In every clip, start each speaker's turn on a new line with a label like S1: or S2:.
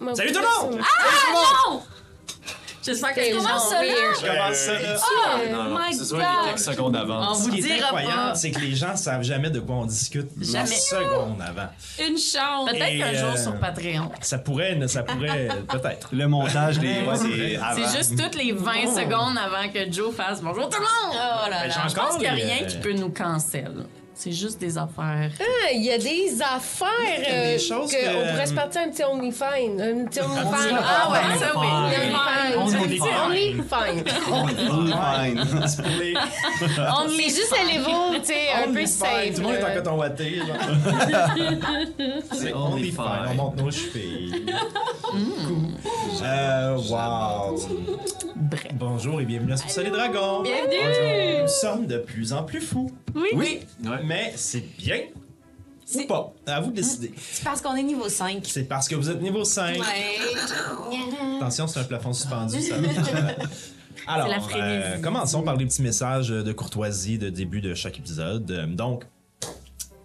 S1: Moi,
S2: Salut
S1: oui,
S2: tout le monde!
S1: ça.
S3: Ah non! J'espère que
S1: C'est
S3: tu commences
S1: genre
S3: ça là.
S1: weird.
S2: Je commence ça, là.
S3: Oh
S1: Euh,
S4: Non, non,
S3: my
S4: c'est sûr,
S3: God.
S4: il est quelques secondes avant.
S3: On
S2: Ce
S3: vous
S2: qui est
S3: dira pas.
S2: incroyable, c'est que les gens savent jamais de quoi on discute une
S3: Jamais.
S2: seconde avant.
S1: Une chance!
S3: Peut-être
S2: Et,
S3: qu'un jour
S2: euh,
S3: sur Patreon.
S2: Ça pourrait, ça pourrait, peut-être.
S5: Le montage des.
S2: Ouais, c'est-
S5: avant.
S3: C'est juste toutes les 20 secondes avant que Joe fasse bonjour tout le monde. Oh
S2: Oh. Ben, j'ai
S3: Je
S2: encore
S3: pense qu'il n'y a
S2: les,
S3: rien
S2: euh,
S3: qui peut nous cancel. C'est juste des affaires.
S1: Ah, Il y a des affaires
S2: y a des
S1: euh,
S2: choses
S1: que-
S2: que-
S1: on pourrait se partir un petit OnlyFans. Un petit OnlyFans.
S3: Ah ouais,
S4: on
S3: ça oui.
S4: est
S1: OnlyFans.
S4: On est
S1: Un petit OnlyFans.
S5: Fine.
S2: C'est pour les-
S3: On
S1: C'est
S3: est
S1: juste un niveau, tu sais, un
S2: on
S1: peu
S2: est fine.
S1: safe.
S2: Tout le monde est en
S1: là.
S2: coton watté. genre.
S4: C'est
S2: On est fine. On monte nos chevilles. Cool. Euh, wow.
S3: Bref.
S2: Bonjour et bienvenue à Sur les Dragons.
S3: Bienvenue!
S2: Nous sommes de plus en plus fous.
S4: Oui. Ouais.
S2: Mais c'est bien ou pas. À vous de décider.
S6: Hein? C'est parce qu'on est niveau 5.
S2: C'est parce que vous êtes niveau 5.
S6: Ouais.
S2: Attention, c'est un plafond suspendu. Ça. Alors,
S3: C'est la frénésie.
S2: euh, commençons par les petits messages de courtoisie de début de chaque épisode. Euh, Donc,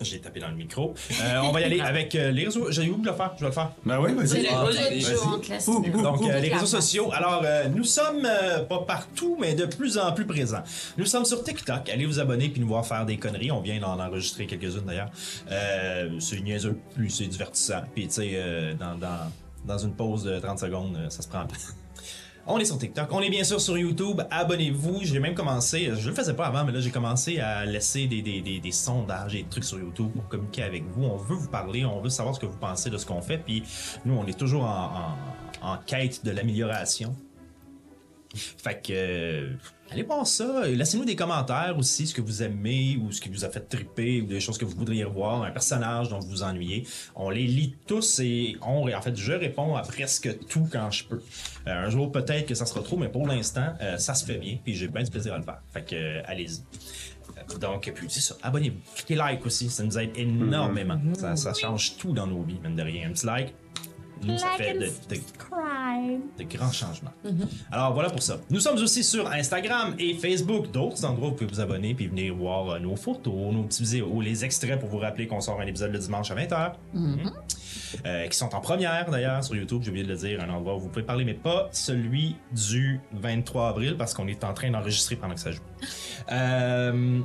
S2: j'ai tapé dans le micro. Euh, on va y aller avec euh, les réseaux. J'ai oublié de le faire. Je vais le faire.
S5: Ben oui, vas-y.
S6: le
S5: Ah,
S6: jeu de
S5: vas-y.
S6: jeu, on te laisse.
S5: Ouh, ouh,
S2: Donc,
S5: ouh.
S2: euh, les
S6: clairement.
S2: réseaux sociaux. Alors, euh, nous sommes euh, pas partout, mais de plus en plus présents. Nous sommes sur TikTok. Allez vous abonner puis nous voir faire des conneries. On vient d'en enregistrer quelques-unes d'ailleurs. Euh, c'est niaiseux, plus c'est divertissant. Puis, tu sais, euh, dans, dans, dans une pause de 30 secondes, euh, ça se prend bien. On est sur TikTok, on est bien sûr sur YouTube, abonnez-vous. J'ai même commencé, je le faisais pas avant, mais là j'ai commencé à laisser des, des- des- des sondages et des trucs sur YouTube pour communiquer avec vous. On veut vous parler, on veut savoir ce que vous pensez de ce qu'on fait, puis nous on est toujours en, en- en quête de l'amélioration. Fait que. euh, Allez voir ça. Et Laissez-nous des commentaires aussi, ce que vous aimez ou ce qui vous a fait triper ou des choses que vous voudriez revoir, un personnage dont vous vous ennuyez. On les lit tous et on, en fait, je réponds à presque tout quand je peux. Euh, un jour, peut-être que ça se retrouve, mais pour l'instant, euh, ça se fait bien puis j'ai bien du plaisir à le faire. Fait que, euh, allez-y. Euh, Donc, puis c'est ça. Abonnez-vous. Cliquez like aussi. Ça nous aide énormément. Ça, ça change tout dans nos vies, même de rien. Un petit like. Nous, ça fait de- de de grands changements. Alors voilà pour ça. Nous sommes aussi sur Instagram et Facebook, d'autres endroits où vous pouvez vous abonner puis venir voir euh, nos photos, nos petites vidéos, les extraits pour vous rappeler qu'on sort un épisode le dimanche à 20h. Euh, qui sont en première d'ailleurs sur YouTube, j'ai oublié de le dire, un endroit où vous pouvez parler, mais pas celui du 23 avril parce qu'on est en train d'enregistrer pendant que ça joue. Euh,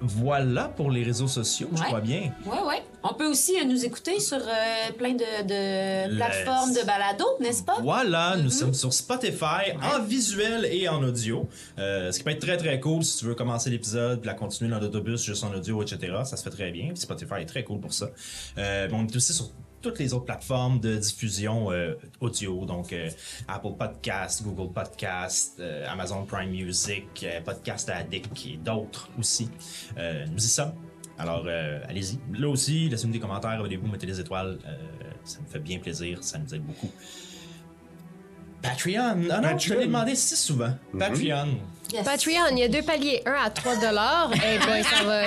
S2: voilà pour les réseaux sociaux, je
S6: Ouais.
S2: crois bien.
S6: Ouais, ouais. On peut aussi euh, nous écouter sur euh, plein de, de
S2: Le-
S6: plateformes de balado, n'est-ce pas?
S2: Voilà, nous sommes sur Spotify en visuel et en audio. Euh, ce qui peut être très très cool si tu veux commencer l'épisode, puis la continuer dans l'autobus, juste en audio, etc. Ça se fait très bien. Puis Spotify est très cool pour ça. Euh, mais on est aussi sur toutes les autres plateformes de diffusion euh, audio, donc euh, Apple Podcast, Google Podcast, euh, Amazon Prime Music, euh, Podcast Addict et d'autres aussi. Euh, nous y sommes. Alors, euh, allez-y. Là aussi, laissez-nous des commentaires, abonnez-vous, mettez des étoiles. euh, ça nous fait bien plaisir, ça nous aide beaucoup. Patreon. Ah non, je te l'ai demandé si souvent. Patreon.
S6: Yes.
S1: Patreon, il y a deux paliers, un à 3 dollars. Eh ben, ça va.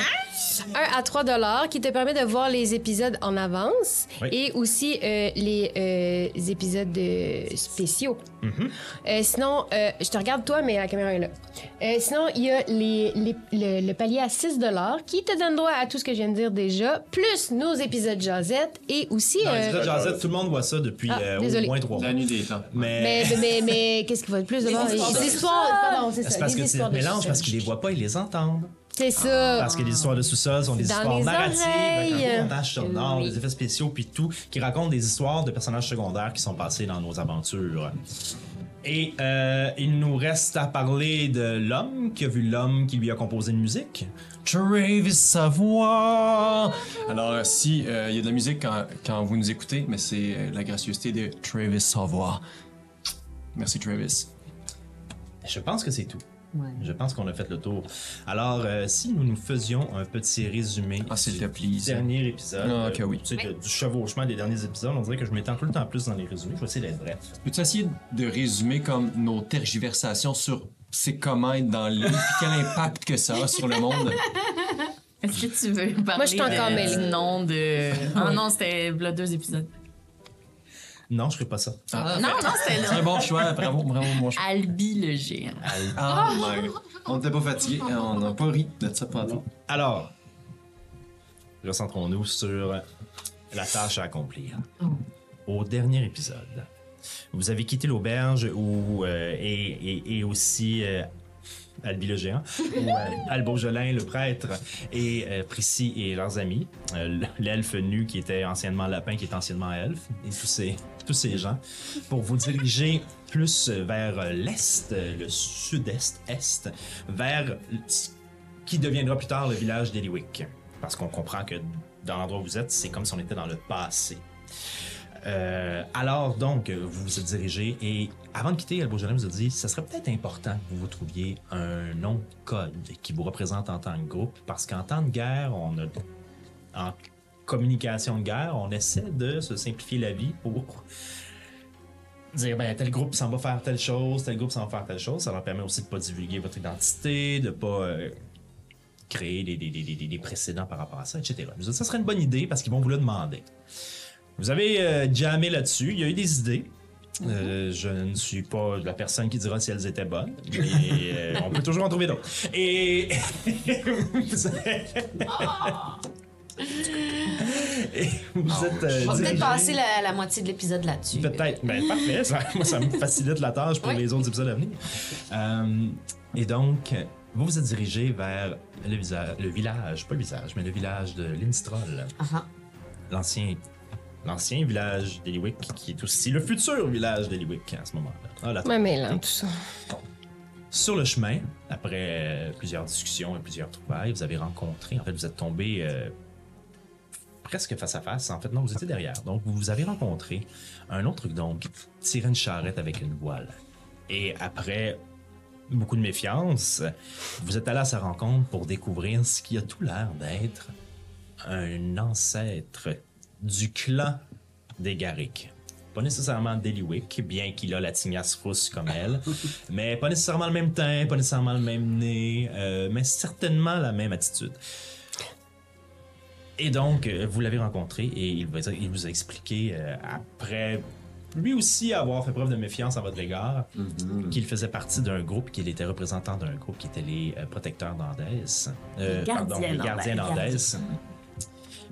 S1: Un à 3 dollars qui te permet de voir les épisodes en avance
S2: Oui.
S1: et aussi euh, les euh, épisodes euh, spéciaux.
S2: Mm-hmm.
S1: Euh, sinon, euh, je te regarde toi, mais la caméra est là. Euh, sinon, il y a les- les- le, le palier à 6 dollars qui te donne droit à tout ce que je viens de dire déjà, plus nos épisodes jazette et aussi.
S2: Dans les
S1: euh,
S2: épisodes Jazette, tout le monde voit ça depuis
S1: Ah,
S2: euh,
S1: désolé.
S2: au moins trois mois.
S4: La nuit des temps.
S1: mais
S2: Mais,
S1: mais, mais, mais qu'est-ce qu'il faut de plus de
S6: Les
S1: voir?
S6: histoires de
S1: Les histoires, pardon, c'est
S2: c'est
S1: ça.
S2: parce
S1: Les
S2: que c'est
S1: histoires
S2: un
S1: de
S2: mélange, parce
S1: sous-sol.
S2: qu'ils les voient pas, ils les entendent.
S1: C'est ça.
S2: Parce que les histoires de sous-sol sont des
S1: Dans
S2: histoires
S1: les
S2: narratives, avec
S1: oreilles.
S2: un montage sonore,
S1: Oui.
S2: des effets spéciaux, puis tout, qui racontent des histoires de personnages secondaires qui sont passés dans nos aventures. Et euh, il nous reste à parler de l'homme qui a vu l'homme qui lui a composé une musique.
S4: Travis Savoir. Alors, euh, si euh, il y a de la musique quand, quand vous nous écoutez, mais c'est euh, la gracieuseté de Travis Savoir. Merci Travis.
S2: Ben, Je pense que c'est tout. Je pense qu'on a fait le tour. Alors, euh, si nous nous faisions un petit résumé
S4: Ah, s'il te plaît.
S2: du dernier épisode,
S4: Ah, ok, oui.
S2: tu sais, de- du chevauchement des derniers épisodes, on dirait que je m'étends tout le temps plus dans les résumés. Je vais essayer d'être bref.
S4: Peux-tu essayer de résumer comme nos tergiversations sur c'est comment être dans l'île, puis quel impact que ça a sur le monde?
S3: Est-ce que tu veux parler
S1: Moi, je suis encore
S3: de-
S1: mêlée.
S3: du nom de... Ah non, c'était là, deux épisodes.
S2: Non, je ne ferai pas ça.
S4: Ah,
S3: Non, non, c'était
S4: C'est
S3: là.
S4: un bon choix, bravo, bravo, mon choix.
S3: Albi le géant.
S4: Ah, my. On n'était pas fatigué, on n'a pas ri de ça pendant.
S2: Alors, recentrons-nous sur la tâche à accomplir. au dernier épisode, vous avez quitté l'auberge où euh, et, et- et aussi euh, Albi le géant, où euh, Albo Jolin, le prêtre, et euh, Prissy et leurs amis, euh, l'elfe nu qui était anciennement lapin, qui est anciennement elfe, et tous ces, tous ces gens, pour vous diriger plus vers euh, l'est, euh, le sud-est, est, vers ce qui deviendra plus tard le village d'Eliwick. Parce qu'on comprend que dans l'endroit où vous êtes, c'est comme si on était dans le passé. Euh, alors donc, vous vous êtes dirigé et avant de quitter El Beaujolais, vous avez dit, ça serait peut-être important que vous vous trouviez un nom de code qui vous représente en tant que groupe, parce qu'en temps de guerre, on a, en communication de guerre, on essaie de se simplifier la vie pour dire ben tel groupe s'en va faire telle chose, tel groupe s'en va faire telle chose. Ça leur permet aussi de pas divulguer votre identité, de pas euh, créer des, des- des- des- des précédents par rapport à ça, etc. Vous dites, ça serait une bonne idée parce qu'ils vont vous le demander. Vous avez euh, jammé là-dessus, il y a eu des idées.
S6: Mm-hmm.
S2: Euh, je ne suis pas la personne qui dira si elles étaient bonnes, mais euh, on peut toujours en trouver d'autres. Et vous êtes,
S6: Ah!
S2: Et vous êtes, euh,
S6: On va
S2: dirigé-
S6: Ah, peut-être passer la, la moitié de l'épisode là-dessus.
S2: Peut-être. Ben, parfait. Ça, moi, ça me facilite la tâche pour
S6: Oui.
S2: les autres épisodes à venir. Euh, et donc, vous vous êtes dirigé vers le, visa- le village, pas le visage, mais le village de Lindstroll,
S6: Ah ah.
S2: l'ancien. L'ancien village d'Eliwick, qui est aussi le futur village d'Eliwick à ce moment-là. Ah, la
S1: Ouais, mais là, tout ça.
S2: sur le chemin, après euh, plusieurs discussions et plusieurs trouvailles, vous avez rencontré, en fait, vous êtes tombé euh, presque face à face. En fait, non, vous étiez derrière. Donc, vous avez rencontré un autre gnom qui tirait une charrette avec une voile. Et après beaucoup de méfiance, vous êtes allé à sa rencontre pour découvrir ce qui a tout l'air d'être un ancêtre du clan des Garrick. Pas nécessairement d'Eliwick, bien qu'il a la tignasse rousse comme elle, mais pas nécessairement le même teint, pas nécessairement le même nez, euh, mais certainement la même attitude. Et donc, euh, vous l'avez rencontré et il, va dire- il vous a expliqué, euh, après lui aussi avoir fait preuve de méfiance à votre égard, qu'il faisait partie d'un groupe, qu'il était représentant d'un groupe qui était les euh, protecteurs d'Andès. Euh,
S3: Gardiens
S2: pardon, les
S3: d'Andès.
S2: gardiens d'Andès.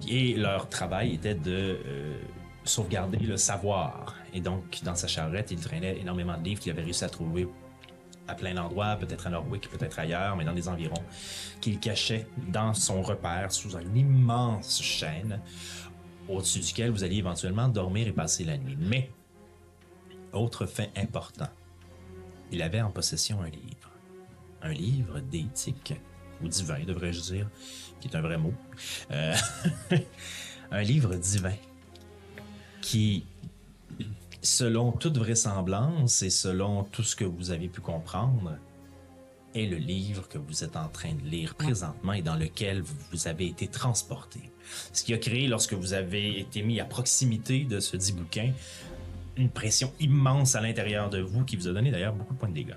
S2: Et leur travail était de euh, sauvegarder le savoir. Et donc, dans sa charrette, il traînait énormément de livres qu'il avait réussi à trouver à plein d'endroits, peut-être à Norwick, peut-être ailleurs, mais dans les environs, qu'il cachait dans son repère sous une immense chaîne au-dessus duquel vous alliez éventuellement dormir et passer la nuit. Mais, autre fait important, il avait en possession un livre. Un livre d'éthique, ou divin, devrais-je dire, qui est un vrai mot. Euh, un livre divin qui, selon toute vraisemblance et selon tout ce que vous avez pu comprendre, est le livre que vous êtes en train de lire présentement et dans lequel vous avez été transporté. Ce qui a créé, lorsque vous avez été mis à proximité de ce dit bouquin, une pression immense à l'intérieur de vous qui vous a donné d'ailleurs beaucoup de points de dégâts.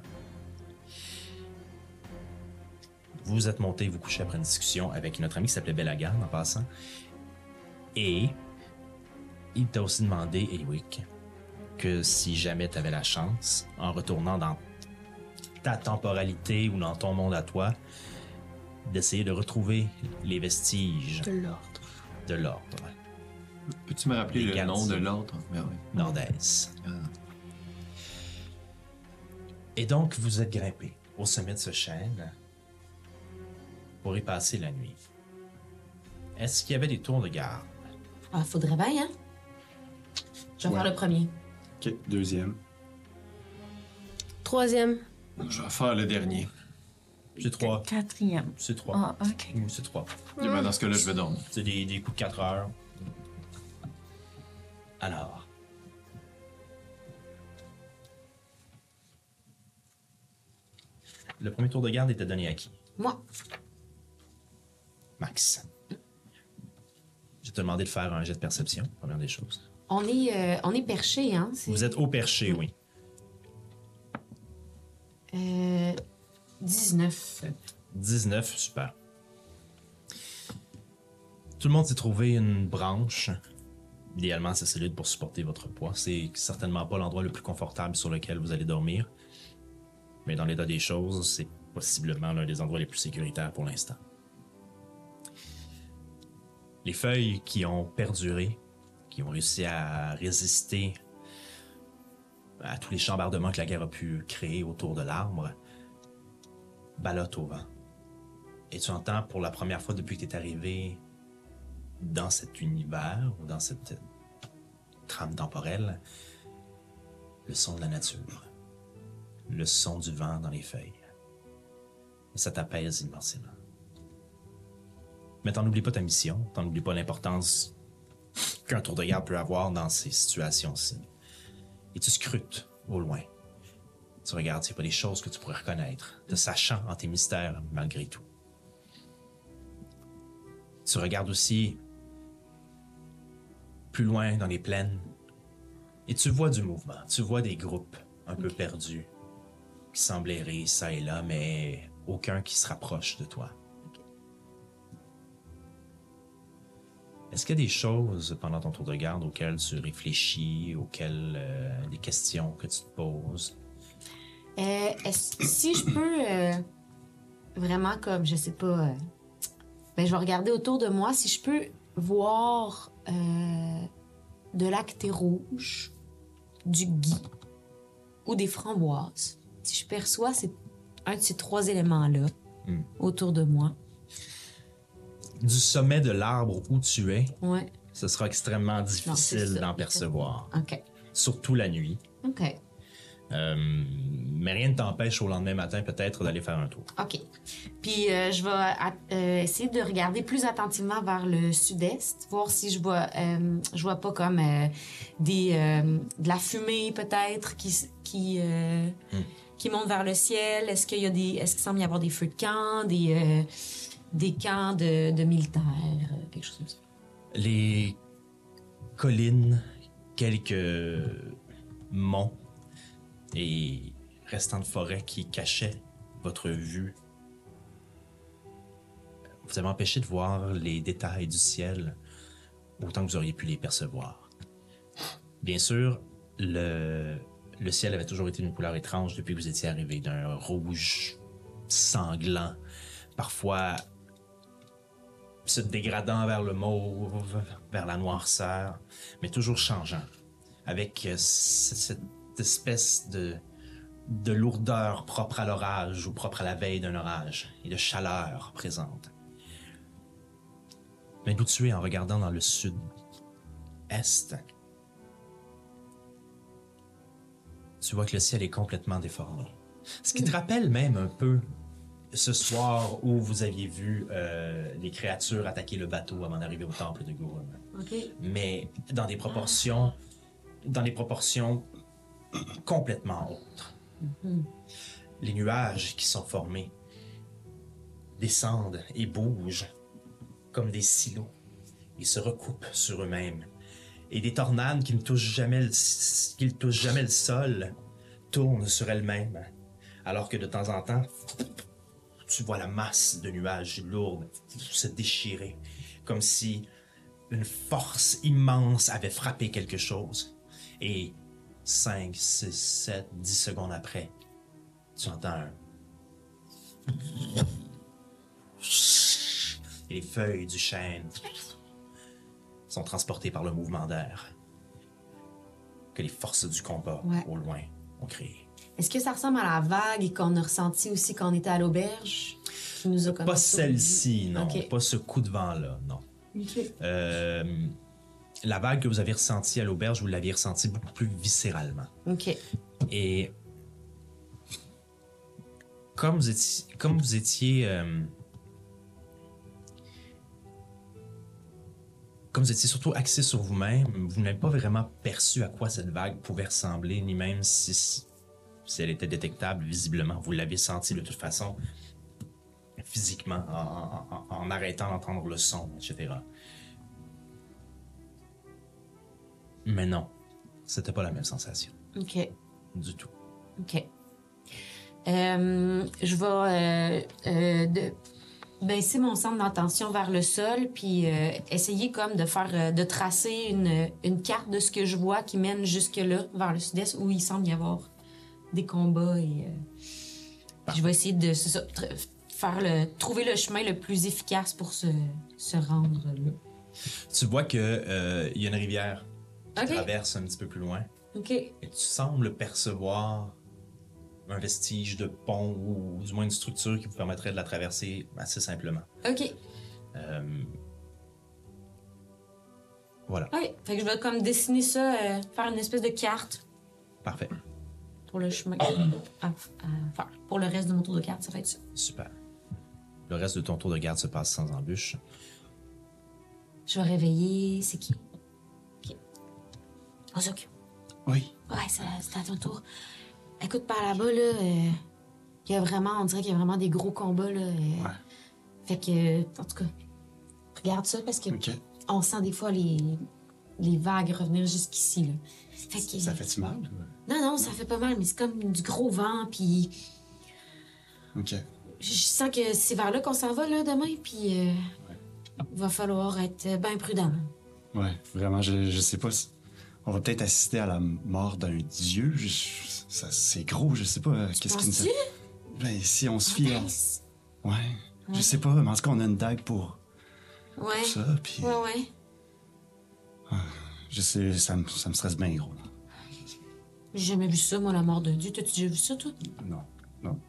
S2: Vous vous êtes monté, vous couchez après une discussion avec notre ami qui s'appelait Belagan en passant. Et il t'a aussi demandé, Eliwick, que si jamais tu avais la chance, en retournant dans ta temporalité ou dans ton monde à toi, d'essayer de retrouver les vestiges
S1: De l'ordre.
S2: de l'ordre
S4: Peux-tu me rappeler
S2: Les
S4: le nom
S2: gardiens.
S4: de Ah l'ordre? Ouais, ouais.
S2: nord-est. Et donc, vous êtes grimpé au sommet de ce chêne pour y passer la nuit. Est-ce qu'il y avait des tours de garde?
S6: Ah, faudrait bien, hein? Je vais
S5: Ouais.
S6: faire le premier.
S5: Ok, deuxième.
S1: Troisième.
S4: Je vais faire le dernier.
S2: C'est trois.
S3: Quatrième.
S2: C'est trois.
S3: Ah, ok.
S2: Oui, C'est trois.
S4: Et ben, dans ce cas-là, je vais dormir.
S2: C'est des, des coups de 4 heures. Alors. Le premier tour de garde était donné à qui
S6: Moi.
S2: Max. Je vais te demander de faire un jet de perception, première des choses.
S6: On est, euh, on est perché, hein? c'est-
S2: Vous êtes au perché, oui.
S6: Euh, 19.
S2: 19, super. Tout le monde s'est trouvé une branche. Idéalement, c'est solide pour supporter votre poids. C'est certainement pas l'endroit le plus confortable sur lequel vous allez dormir. Mais dans l'état des choses, c'est possiblement l'un des endroits les plus sécuritaires pour l'instant. Les feuilles qui ont perduré, qui ont réussi à résister à tous les chambardements que la guerre a pu créer autour de l'arbre, ballotte au vent. Et tu entends pour la première fois depuis que tu es arrivé dans cet univers ou dans cette trame temporelle le son de la nature, le son du vent dans les feuilles. Et ça t'apaise immensément. Mais t'en oublies pas ta mission, t'en oublies pas l'importance qu'un tour de garde peut avoir dans ces situations-ci. Et tu scrutes au loin. Tu regardes s'il n'y a pas des choses que tu pourrais reconnaître, te sachant en tes mystères malgré tout. Tu regardes aussi plus loin dans les plaines et tu vois du mouvement. Tu vois des groupes un peu perdus qui semblent errer ça et là, mais aucun qui se rapproche de toi. Est-ce qu'il y a des choses pendant ton tour de garde auxquelles tu réfléchis, auxquelles euh, des questions que tu te poses?
S6: Euh, est-ce- si je peux euh, vraiment comme je sais pas, euh, ben je vais regarder autour de moi si je peux voir euh, de l'acté rouge, du gui ou des framboises. Si je perçois c'est un de ces trois éléments là
S2: Hmm.
S6: autour de moi.
S2: Du sommet de l'arbre où tu es,
S6: Ouais.
S2: ce sera extrêmement difficile
S6: ça.
S2: d'en percevoir,
S6: Ok.
S2: surtout la nuit.
S6: Ok.
S2: Euh, mais rien ne t'empêche au lendemain matin peut-être d'aller faire un tour.
S6: OK. Puis euh, je vais at- euh, essayer de regarder plus attentivement vers le sud-est, voir si je vois, euh, je vois pas comme euh, des, euh, de la fumée peut-être qui, s- qui, euh,
S2: Hmm.
S6: qui monte vers le ciel. Est-ce qu'il y a des, est-ce qu'il semble y avoir des feux de camp, des, euh, des camps de, de militaires, euh, quelque chose comme ça.
S2: les collines, quelques monts et restants de forêt qui cachaient votre vue. Vous avez empêché de voir les détails du ciel autant que vous auriez pu les percevoir. Bien sûr, le, le ciel avait toujours été d'une couleur étrange depuis que vous étiez arrivé, d'un rouge sanglant, parfois se dégradant vers le mauve, vers la noirceur, mais toujours changeant, avec euh, c- cette espèce de, de lourdeur propre à l'orage ou propre à la veille d'un orage, et de chaleur présente. Mais d'où tu es en regardant dans le sud-est, tu vois que le ciel est complètement déformé. Ce qui te rappelle même un peu ce soir où vous aviez vu euh, les créatures attaquer le bateau avant d'arriver au temple de Guru. Mais dans des proportions, dans des proportions complètement autres. Les nuages qui sont formés descendent et bougent comme des silos. Ils se recoupent sur eux-mêmes. Et des tornades qui ne touchent jamais le, qui ne touchent jamais le sol tournent sur elles-mêmes. Alors que de temps en temps, tu vois la masse de nuages lourdes se déchirer, comme si une force immense avait frappé quelque chose. Et 5, 6, 7, 10 secondes après, tu entends un... Et les feuilles du chêne sont transportées par le mouvement d'air que les forces du combat
S6: Ouais.
S2: au loin ont créé.
S6: Est-ce que ça ressemble à la vague et qu'on a ressenti aussi quand on était à l'auberge, qui nous a comme
S2: Pas celle-ci, non.
S6: Ok.
S2: Pas ce coup de vent-là, non.
S6: Ok.
S2: Euh, la vague que vous avez ressentie à l'auberge, vous l'aviez ressentie beaucoup plus viscéralement.
S6: Ok.
S2: Et comme vous étiez, comme vous étiez, euh, comme vous étiez surtout axé sur vous-même, vous n'avez pas vraiment perçu à quoi cette vague pouvait ressembler, ni même si, si elle était détectable visiblement. Vous l'avez senti de toute façon physiquement en, en- en- en arrêtant d'entendre le son, etc. Mais non, c'était pas la même sensation
S6: Ok.
S2: du tout.
S6: OK. Euh, je vais euh, euh, de- baisser mon centre d'attention vers le sol, puis euh, essayer comme de faire, euh, de tracer une, une carte de ce que je vois qui mène jusque-là, vers le sud-est, où il semble y avoir des combats. Et, euh, je vais essayer de c'est ça, tr- faire le, trouver le chemin le plus efficace pour se, se rendre là.
S2: Tu vois que euh, il y a une rivière qui
S6: Ok.
S2: traverse un petit peu plus loin.
S6: OK.
S2: Et tu sembles percevoir un vestige de pont ou du moins une structure qui vous permettrait de la traverser assez simplement.
S6: OK.
S2: Euh, Voilà,
S6: OK. Fait que je vais comme dessiner ça, euh, faire une espèce de carte
S2: parfait,
S6: pour le chemin que- à, à faire. Pour le reste de mon tour de carte, ça va être ça.
S2: super. Le reste de ton tour de garde se passe sans embûche.
S6: Je vais réveiller. C'est qui? OK. Ozok.
S5: Oui.
S6: Ouais, ça- c'est à ton tour. Écoute, par là-bas, là, euh, il y a vraiment, on dirait qu'il y a vraiment des gros combats, là. euh, Fait que, euh, en tout cas, regarde ça parce que
S5: Ok.
S6: on sent des fois les, les vagues revenir jusqu'ici, là. Fait que,
S5: Ça fait-tu mal?
S6: Non, non, ça fait pas mal, mais c'est comme du gros vent, puis
S5: Ok.
S6: je sens que c'est vers là qu'on s'en va, là, demain, puis euh, va falloir être euh, bien prudent.
S5: Ouais, vraiment, je, je sais pas. si- On va peut-être assister à la mort d'un dieu. Je- ça- C'est gros, je sais pas. euh, Qu'est-ce qui nous.
S6: penses-tu?
S5: Ben, si on se fie. à-
S6: Nice.
S5: Ouais. Je sais pas, mais en tout cas, on a une dague pour
S6: Ouais.
S5: ça, puis.
S6: Ouais, ouais.
S5: Je sais, ça me, ça me stresse bien gros. là.
S6: J'ai jamais vu ça, moi, la mort de Dieu. T'as-tu déjà vu ça, toi?
S5: Non, non,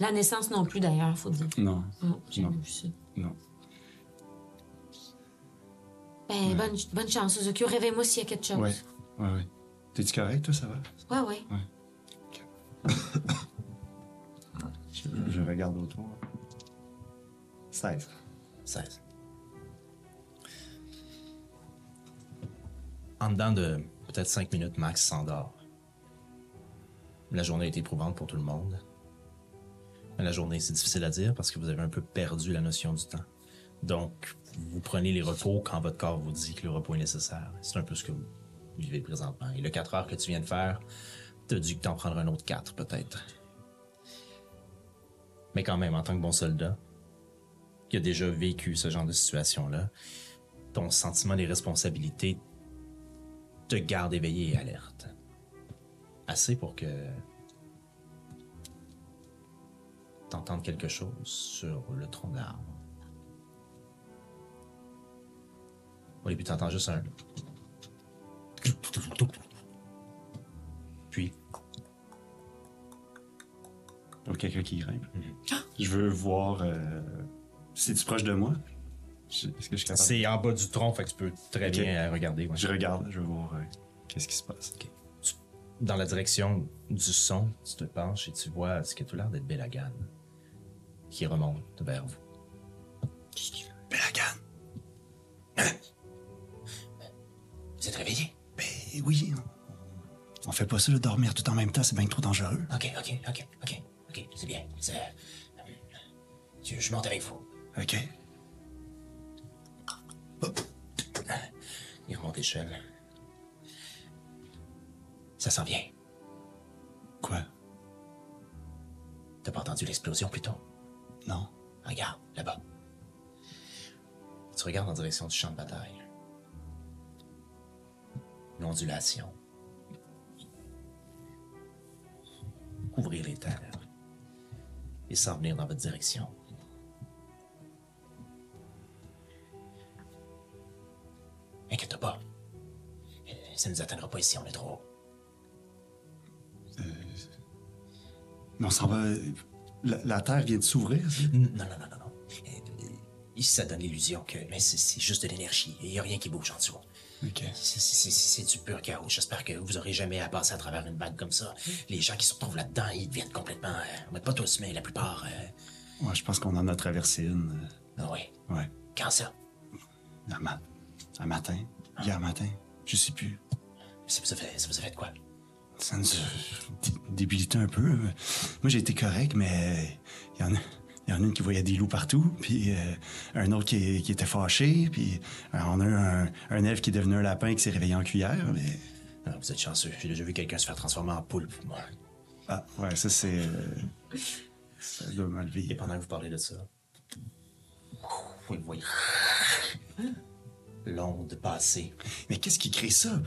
S6: La naissance non plus, d'ailleurs, faut dire.
S5: non,
S6: Non, j'ai
S5: Non.
S6: jamais vu ça.
S5: non.
S6: Ben, bonne, bonne chance, Suzuki. Réveille-moi s'il y a quelque chose.
S5: Ouais, ouais, ouais. T'es-tu correct, toi, ça va?
S6: Ouais, ouais.
S5: Je, je regarde autour. 16.
S2: 16. En dedans de peut-être 5 minutes, Max s'endort. La journée est éprouvante pour tout le monde. Mais la journée, c'est difficile à dire parce que vous avez un peu perdu la notion du temps. Donc, vous prenez les repos quand votre corps vous dit que le repos est nécessaire. C'est un peu ce que vous vivez présentement. Et le 4 heures que tu viens de faire, t'as dû que t'en prendre un autre 4 peut-être. Mais quand même, en tant que bon soldat, qui a déjà vécu ce genre de situation-là, ton sentiment des responsabilités te garde éveillé et alerte. Assez pour que t'entendes quelque chose sur le tronc de l'arbre. Au début, t'entends juste un... Puis,
S5: Pour quelqu'un qui grimpe.
S6: Mhm.
S5: Ah! Je veux voir. si tu proches de moi? Je- Est-ce que je suis capable?
S2: c'est en bas du tronc, fait que tu peux très
S5: Ok.
S2: bien euh, regarder. ouais.
S5: Je regarde, je veux voir euh, qu'est-ce qui se passe.
S2: dans la direction du son, tu te penches et tu vois ce qui a tout l'air d'être Belagan qui remonte vers vous.
S5: Belagan!
S2: Vous êtes réveillé?
S5: Ben oui. on- On fait pas ça de dormir tout en même temps, c'est bien trop dangereux.
S2: Ok, ok, ok, ok, ok, c'est bien. c'est- euh, Je, je monte avec vous.
S5: Ok.
S2: Il remonte l'échelle. Ça s'en vient.
S5: Quoi?
S2: T'as pas entendu l'explosion plus tôt?
S5: Non.
S2: Regarde, là-bas. Tu regardes en direction du champ de bataille. Une ondulation. Couvrir les terres. Et s'en venir dans votre direction. Inquiète pas. Euh, Ça ne nous atteindra pas ici, on est trop haut.
S5: Mais on s'en va. La, la terre vient de s'ouvrir. ça?
S2: Non, non, non, non, non. Euh, euh, Ça donne l'illusion que. Mais c'est- c'est juste de l'énergie. Il n'y a rien qui bouge en dessous.
S5: Ok.
S2: C'est- C'est c'est- c'est du pur chaos. J'espère que vous aurez jamais à passer à travers une vague comme ça. Les gens qui se retrouvent là-dedans, ils deviennent complètement. euh, pas tous, mais la plupart. euh,
S5: Ouais, je pense qu'on en a traversé une.
S2: ah ouais.
S5: euh, Ouais.
S2: Quand ça
S5: Un, ma- un matin. Hier matin. Je sais plus.
S2: Ça vous a fait, ça vous a fait de quoi
S5: Ça nous a dé- débilité un peu. euh. Moi, j'ai été correct, mais il y en a. Il y en a une qui voyait des loups partout, puis euh, un autre qui, qui était fâché, puis euh, on a eu un, un elfe qui est devenu un lapin qui s'est réveillé en cuillère, mais...
S2: Ah, Vous êtes chanceux. J'ai déjà vu quelqu'un se faire transformer en poule moi.
S5: Ah, ouais, ça c'est... euh, ça doit
S2: Et
S5: m'enlever.
S2: pendant que vous parlez de ça, vous le voyez. L'onde passée.
S5: Mais qu'est-ce qui crée ça?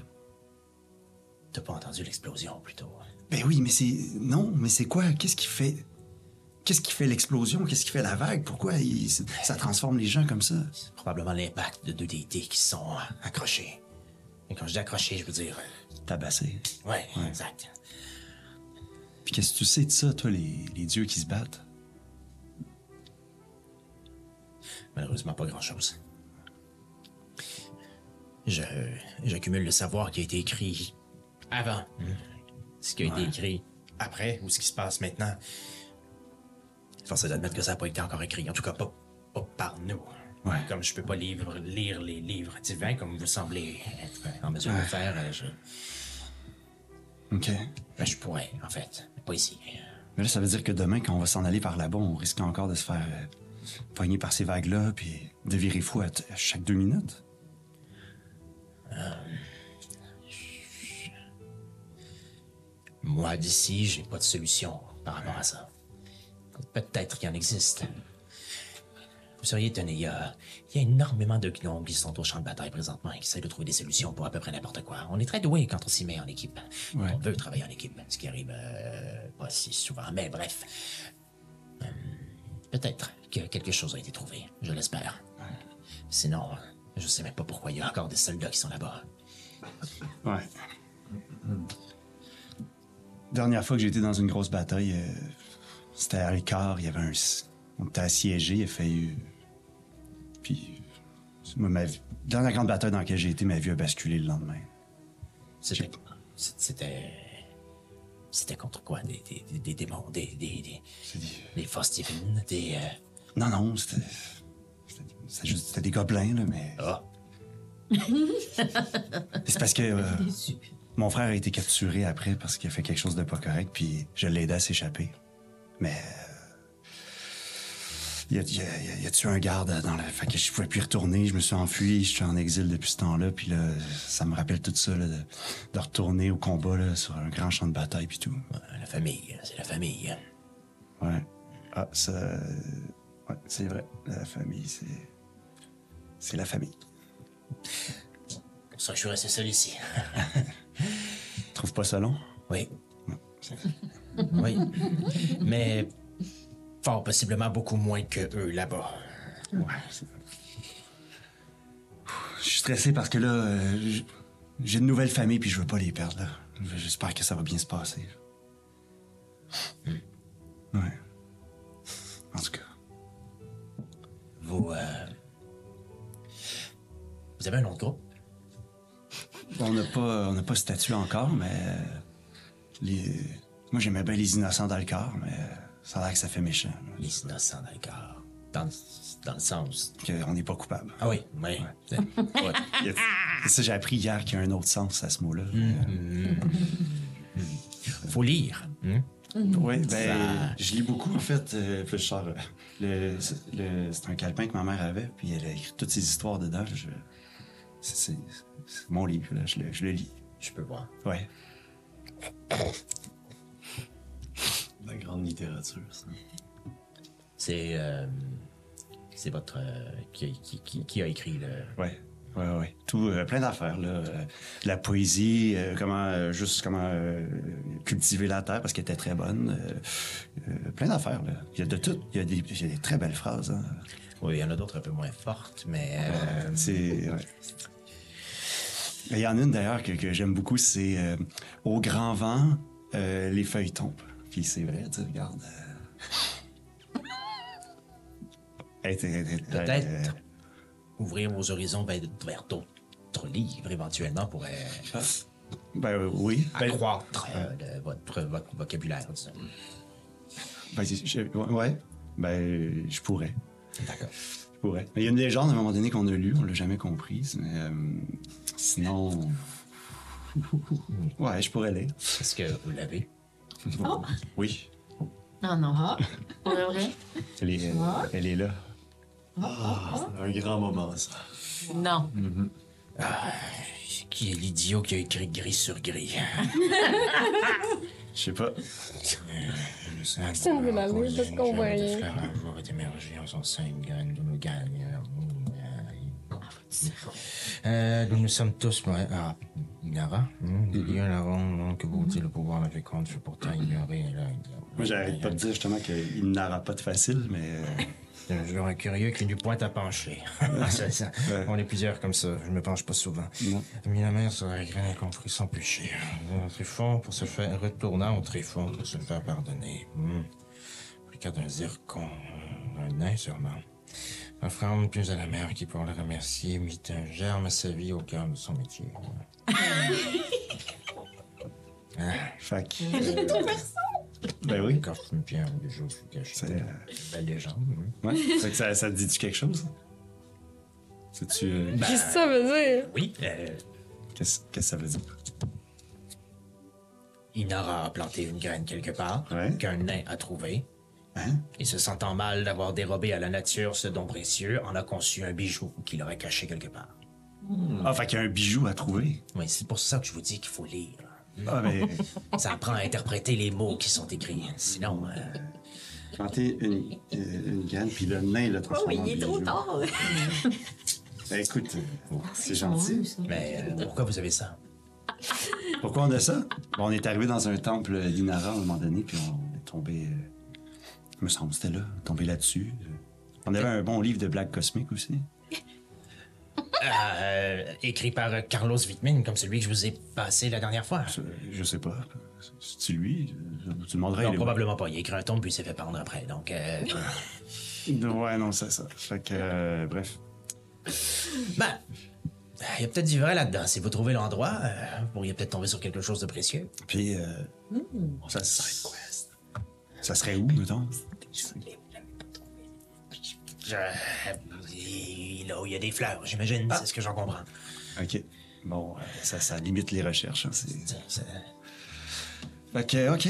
S2: T'as pas entendu l'explosion plutôt
S5: Ben oui, mais c'est... Non, mais c'est quoi? Qu'est-ce qui fait... Qu'est-ce qui fait l'explosion? Qu'est-ce qui fait la vague? Pourquoi il- ça transforme les gens comme ça?
S2: C'est probablement l'impact de deux des dés qui sont euh, accrochés. Et quand je dis accrochés, je veux dire. euh,
S5: Tabassé.
S2: Ouais, exact.
S5: Puis qu'est-ce que tu sais de ça, toi, les, les dieux qui se battent?
S2: Malheureusement, pas grand-chose. Je, j'accumule le savoir qui a été écrit avant, hein, ce qui a été écrit après ou ce qui se passe maintenant. Force est d'admettre que ça n'a pas été encore écrit, en tout cas pas, pas par nous.
S5: Ouais.
S2: Comme je peux pas livre- lire les livres divins comme vous semblez être en mesure de le faire, euh, je,
S5: OK.
S2: ben, je pourrais, en fait, mais pas ici.
S5: Mais là, ça veut dire que demain, quand on va s'en aller par là-bas, on risque encore de se faire euh, pogner par ces vagues-là, puis de virer fou à, t- à chaque deux minutes.
S2: Moi, d'ici, j'ai pas de solution par rapport à ça. Peut-être qu'il en existe. Vous seriez étonné, il y, a, il y a énormément de gnomes qui sont au champ de bataille présentement et qui essaient de trouver des solutions pour à peu près n'importe quoi. On est très doué quand on s'y met en équipe.
S5: Ouais.
S2: On veut travailler en équipe, ce qui arrive euh, pas si souvent, mais bref. Hum, Peut-être que quelque chose a été trouvé, je l'espère. Sinon, je sais même pas pourquoi il y a encore des soldats qui sont là-bas.
S5: Ouais. Mm-hmm. Dernière fois que j'ai été dans une grosse bataille, euh, c'était à l'écart, il y avait un. s- On était assiégés, il a fallu. Puis. c'est- Moi, ma vie- Dernière grande bataille dans laquelle j'ai été, ma vie a basculé le lendemain.
S2: C'était. C'était. C'était contre quoi Des, des, des, des démons, des. des, des, des forces divines, des. euh,
S5: Non, non, c'était. c'était- C'était juste c'était des gobelins, là, mais.
S2: Ah
S5: C'est parce que euh, mon frère a été capturé après parce qu'il a fait quelque chose de pas correct, puis je l'ai aidé à s'échapper. Mais euh, il, a, il a- il a- il a tué un garde dans la. Fait que je pouvais plus y retourner, je me suis enfui, je suis en exil depuis ce temps-là, puis là, ça me rappelle tout ça, là, de, de retourner au combat là, sur un grand champ de bataille, puis tout.
S2: euh, La famille, c'est la famille. hein.
S5: Ouais. Ah, ça. Ouais, c'est vrai. La famille, c'est. C'est la famille.
S2: Pour ça, je suis resté seul ici.
S5: Tu trouves pas ça long?
S2: Oui. oui. Mais. Fort possiblement beaucoup moins que eux là-bas.
S5: Ouais. c'est- Je suis stressé parce que là, euh, j- j'ai une nouvelle famille puis je veux pas les perdre. là. J'espère que ça va bien se passer. Ouais. En tout cas.
S2: Vous. euh, Vous avez un autre groupe
S5: On n'a pas, on n'a pas statué encore, mais euh, les. Moi, j'aimais bien les innocents dans le corps, mais euh, ça a l'air que ça fait méchant. là.
S2: Les innocents, d'accord. Dans, dans le sens.
S5: Que on n'est pas coupable.
S2: Ah oui, oui. C'est- ouais.
S5: Il y a- Ça, j'ai appris hier qu'il y a un autre sens à ce mot-là.
S2: Faut lire. hein?
S5: Oui, ben, je lis beaucoup, en fait. euh, puis je sors, euh, le, le- c'est un calepin que ma mère avait, puis elle a écrit toutes ses histoires dedans. Je- c'est, c'est- c'est mon livre, là, je, le, je le lis.
S2: Je peux voir.
S5: Ouais.
S4: La grande littérature, ça.
S2: C'est euh, c'est votre euh, qui, qui, qui, qui a écrit le.
S5: Ouais, ouais, ouais. Tout, euh, plein d'affaires, là. Euh, la poésie, euh, comment, euh, juste comment euh, cultiver la terre parce qu'elle était très bonne. euh, euh, plein d'affaires, là. Il y a de tout. Il y a des, il y a des très belles phrases. hein.
S2: Oui, il y en a d'autres un peu moins fortes, mais euh,
S5: C'est. ouais. Il y en a une d'ailleurs que, que j'aime beaucoup, c'est euh, Au grand vent, euh, les feuilles tombent. Puis c'est vrai, tu sais, regarde. euh, elle était- elle était-
S2: Peut-être.
S5: euh,
S2: ouvrir vos horizons vers, vers d'autres livres éventuellement pourrait
S5: ben euh, oui. Ben,
S2: accroître euh, le- votre, votre vocabulaire. disons.
S5: ben, c'est- je- ouais, ouais. Ben, euh, je pourrais.
S2: D'accord.
S5: Je pourrais. Mais Il y a une légende à un moment donné qu'on a lue, on l'a jamais comprise, mais euh, sinon. Ouais, je pourrais lire.
S2: Est-ce que vous l'avez
S5: Oui.
S3: Non, non.
S6: Ah,
S3: Pour de vrai?
S5: Elle est, elle est là.
S4: Un grand moment, ça.
S3: Non.
S2: Qui est l'idiot qui a écrit gris sur gris
S5: Je sais pas.
S2: Ça,
S1: on veut la lire, parce qu'on voit rien.
S5: hein,
S1: Nous
S2: Euh, nous nous sommes tous. Ah, Nara, il y a la ronde que vous dit le pouvoir la féconde fut pourtant ignoré. Là,
S5: Moi, j'arrête pas de dire justement qu'il n'aura pas de facile, mais.
S2: Euh, J'aurais curieux qu'il y ait du point à pencher. Ah, C'est ça. On est plusieurs comme ça, je me penche pas souvent. Mais la mère sur la graine a compris sans péché. Un tréfonds pour se faire retournant au tréfonds pour se faire pardonner. Hmm. Plus qu'à d'un zircon, un nain sûrement. Offrande plus à la mère qui, pour la remercier, mit un germe à sa vie au cœur de son métier.
S5: Fac. Ben oui.
S2: Quand je une pierre ou des choses qui cachent.
S5: C'est, euh,
S2: belle légende. oui.
S5: Ouais. Fait que ça, ça te dit-tu quelque chose? C'est-tu. euh,
S1: Qu'est-ce que ça veut dire?
S7: Oui, euh,
S5: Qu'est-ce qu'est-ce que ça veut dire?
S2: Inara a planté une graine quelque part
S5: Ouais.
S2: qu'un nain a trouvée.
S5: Hein?
S2: Et se sentant mal d'avoir dérobé à la nature ce don précieux, en a conçu un bijou qu'il aurait caché quelque part.
S3: Hmm.
S5: Ah, fait qu'il y a un bijou à trouver.
S2: Oui, c'est pour ça que je vous dis qu'il faut lire.
S5: Ah, ben.
S2: Ça apprend à interpréter les mots qui sont écrits. Sinon, euh,
S5: planter une, euh, une graine, puis le nain l'a
S3: Oh,
S5: transformé.
S3: mais il est
S5: en
S3: trop
S5: bijou.
S3: tard. Oh,
S5: Ben, écoute, euh, c'est gentil.
S2: mais euh, pourquoi vous avez ça
S5: Pourquoi on a ça? Ben, on est arrivé dans un temple d'Inara à un moment donné, puis on est tombé. euh, me semble que c'était là, tombé là-dessus. On avait un bon livre de blagues cosmiques aussi.
S2: Ah, euh, Écrit par euh, Carlos Wittmann, comme celui que je vous ai passé la dernière fois.
S5: Je, je sais pas. C'est lui? Je- je- Tu demanderais.
S2: Non,
S5: il est-
S2: probablement pas. Il a écrit un tombe puis il s'est fait pendre après. Donc, euh,
S5: Ouais, non, c'est ça. Fait que, euh, bref.
S2: ben, il y a peut-être du vrai là-dedans. Si vous trouvez l'endroit, euh, vous pourriez peut-être tomber sur quelque chose de précieux.
S5: Puis, euh,
S2: Hmm.
S5: ça, serait, ça serait où, mettons?
S2: Je- il- Là où il y a des fleurs, j'imagine, c'est ce que j'en comprends.
S5: OK. Bon, euh, ça, ça limite les recherches. hein, c'est...
S2: Ça- ça-
S5: Fait que, OK.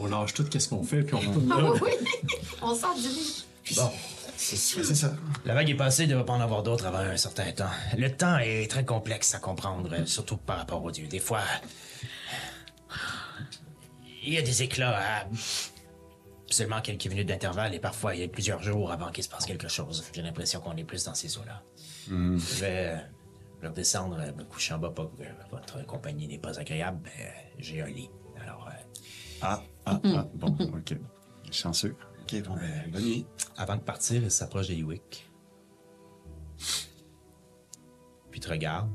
S4: On lâche tout qu'est-ce qu'on fait, puis
S5: Ah
S4: on retourne là.
S8: On s'en dirige.
S2: Bon, c'est sûr.
S5: C'est ça.
S2: La vague est passée, il ne va pas en avoir d'autres avant un certain temps. Le temps est très complexe à comprendre, euh, surtout par rapport aux dieux. Des fois, il y a des éclats à seulement quelques minutes d'intervalle et parfois il y a plusieurs jours avant qu'il se passe quelque chose. J'ai l'impression qu'on est plus dans ces eaux-là.
S5: Hmm.
S2: Je vais euh, redescendre, euh, me coucher en bas, pas que euh, votre compagnie n'est pas agréable, mais euh, j'ai un lit. Alors, euh,
S5: Ah, ah, ah.
S2: Hmm.
S5: Bon, OK. Chanceux. OK, bon, ben, bonne nuit.
S7: avant de partir, il s'approche de Iwick. Puis il te regarde.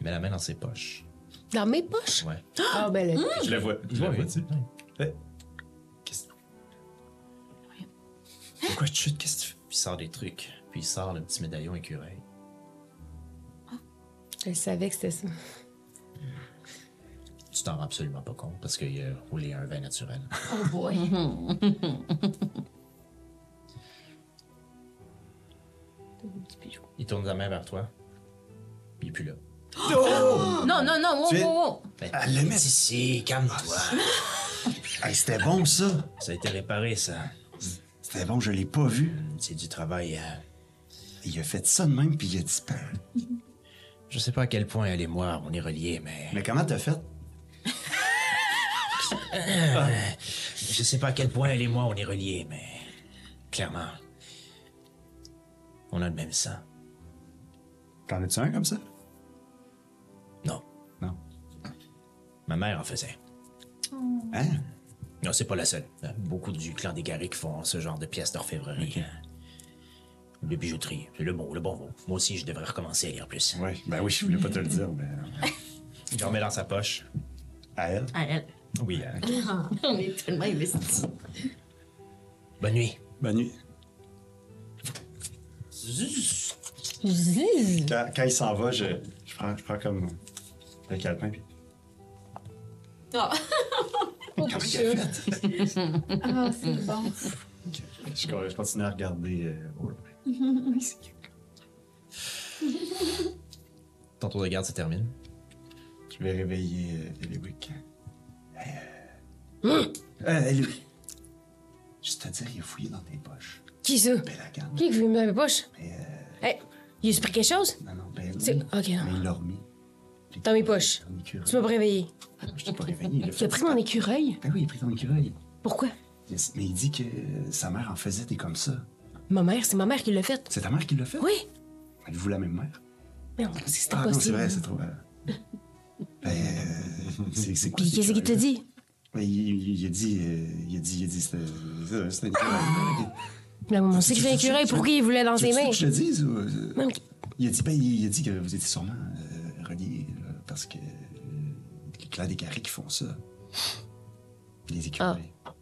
S7: Il met la main dans ses poches.
S1: Dans mes poches?
S7: Ouais.
S1: Ah, ben là.
S5: Je le vois.
S7: Je vois, tu
S5: Pourquoi je chute? Qu'est-ce que tu fais?
S7: Puis il sort des trucs. Puis il sort le petit médaillon écureuil.
S1: Je savais que c'était ça.
S7: Tu t'en rends absolument pas compte parce qu'il a roulé un vin naturel.
S8: Oh boy.
S7: Il tourne la main vers toi. Il est plus là.
S3: Non, non, non, wow,
S5: Tu es-
S3: wow, wow.
S5: Ah, le
S2: Reste
S5: mec.
S2: Ben, ici, calme-toi.
S5: Hey, c'était bon, ça.
S2: Ça a été réparé, ça.
S5: C'était bon, je l'ai pas vu.
S2: C'est du travail. euh,
S5: Il a fait ça de même, puis il a disparu.
S2: Je sais pas à quel point elle et moi, on est reliés, mais...
S5: Mais comment t'as fait?
S2: Je sais pas à quel point elle et moi, on est reliés, mais... Clairement. On a le même sang.
S5: T'en as-tu un comme ça?
S2: Non.
S5: Non.
S2: Ma mère en faisait.
S5: Hein?
S2: Non, c'est pas la seule. Euh, Beaucoup du clan des Garrick font ce genre de pièces d'orfèvrerie. Ou De bijouterie. C'est le mot, le bon mot. Moi aussi, je devrais recommencer à lire plus.
S5: Oui, ben oui, je voulais pas te le dire, mais. euh,
S7: Il le remet dans sa poche.
S5: À elle.
S3: Ah, elle.
S7: Oui, euh,
S8: On est tellement investis.
S2: Bonne nuit.
S5: Bonne nuit. Quand, quand il s'en va, je, je, prends, je prends comme le calepin. Puis...
S8: Ah.
S1: Oh,
S5: Comment il a fait?
S1: Ah, c'est bon.
S5: Ok. Je, je continue à regarder. euh, Old Man.
S7: ton tour de garde se termine.
S5: Je vais réveiller euh, Eliwick.
S7: Hein?
S5: Euh, euh, Eliwick. Juste à dire, il a fouillé dans tes poches.
S1: Qui ça?
S5: Ben la garde.
S1: Qui a vu dans mes poches?
S5: Mais, euh,
S1: Hey, il a pris quelque chose?
S5: non, non, ben.
S1: C'est-
S5: oui.
S1: ok, non.
S5: Mais il l'a remis.
S1: Dans mes poches.
S5: Dans mes cuireux.
S1: Tu m'as pas réveillé.
S5: Ah Je t'ai pas réveillé. Il a
S1: Il a
S5: fait Ah
S1: pris
S5: ça.
S1: mon écureuil?
S5: Ben oui, il a pris ton écureuil.
S1: Pourquoi?
S5: Mais mais il dit que sa mère en faisait des comme ça.
S1: Ma mère, c'est ma mère qui l'a faite.
S5: C'est ta mère qui l'a fait?
S1: Oui.
S5: Avez-vous la même mère?
S1: Merde, c'était
S5: Ah non, c'est
S1: possible.
S5: vrai, c'est trop... euh, ben, euh, c'est- c'est quoi
S1: Puis
S5: ces
S1: qu'est-ce qu'il t'a
S5: curieux?
S1: dit?
S5: Ben, il, il- il a dit... euh, il a dit... Il a dit... C'était euh, c'était une curieux.
S1: Mais on sait que
S5: Tu-
S1: j'ai un
S5: tu-
S1: curé,
S5: tu-
S1: pour qui il voulait dans
S5: Tu veux
S1: ses mains.
S5: que je le dise? ou, euh,
S1: Même-
S5: Il a dit... Ben, il, il a dit que vous étiez sûrement euh, reliés là, parce que... euh, les clans des carrés qui font ça. Les écureuils.
S1: Ah.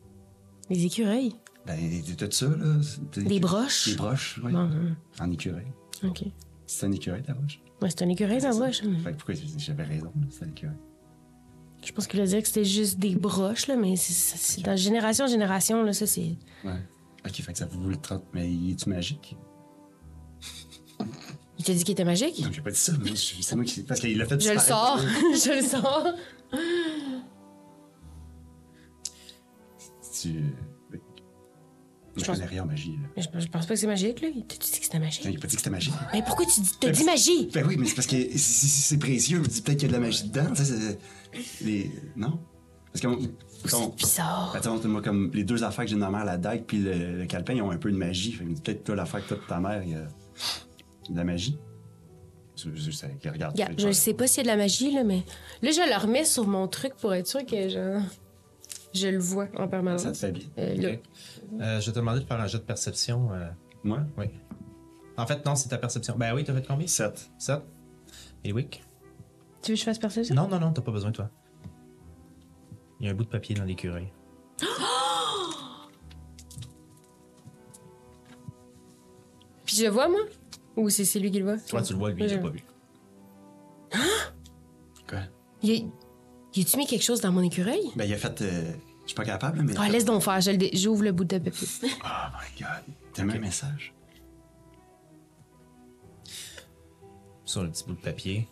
S1: Les écureuils.
S5: Ben, de tout ça, là... c'est-
S1: Des broches.
S5: Des broches, oui.
S1: Bon, hum,
S5: En écureuil.
S1: ok.
S5: C'est un écureuil, ta broche?
S1: Ouais, c'est un écureuil, ça broche.
S5: Fait que pourquoi j'avais raison, là, c'est un écureuil.
S1: Je pense qu'il a dit que c'était juste des broches, là, mais c'est- c'est c'est dans génération en génération, là, ça, c'est.
S5: Ouais. Ok, fait que ça vous le trotte, mais il est-tu magique?
S1: Il t'a dit qu'il était magique?
S5: Non, j'ai pas dit ça, mais je- c'est moi qui. Parce qu'il l'a fait
S1: Je le sors.
S5: disparaître.
S1: je le sors.
S5: Tu. Moi, je
S1: pense-
S5: connais rien en magie, là.
S1: Mais je, je pense pas que c'est magique, là. Il t'a dit que c'était magique.
S5: Non, il a pas dit que c'était magique.
S1: Mais pourquoi tu dis, t'as dit magie?
S5: Ben oui, mais c'est parce que c'est- c'est c'est précieux. Je me dis peut-être qu'il y a de la magie dedans. Tu sais, c'est- les... Non? Parce que. mon- ton-
S1: C'est bizarre.
S5: Attends, moi, comme les deux affaires que j'ai de ma mère, la dague puis le, le calepin, ils ont un peu de magie. Fait que peut-être toi, l'affaire que toi de ta mère, il y a de la magie. Je, je- je- je- regarde.
S1: Regarde, je sais pas s'il y a de la magie, là, mais. Là, je le remets sur mon truc pour être sûr que je. Je le vois en permanence.
S5: Ça te fait bien.
S1: Euh, là.
S2: Ok. Euh, je vais te demander de faire un jet de perception. euh,
S5: Moi?
S2: oui. En fait, non, c'est ta perception. Ben oui, t'as fait combien
S5: 7.
S2: 7 Et Wick
S1: Tu veux que je fasse perception?
S2: Non, non, non, t'as pas besoin, toi. Il y a un bout de papier dans l'écureuil.
S1: Puis je le vois, moi? Ou c'est c'est lui qui le voit?
S2: Toi, tu le vois, lui, il l'a
S1: Je-
S2: pas vu.
S5: Quoi?
S1: Il y a- y a-tu mis quelque chose dans mon écureuil?
S5: Ben, il a fait. euh, je suis pas capable, mais.
S1: Ah, laisse donc faire. je le dé- J'ouvre le bout de papier.
S5: Oh my god. T'as même un message?
S2: Sur le petit bout de papier.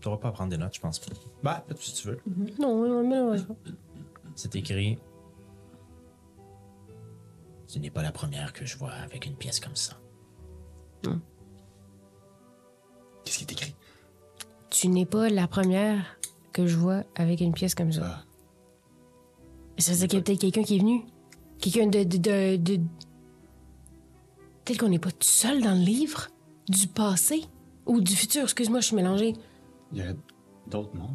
S2: Tu n'auras pas à prendre des notes, je pense. Ben, peut-être si tu veux.
S1: Non, non, malheureusement.
S2: C'est écrit. Ce n'est pas la première que je vois avec une pièce comme ça.
S5: Qu'est-ce qui est écrit?
S1: Tu n'es pas la première que je vois avec une pièce comme ça.
S5: Ah.
S1: Ça veut dire qu'il y a peut-être quelqu'un qui est venu. Quelqu'un de. de, de- de- Peut-être qu'on n'est pas tout seul dans le livre. Du passé. Ou du futur. Excuse-moi, je suis mélangée.
S5: Il y aurait d'autres mondes.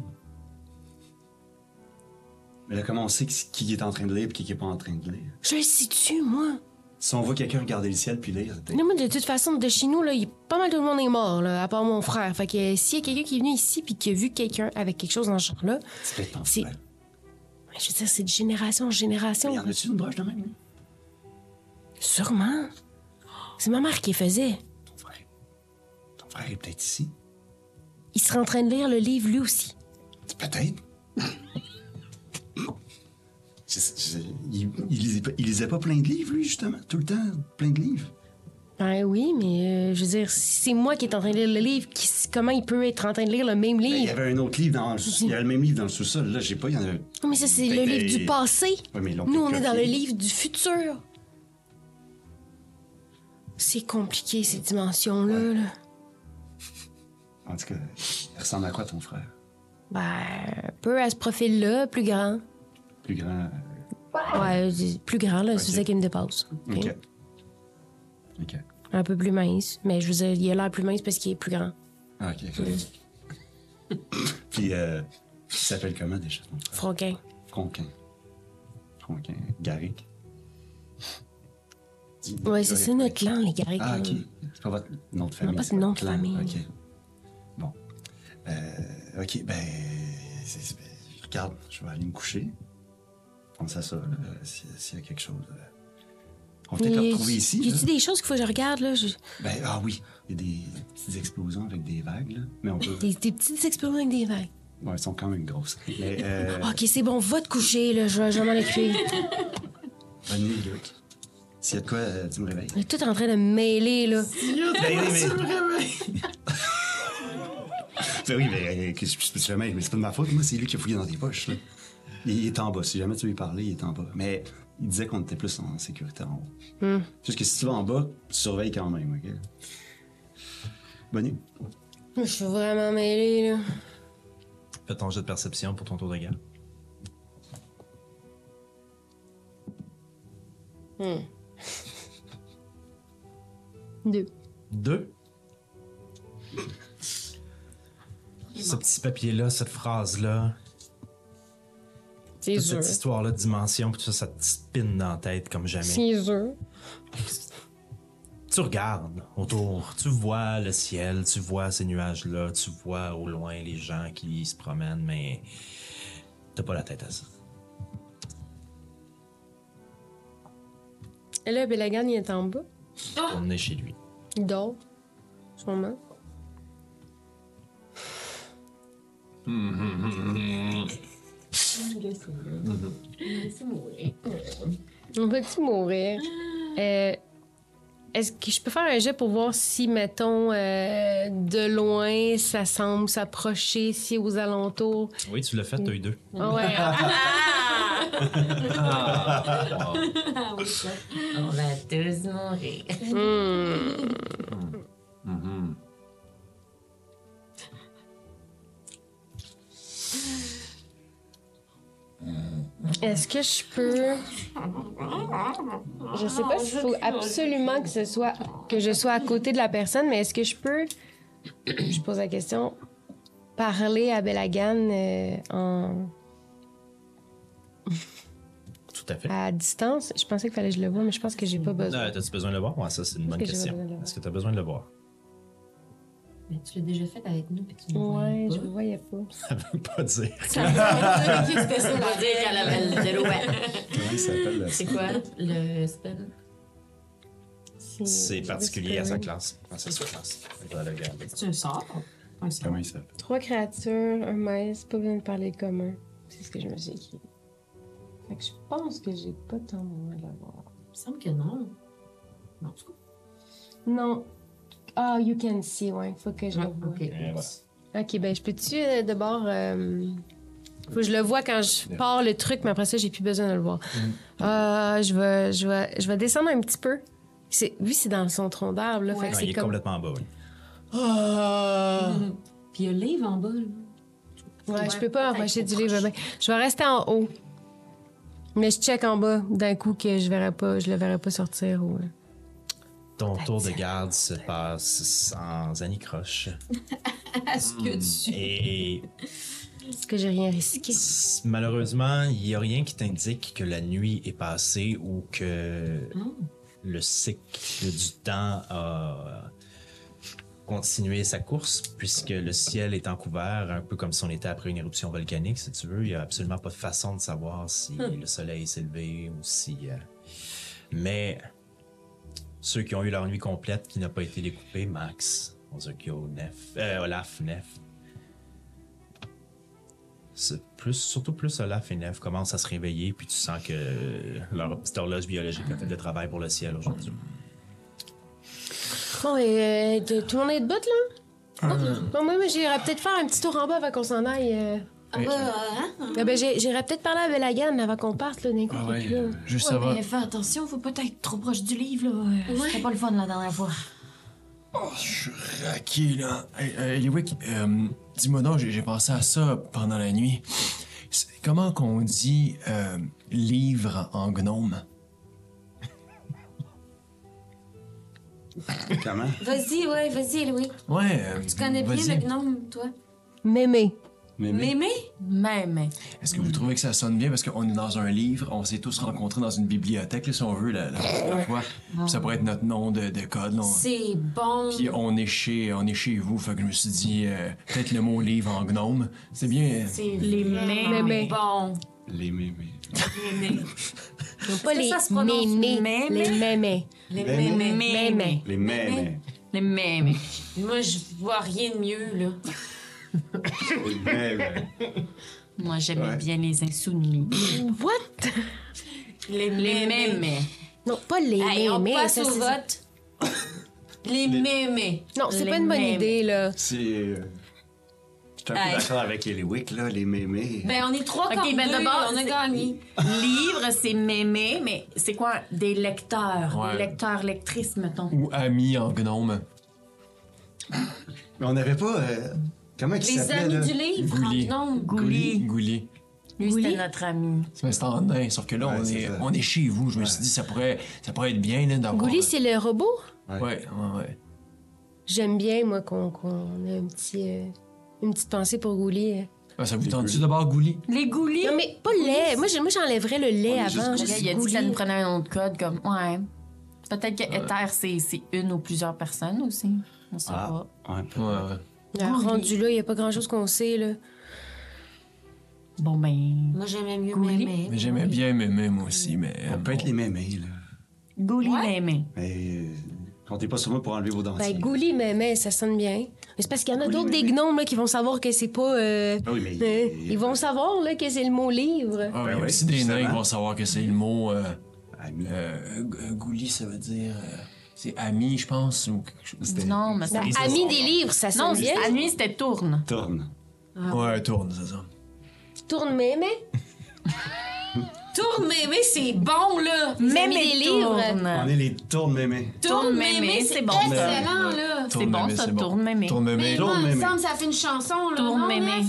S5: Mais là, comment on sait qui- qui est en train de lire et qui est pas en train de lire?
S1: Je le situe, moi.
S5: Si on voit quelqu'un regarder le ciel puis lire, c'est peut-être-
S1: Non, mais de toute façon, de chez nous, là, il- pas mal tout le monde est mort, là, à part mon frère. Fait que euh, s'il y a quelqu'un qui est venu ici puis qui a vu quelqu'un avec quelque chose dans ce genre-là,
S5: c'est peut-être pas
S1: C'est-
S5: vrai.
S1: je veux dire, c'est de génération en
S5: Mais
S1: génération.
S5: y en a-tu une broche de même? lui?
S1: Sûrement. C'est ma mère qui les faisait.
S5: Ton frère. Ton frère est peut-être ici.
S1: Il serait en train de lire le livre lui aussi.
S5: Peut-être. Je sais- je- il, il lisait pas, il lisait pas plein de livres, lui, justement. Tout le temps, plein de livres.
S1: Ben oui, mais euh, je veux dire, si c'est moi qui est en train de lire le livre, qui- comment il peut être en train de lire le même
S5: Ben, il y
S1: livre?
S5: avait un autre livre dans le sous- Il y avait le même livre dans le sous-sol. Là, j'ai pas. Il y en avait.
S1: Non, mais ça, c'est
S5: Ben,
S1: le livre
S5: ben,
S1: du passé.
S5: Ouais, mais ils l'ont
S1: Nous, on
S5: peut-être
S1: est dans le
S5: copié.
S1: livre du futur. C'est compliqué, ces dimensions-là. là.
S5: En tout cas, il ressemble à quoi ton frère
S1: Ben, un peu à ce profil-là, plus grand.
S5: Plus grand.
S1: Ouais, c'est plus grand, là,
S5: Ok.
S1: c'est ça qui me dépasse.
S5: euh,
S1: ok?
S5: Ok. Ok.
S1: Un peu plus mince. Mais je veux dire, il a l'air plus mince parce qu'il est plus grand.
S5: Ah, ok. Puis, euh, il s'appelle comment déjà ton frère
S1: Franquin.
S5: Franquin. Franquin. Garrick.
S1: Ouais, c'est ça notre clan, les Garrick.
S5: Ah,
S1: là.
S5: ok. C'est pas votre nom de famille.
S1: pas
S5: c'est
S1: de nom
S5: votre
S1: de
S5: clan.
S1: famille.
S5: Ok. Bon. Euh, ok, ben. c'est- c'est- ben, regarde, je vais aller me coucher. Pense à ça, là, s'il s'il y a quelque chose. euh. On va peut-être le
S1: Mais
S5: retrouver ici.
S1: Y
S5: là.
S1: a-tu des choses qu'il faut que je regarde, là? Je-
S5: Ben, ah oui, il y a des petites explosions avec des vagues, là. Mais on peut.
S1: Des, des petites expériences avec des vagues.
S5: Ouais, elles sont quand même grosses. Mais, euh,
S1: Ok, c'est bon, va te coucher, là. Je vais, je vais m'en occuper.
S5: bonne nuit, Luc. S'il y a de quoi, euh, tu me réveilles.
S1: On est tout en train de me mêler, là.
S5: Ben oui, mais. ben oui, mais euh, que je puisse jamais. Mais c'est pas de ma faute, moi, c'est lui qui a fouillé dans tes poches. là. Il, il est en bas. Si jamais tu veux lui parler, il est en bas. Mais il disait qu'on était plus en sécurité en haut. Juste que si tu vas en bas, tu surveilles quand même, OK? Bonne nuit.
S1: Je suis vraiment mêlée, là.
S2: Fais ton jet de perception pour ton tour de garde.
S1: Deux.
S2: Deux. Ce petit papier-là, cette phrase-là,
S1: C'est
S2: toute
S1: dur.
S2: cette histoire-là, de dimension, puis tout ça, ça te spinne dans la tête comme jamais.
S1: C'est dur.
S2: Tu regardes autour, tu vois le ciel, tu vois ces nuages-là, tu vois au loin les gens qui se promènent, mais t'as pas la tête à ça.
S1: Et là, Belagan, il est en bas. Ah!
S2: On est chez lui.
S1: Il dort. en ce moment. On va-tu mourir? Euh, Est-ce que je peux faire un jet pour voir si, mettons, euh, de loin, ça semble s'approcher, si aux alentours.
S2: Oui, tu l'as fait, t'as eu deux.
S1: Ah ouais.
S3: On va tous mourir.
S1: Hmm. Est-ce que je peux. Je sais pas s'il faut absolument que ce soit que je sois à côté de la personne, mais est-ce que je peux. Je pose la question. Parler à Belagan euh, en-
S2: Tout à fait.
S1: à distance. Je pensais qu'il fallait que je le voie, mais je pense que j'ai pas Ah, besoin.
S2: Euh, T'as-tu besoin de le voir? Ouais, ça, c'est une bonne
S1: que j'ai
S2: question.
S1: besoin de le voir.
S2: Est-ce que t'as besoin de le voir?
S6: Mais Ben, tu l'as déjà fait avec nous, puis tu
S1: Ouais, je le voyais pas.
S2: Ça veut pas dire.
S6: C'était ça,
S3: On va dire qu'elle avait le zéro.
S5: Comment il s'appelle la-
S6: C'est quoi le spell?
S2: C'est
S1: je
S2: particulier à sa
S1: sais.
S2: classe. À sa classe. Je vais le garder.
S6: C'est un sort? Un sort.
S5: Comment il s'appelle
S1: Trois créatures, un maïs, pas besoin de parler commun. C'est ce que je me suis écrit. Fait que je pense que j'ai pas tant moyen de l'avoir.
S6: Il me semble que non. Non, en tout
S1: Non. Ah, you can see, ouais. Faut que je
S6: cas.
S1: le voie.
S6: Ok.
S2: Et voilà.
S1: Ok, ben je peux-tu euh, d'abord. euh, Faut que je le vois quand je pars le truc, mais après ça, j'ai plus besoin de le voir.
S2: Mm-hmm.
S1: Ah, je, vais, je, vais, je vais descendre un petit peu. C'est- Lui, c'est dans son tronc d'arbre, là. Fait que
S2: Non,
S1: c'est
S2: il est
S1: comme.
S2: complètement en bas, oui. Ah!
S6: Puis il y a le livre en bas, là.
S1: Ouais,
S6: Ouais,
S1: je peux pas
S6: peut-être
S1: m'approcher
S6: qu'on
S1: du livre.
S6: proche.
S1: ben, je vais rester en haut. Mais je check en bas d'un coup que je verrai pas, je le verrai pas sortir. ou, euh.
S2: Ton tour de garde se passe sans anicroche.
S6: Est-ce que tu.
S2: Et
S1: Parce que j'ai rien risqué.
S2: s- malheureusement, il n'y a rien qui t'indique que la nuit est passée ou que le cycle du temps a continué sa course, puisque le ciel est encouvert, un peu comme si on était après une éruption volcanique, si tu veux. Il n'y a absolument pas de façon de savoir si le soleil s'est levé ou si... euh, Mais ceux qui ont eu leur nuit complète qui n'a pas été découpée, Max, Ozokyo, Nef, euh, Olaf, Nef, c'est plus, surtout plus Olaf et Nef commencent à se réveiller, puis tu sens que euh, leur petite horloge biologique a fait le travail pour le ciel aujourd'hui.
S1: Bon, et euh, de- tout le monde est de bout, là?
S2: Euh.
S1: Bon, moi, moi, j'irai peut-être faire un petit tour en bas avant qu'on s'en aille. euh.
S6: Ah, bah, hein?
S1: Ah, ben, j'ai- j'irai peut-être parler à Belagan avant qu'on parte, là, d'un coup.
S4: Ah
S1: qu'il est plus
S4: ouais,
S1: là.
S4: euh, juste avant.
S3: fais attention, faut pas être trop proche du livre, là. Euh, C'était pas le fun la dernière fois.
S4: Oh, je suis raqué, là. Hey, euh, Eliwick, euh, dis-moi donc, j'ai j'ai pensé à ça pendant la nuit. C'est- Comment qu'on dit euh, livre en gnome?
S5: Comment
S6: Vas-y, ouais, vas-y, Louis.
S4: Ouais. euh,
S6: Tu connais bien
S4: vas-y.
S6: le gnome, toi?
S1: Mémé.
S5: Mémé
S6: Mémé?
S3: Même.
S4: Est-ce que
S6: Hmm.
S4: vous trouvez que ça sonne bien parce qu'on est dans un livre, on s'est tous rencontrés dans une bibliothèque, là, si on veut, la, la première fois. Puis Ça pourrait être notre nom de, de code. là. On-
S6: C'est bon.
S4: Puis on est chez, on est chez vous, fait que je me suis dit euh, peut-être le mot livre en gnome. C'est bien.
S6: C'est
S3: Les
S6: vraiment
S1: mémés.
S6: bon.
S5: Les mémés.
S1: Non, pas les
S6: ça se prononce
S1: mémés.
S3: mémé?
S1: Les mémés.
S6: Les
S3: Ben
S5: Mémés.
S6: mémés.
S1: Mémés.
S5: Les mémés.
S3: Les mémés.
S6: Moi, je vois rien de mieux, là.
S5: Les mémés.
S3: Moi, j'aimais
S5: Ouais.
S3: bien les insoumis.
S1: What?
S6: Les
S3: Les mémés.
S1: Non, pas les
S3: Ben
S6: Hey, on
S1: mémés.
S6: passe
S1: ça,
S6: au
S1: c'est-
S6: vote. Les mémés.
S1: Non, c'est
S3: Les
S1: pas une bonne
S3: mémés.
S1: idée, là.
S5: C'est. euh, Je suis un
S6: Hey.
S5: peu d'accord avec Eliwick, là, les mémés.
S6: Ben, on est trois
S3: Ok,
S6: contre
S3: ben
S6: deux,
S3: d'abord,
S6: on a
S3: c'est-
S6: gagné.
S3: Livre, c'est mémé, mais c'est quoi? Des lecteurs.
S4: Ouais.
S3: Des lecteurs, lectrices, mettons.
S4: Ou ami en gnome.
S5: Mais on n'avait pas. euh, Comment il
S6: Les
S5: s'appelait,
S6: amis
S5: là?
S6: du livre,
S4: Gouli.
S6: en gnome.
S4: Gouli. Gouli.
S3: Lui,
S1: Oui.
S3: c'était notre ami.
S4: C'est mais c'est en nain, sauf que là,
S5: Ouais,
S4: on,
S5: c'est
S4: est,
S5: ça.
S4: on est chez vous. Je me suis dit, ça pourrait, ça pourrait être bien là, d'avoir.
S1: Gouli, c'est le robot?
S4: Ouais, ouais, ouais.
S1: J'aime bien, moi, qu'on qu'on ait un petit, euh, une petite pensée pour Gouli.
S4: Ah, ça vous
S5: Les
S4: tente-tu
S5: Goulis.
S4: d'abord Gouli?
S3: Les goulis.
S1: Non, mais pas le lait. Moi, j'ai- moi, j'enlèverais le lait
S5: On est juste
S1: avant.
S5: Gouli.
S3: Là,
S1: juste
S3: il a dit que
S1: Gouli.
S3: ça nous prenait un autre code, comme, ouais. Peut-être que Ether, c'est c'est une ou plusieurs personnes aussi. On sait
S5: Ah.
S3: pas.
S5: Ouais.
S4: Ouais, ouais.
S1: Ah, rendu là, il n'y a pas grand-chose qu'on sait, là.
S3: Bon, ben.
S6: Moi, j'aimais mieux
S3: Gouli.
S6: mémé.
S4: Mais j'aimais bien Mémé, moi aussi, mais.
S5: On peut être les mémés, là.
S3: Gouli l'aimait.
S5: Mais euh, comptez pas sur moi pour enlever vos dentiers.
S1: Ben, Gouli, mais, mais ça sonne bien. Mais c'est parce qu'il y en a
S5: Gouli,
S1: d'autres
S5: mais,
S1: des
S5: mais.
S1: gnomes, là, qui vont savoir que c'est pas. euh,
S5: Ah oui, mais.
S1: euh,
S5: il-
S1: ils vont savoir, là, que c'est le mot livre.
S4: Ah, il y a
S5: Ben
S4: aussi
S5: oui,
S4: des nains
S5: justement.
S4: qui vont savoir que c'est le mot. euh,
S5: Ah, mais-
S4: euh, g- euh, Gouli, ça veut dire. euh, c'est ami, je pense, ou quelque chose.
S5: C'était-
S3: Non, mais ça.
S1: Ben,
S5: Ils
S1: ami
S5: sauront.
S1: des livres, ça sonne
S3: Non,
S1: bien.
S3: à nuit, c'était tourne.
S5: Tourne.
S4: Ouais, tourne, c'est ça.
S1: Tourne mémé.
S6: Tourne mémé, c'est bon, là!
S1: Même
S3: Mémé
S1: les livres.
S5: On est les tourne euh, mémés.
S3: Tourne mémé, c'est bon.
S6: Excellent, là!
S3: C'est bon,
S4: mémé,
S3: ça,
S4: c'est
S3: tourne mémé.
S4: Tourne mémé.
S6: Mais
S5: Tourne
S6: moi, il me
S5: mémé.
S6: semble ça fait une chanson, là.
S3: Tourne
S6: non,
S3: mémé.
S6: Nef?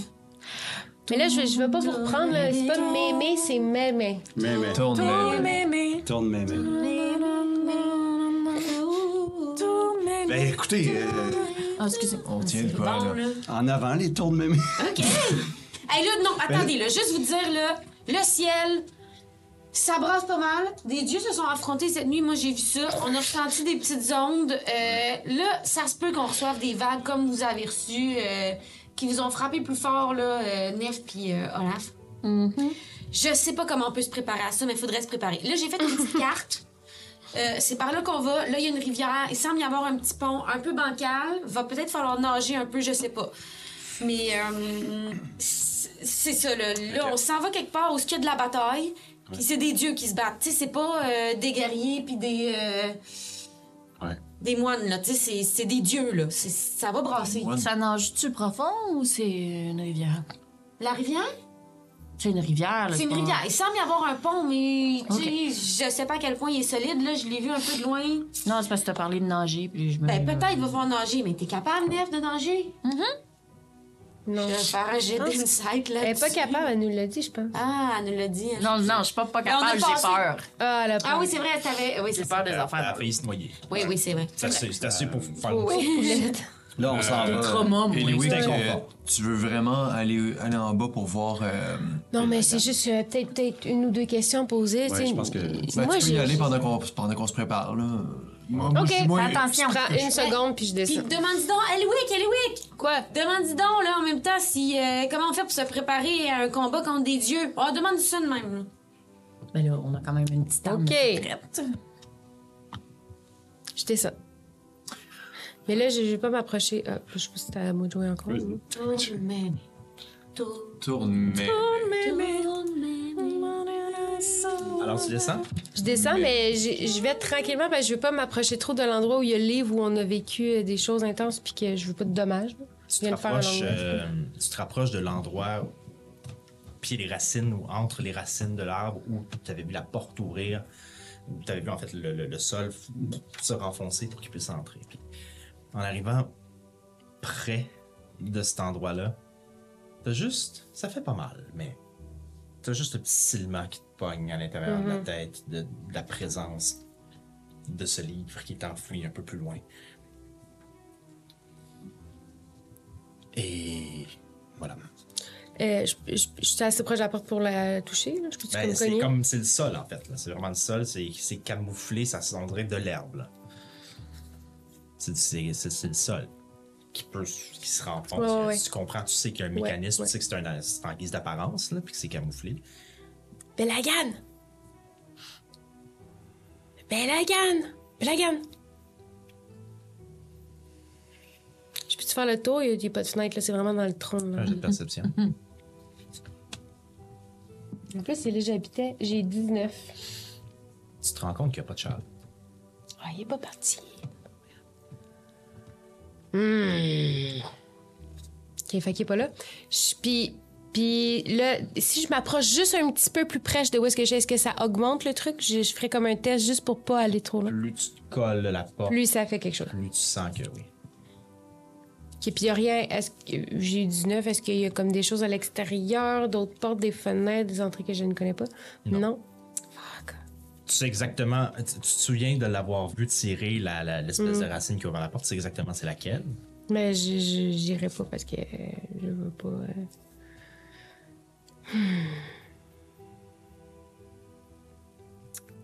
S1: Mais là, je ne veux pas vous reprendre. là. C'est pas mémé, c'est mémé.
S5: Mémé.
S4: Tourne mémé.
S3: mémé.
S5: Tourne mémé.
S3: Tourne mémé.
S5: Ben écoutez, euh,
S3: Ah, excusez-moi.
S4: On tient de
S3: C'est
S4: quoi,
S3: bon.
S4: là?
S5: en avant les tournes mémés.
S6: OK. hey, là, non, attendez, là, juste vous dire, là, le ciel, ça brasse pas mal. Des dieux se sont affrontés cette nuit. Moi, j'ai vu ça. On a ressenti des petites ondes. Euh, là, ça se peut qu'on reçoive des vagues comme vous avez reçu, euh, qui vous ont frappé plus fort, là, euh, Nef puis euh, Olaf. Je sais pas comment on peut se préparer à ça, mais il faudrait se préparer. Là, j'ai fait une petite carte. Euh, c'est par là qu'on va. Là, il y a une rivière. Il semble y avoir un petit pont un peu bancal. Va peut-être falloir nager un peu, je sais pas. Mais euh, c'est c'est ça, là. Là, on s'en va quelque part où il y a de la bataille. Puis c'est des dieux qui se battent. Tu sais, c'est pas euh, des guerriers puis des. euh,
S5: Ouais.
S6: Des moines, là. Tu sais, c'est- c'est des dieux, là. C'est- Ça va brasser.
S4: moines.
S3: Ça nage-tu profond ou c'est une rivière?
S6: La rivière?
S3: C'est une rivière, là.
S6: C'est une
S3: pas-
S6: rivière. Il semble y avoir un pont, mais tu
S3: Ok.
S6: sais, je sais pas à quel point il est solide. Là, je l'ai vu un peu de loin.
S3: Non, c'est parce que t'as parlé de nager, puis je me.
S6: Ben, peut-être il va falloir nager, mais t'es capable, Nef, de nager?
S3: Hmm.
S1: Non.
S6: Je vais faire un jet
S1: Non, c'est-
S6: d'insight, là.
S1: Elle n'est pas capable, elle nous l'a dit, je pense.
S6: Ah, elle nous l'a dit. elle.
S3: Non, non, je suis pas, pas
S6: Mais on a
S3: capable, j'ai
S6: passé-
S3: peur.
S1: Ah, la
S6: Ah oui, c'est vrai, t'avais. Oui,
S3: J'ai
S6: c'est
S3: peur
S6: ça.
S3: des
S2: Euh,
S4: Ah,
S2: Elle a
S3: affaires.
S2: failli se noyer.
S6: Oui, oui, c'est vrai.
S2: C'est assez, c'est assez pour faire
S6: Oui, oui.
S5: Là, on s'en va.
S3: Trauma, moi.
S4: Et Louis,
S2: c'est
S4: euh,
S2: confort.
S4: tu veux vraiment aller, aller en bas pour voir. euh,
S1: Non, mais c'est juste euh, peut-être peut-être une ou deux questions à poser. tu sais.
S5: je pense que-
S1: Moi,
S4: ben, tu peux y
S1: j'ai-
S4: aller pendant qu'on pendant qu'on se prépare, là. Moi,
S1: Ok,
S4: je suis moins-
S3: attention.
S1: Je prends une seconde puis je
S6: Puis
S1: descends.
S6: demande donc, Eliwick, Eliwick!
S1: Quoi?
S6: Demande donc, là, en même temps, si. euh, comment on fait pour se préparer à un combat contre des dieux? On demande ça de même, là.
S3: Ben là, on a quand même une petite arme.
S1: Ok.
S3: prête.
S1: Je descends. Mais là, je je vais pas m'approcher. Ah, je sais pas si t'as à moi de jouer encore.
S6: Tourne, mémé. Tourne,
S4: Tourne, mais.
S6: tourne, mémé.
S2: Alors tu descends?
S1: Je descends, mais j'ai- je vais tranquillement parce que je veux pas m'approcher trop de l'endroit où il y a le livre où on a vécu euh, des choses intenses puis que je veux pas de dommages.
S2: Tu te,
S1: viens de faire un
S2: rapproches,
S1: long
S2: euh, tu te rapproches de l'endroit pied des racines ou entre les racines de l'arbre où tu avais vu la porte ouvrir, où tu avais vu en fait le, le- le sol f- se renfoncer pour qu'il puisse entrer. Puis, en arrivant près de cet endroit-là, t'as juste. Ça fait pas mal, mais t'as juste le petit ciment qui te pogne à l'intérieur de la
S1: Mm-hmm.
S2: tête, de, de la présence de ce livre qui est enfoui un peu plus loin. Et voilà.
S1: Euh, je, je- je suis assez proche de la porte pour la toucher. là. Je peux-tu
S2: Ben,
S1: comme
S2: c'est
S1: cogner?
S2: comme c'est le sol en fait. là. C'est vraiment le sol, c'est c'est camouflé, ça se- on dirait de l'herbe. là. C'est c'est- c'est- c'est le sol qui peut qui se renfonce.
S1: Ouais, ouais, ouais.
S2: Tu comprends, tu sais qu'il y a un
S1: Ouais,
S2: mécanisme,
S1: ouais. Mm-hmm.
S2: tu sais que c'est un c'est en guise d'apparence là, puis que c'est camouflé.
S1: Belagan! Belagan! Belagan! Je peux-tu faire le tour? Il n'y a pas de fenêtre, là, c'est vraiment dans le tronc. là.
S2: Un jeu de perception.
S1: En plus, c'est là que j'habitais. J'ai 19.
S2: tu te rends compte qu'il n'y a pas de châle.
S1: Ah, il est pas parti. Hmm. Ok, fait qu'il est pas là. Je- Puis, puis là, si je m'approche juste un petit peu plus près de où est-ce que j'ai, est-ce que ça augmente le truc? Je, je ferais comme un test juste pour pas aller trop loin.
S2: Plus tu te colles la porte,
S1: Plus ça fait quelque chose.
S2: plus tu sens que oui.
S1: Puis il n'y a rien. Est-ce que j'ai 19? Est-ce qu'il y a comme des choses à l'extérieur, d'autres portes, des fenêtres, des entrées que je ne connais pas? Non.
S2: Tu sais exactement, tu, tu te souviens de l'avoir vu tirer la- la- l'espèce
S1: Mm.
S2: de racine qui ouvre la porte, tu sais exactement c'est laquelle.
S1: Mais je- je- j'irai pas parce que euh, je veux pas. euh, Hmm.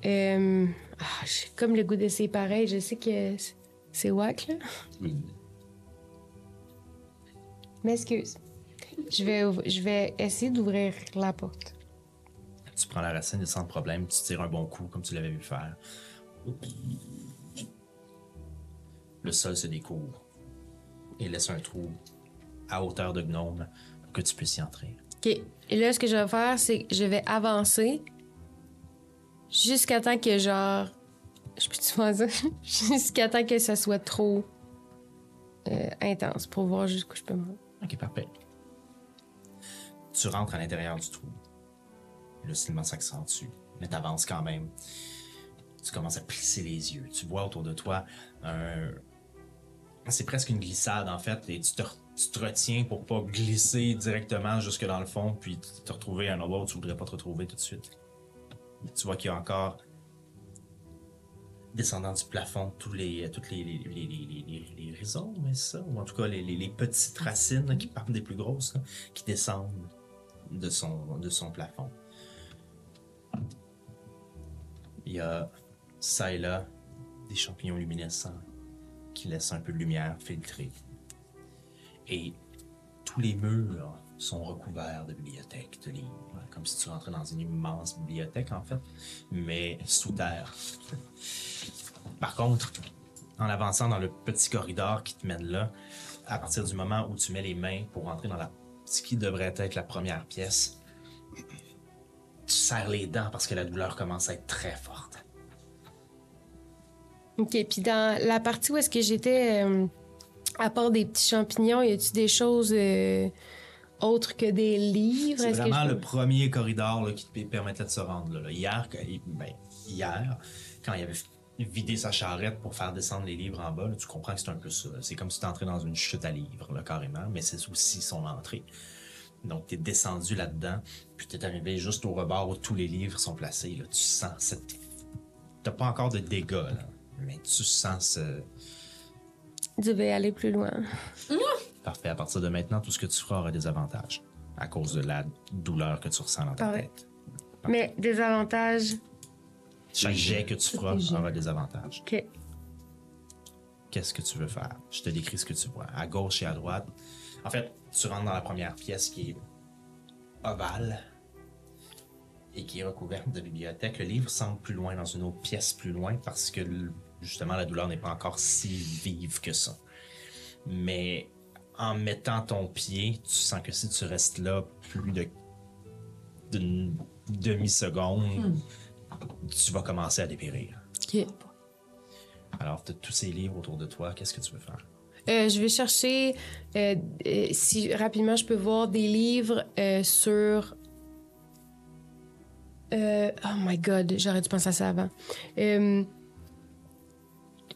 S1: Euh, ah, j'ai comme le goût d'essayer pareil. Je sais que c'est- c'est wack, là. M'excuse. Je vais, ouv- je vais essayer d'ouvrir la porte.
S2: Tu prends la racine et sans problème, tu tires un bon coup comme tu l'avais vu faire. Le sol se découvre et laisse un trou à hauteur de gnome pour que tu puisses y entrer.
S1: OK. Et là, ce que je vais faire, c'est que je vais avancer jusqu'à temps que, genre... Je peux-tu faire ça? jusqu'à temps que ça soit trop euh, intense pour voir jusqu'où je peux me rendre.
S2: Ok, parfait. Tu rentres à l'intérieur du trou. Le silence s'accentue, mais t'avances quand même. Tu commences à plisser les yeux. Tu vois autour de toi un. C'est presque une glissade en fait, et tu te, re- tu te retiens pour pas glisser directement jusque dans le fond, puis t- te retrouver à un endroit où tu voudrais pas te retrouver tout de suite. Tu vois qu'il y a encore, descendant du plafond, tous les, euh, toutes les, les, les- les- les- les- les rhizomes, mais c'est ça, ou en tout cas les, les- les petites racines là, qui partent des plus grosses, là, qui descendent de son, de son plafond. Il y a ça et là des champignons luminescents qui laissent un peu de lumière filtrée. Et tous les murs sont recouverts de bibliothèques, de livres, comme si tu rentrais dans une immense bibliothèque en fait, mais sous terre. Par contre, en avançant dans le petit corridor qui te mène là, à partir du moment où tu mets les mains pour entrer dans la, ce qui devrait être la première pièce, tu serres les dents parce que la douleur commence à être très forte.
S1: OK, puis dans la partie où est-ce que j'étais, euh, à part des petits champignons, y a-tu des choses euh, autres que des livres?
S2: C'est
S1: Est-ce que
S2: vraiment
S1: je peux-
S2: le premier corridor là, qui te permettait de se rendre là. là. Hier, que- ben, hier, quand il avait vidé sa charrette pour faire descendre les livres en bas, là, tu comprends que c'est un peu ça. là. C'est comme si tu entrais dans une chute à livres, là, carrément, mais c'est aussi son entrée. Donc, tu es descendu là-dedans, puis tu es arrivé juste au rebord où tous les livres sont placés. là. Tu sens cette... T'as pas encore de dégâts, là, mais tu sens ce...
S1: Je vais aller plus loin.
S2: Parfait. À partir de maintenant, tout ce que tu feras aura des avantages à cause de la douleur que tu ressens dans ta
S1: Parfait.
S2: tête.
S1: Mais des avantages
S2: Chaque jet que tu feras
S3: les jets.
S2: aura des avantages.
S1: que...
S2: Qu'est-ce que tu veux faire? Je te décris ce que tu vois. À gauche et à droite. En fait, tu rentres dans la première pièce qui est ovale et qui est recouverte de bibliothèque. Le livre semble plus loin, dans une autre pièce plus loin, parce que l- justement, la douleur n'est pas encore si vive que ça. Mais en mettant ton pied, tu sens que si tu restes là plus de d'une demi-seconde, tu vas commencer à dépérir. Alors, tu tous ces livres autour de toi, qu'est-ce que tu veux faire?
S1: Euh, je vais chercher, euh, euh, si rapidement je peux voir, des livres euh, sur... Euh, oh my god, j'aurais dû penser à ça avant. Euh,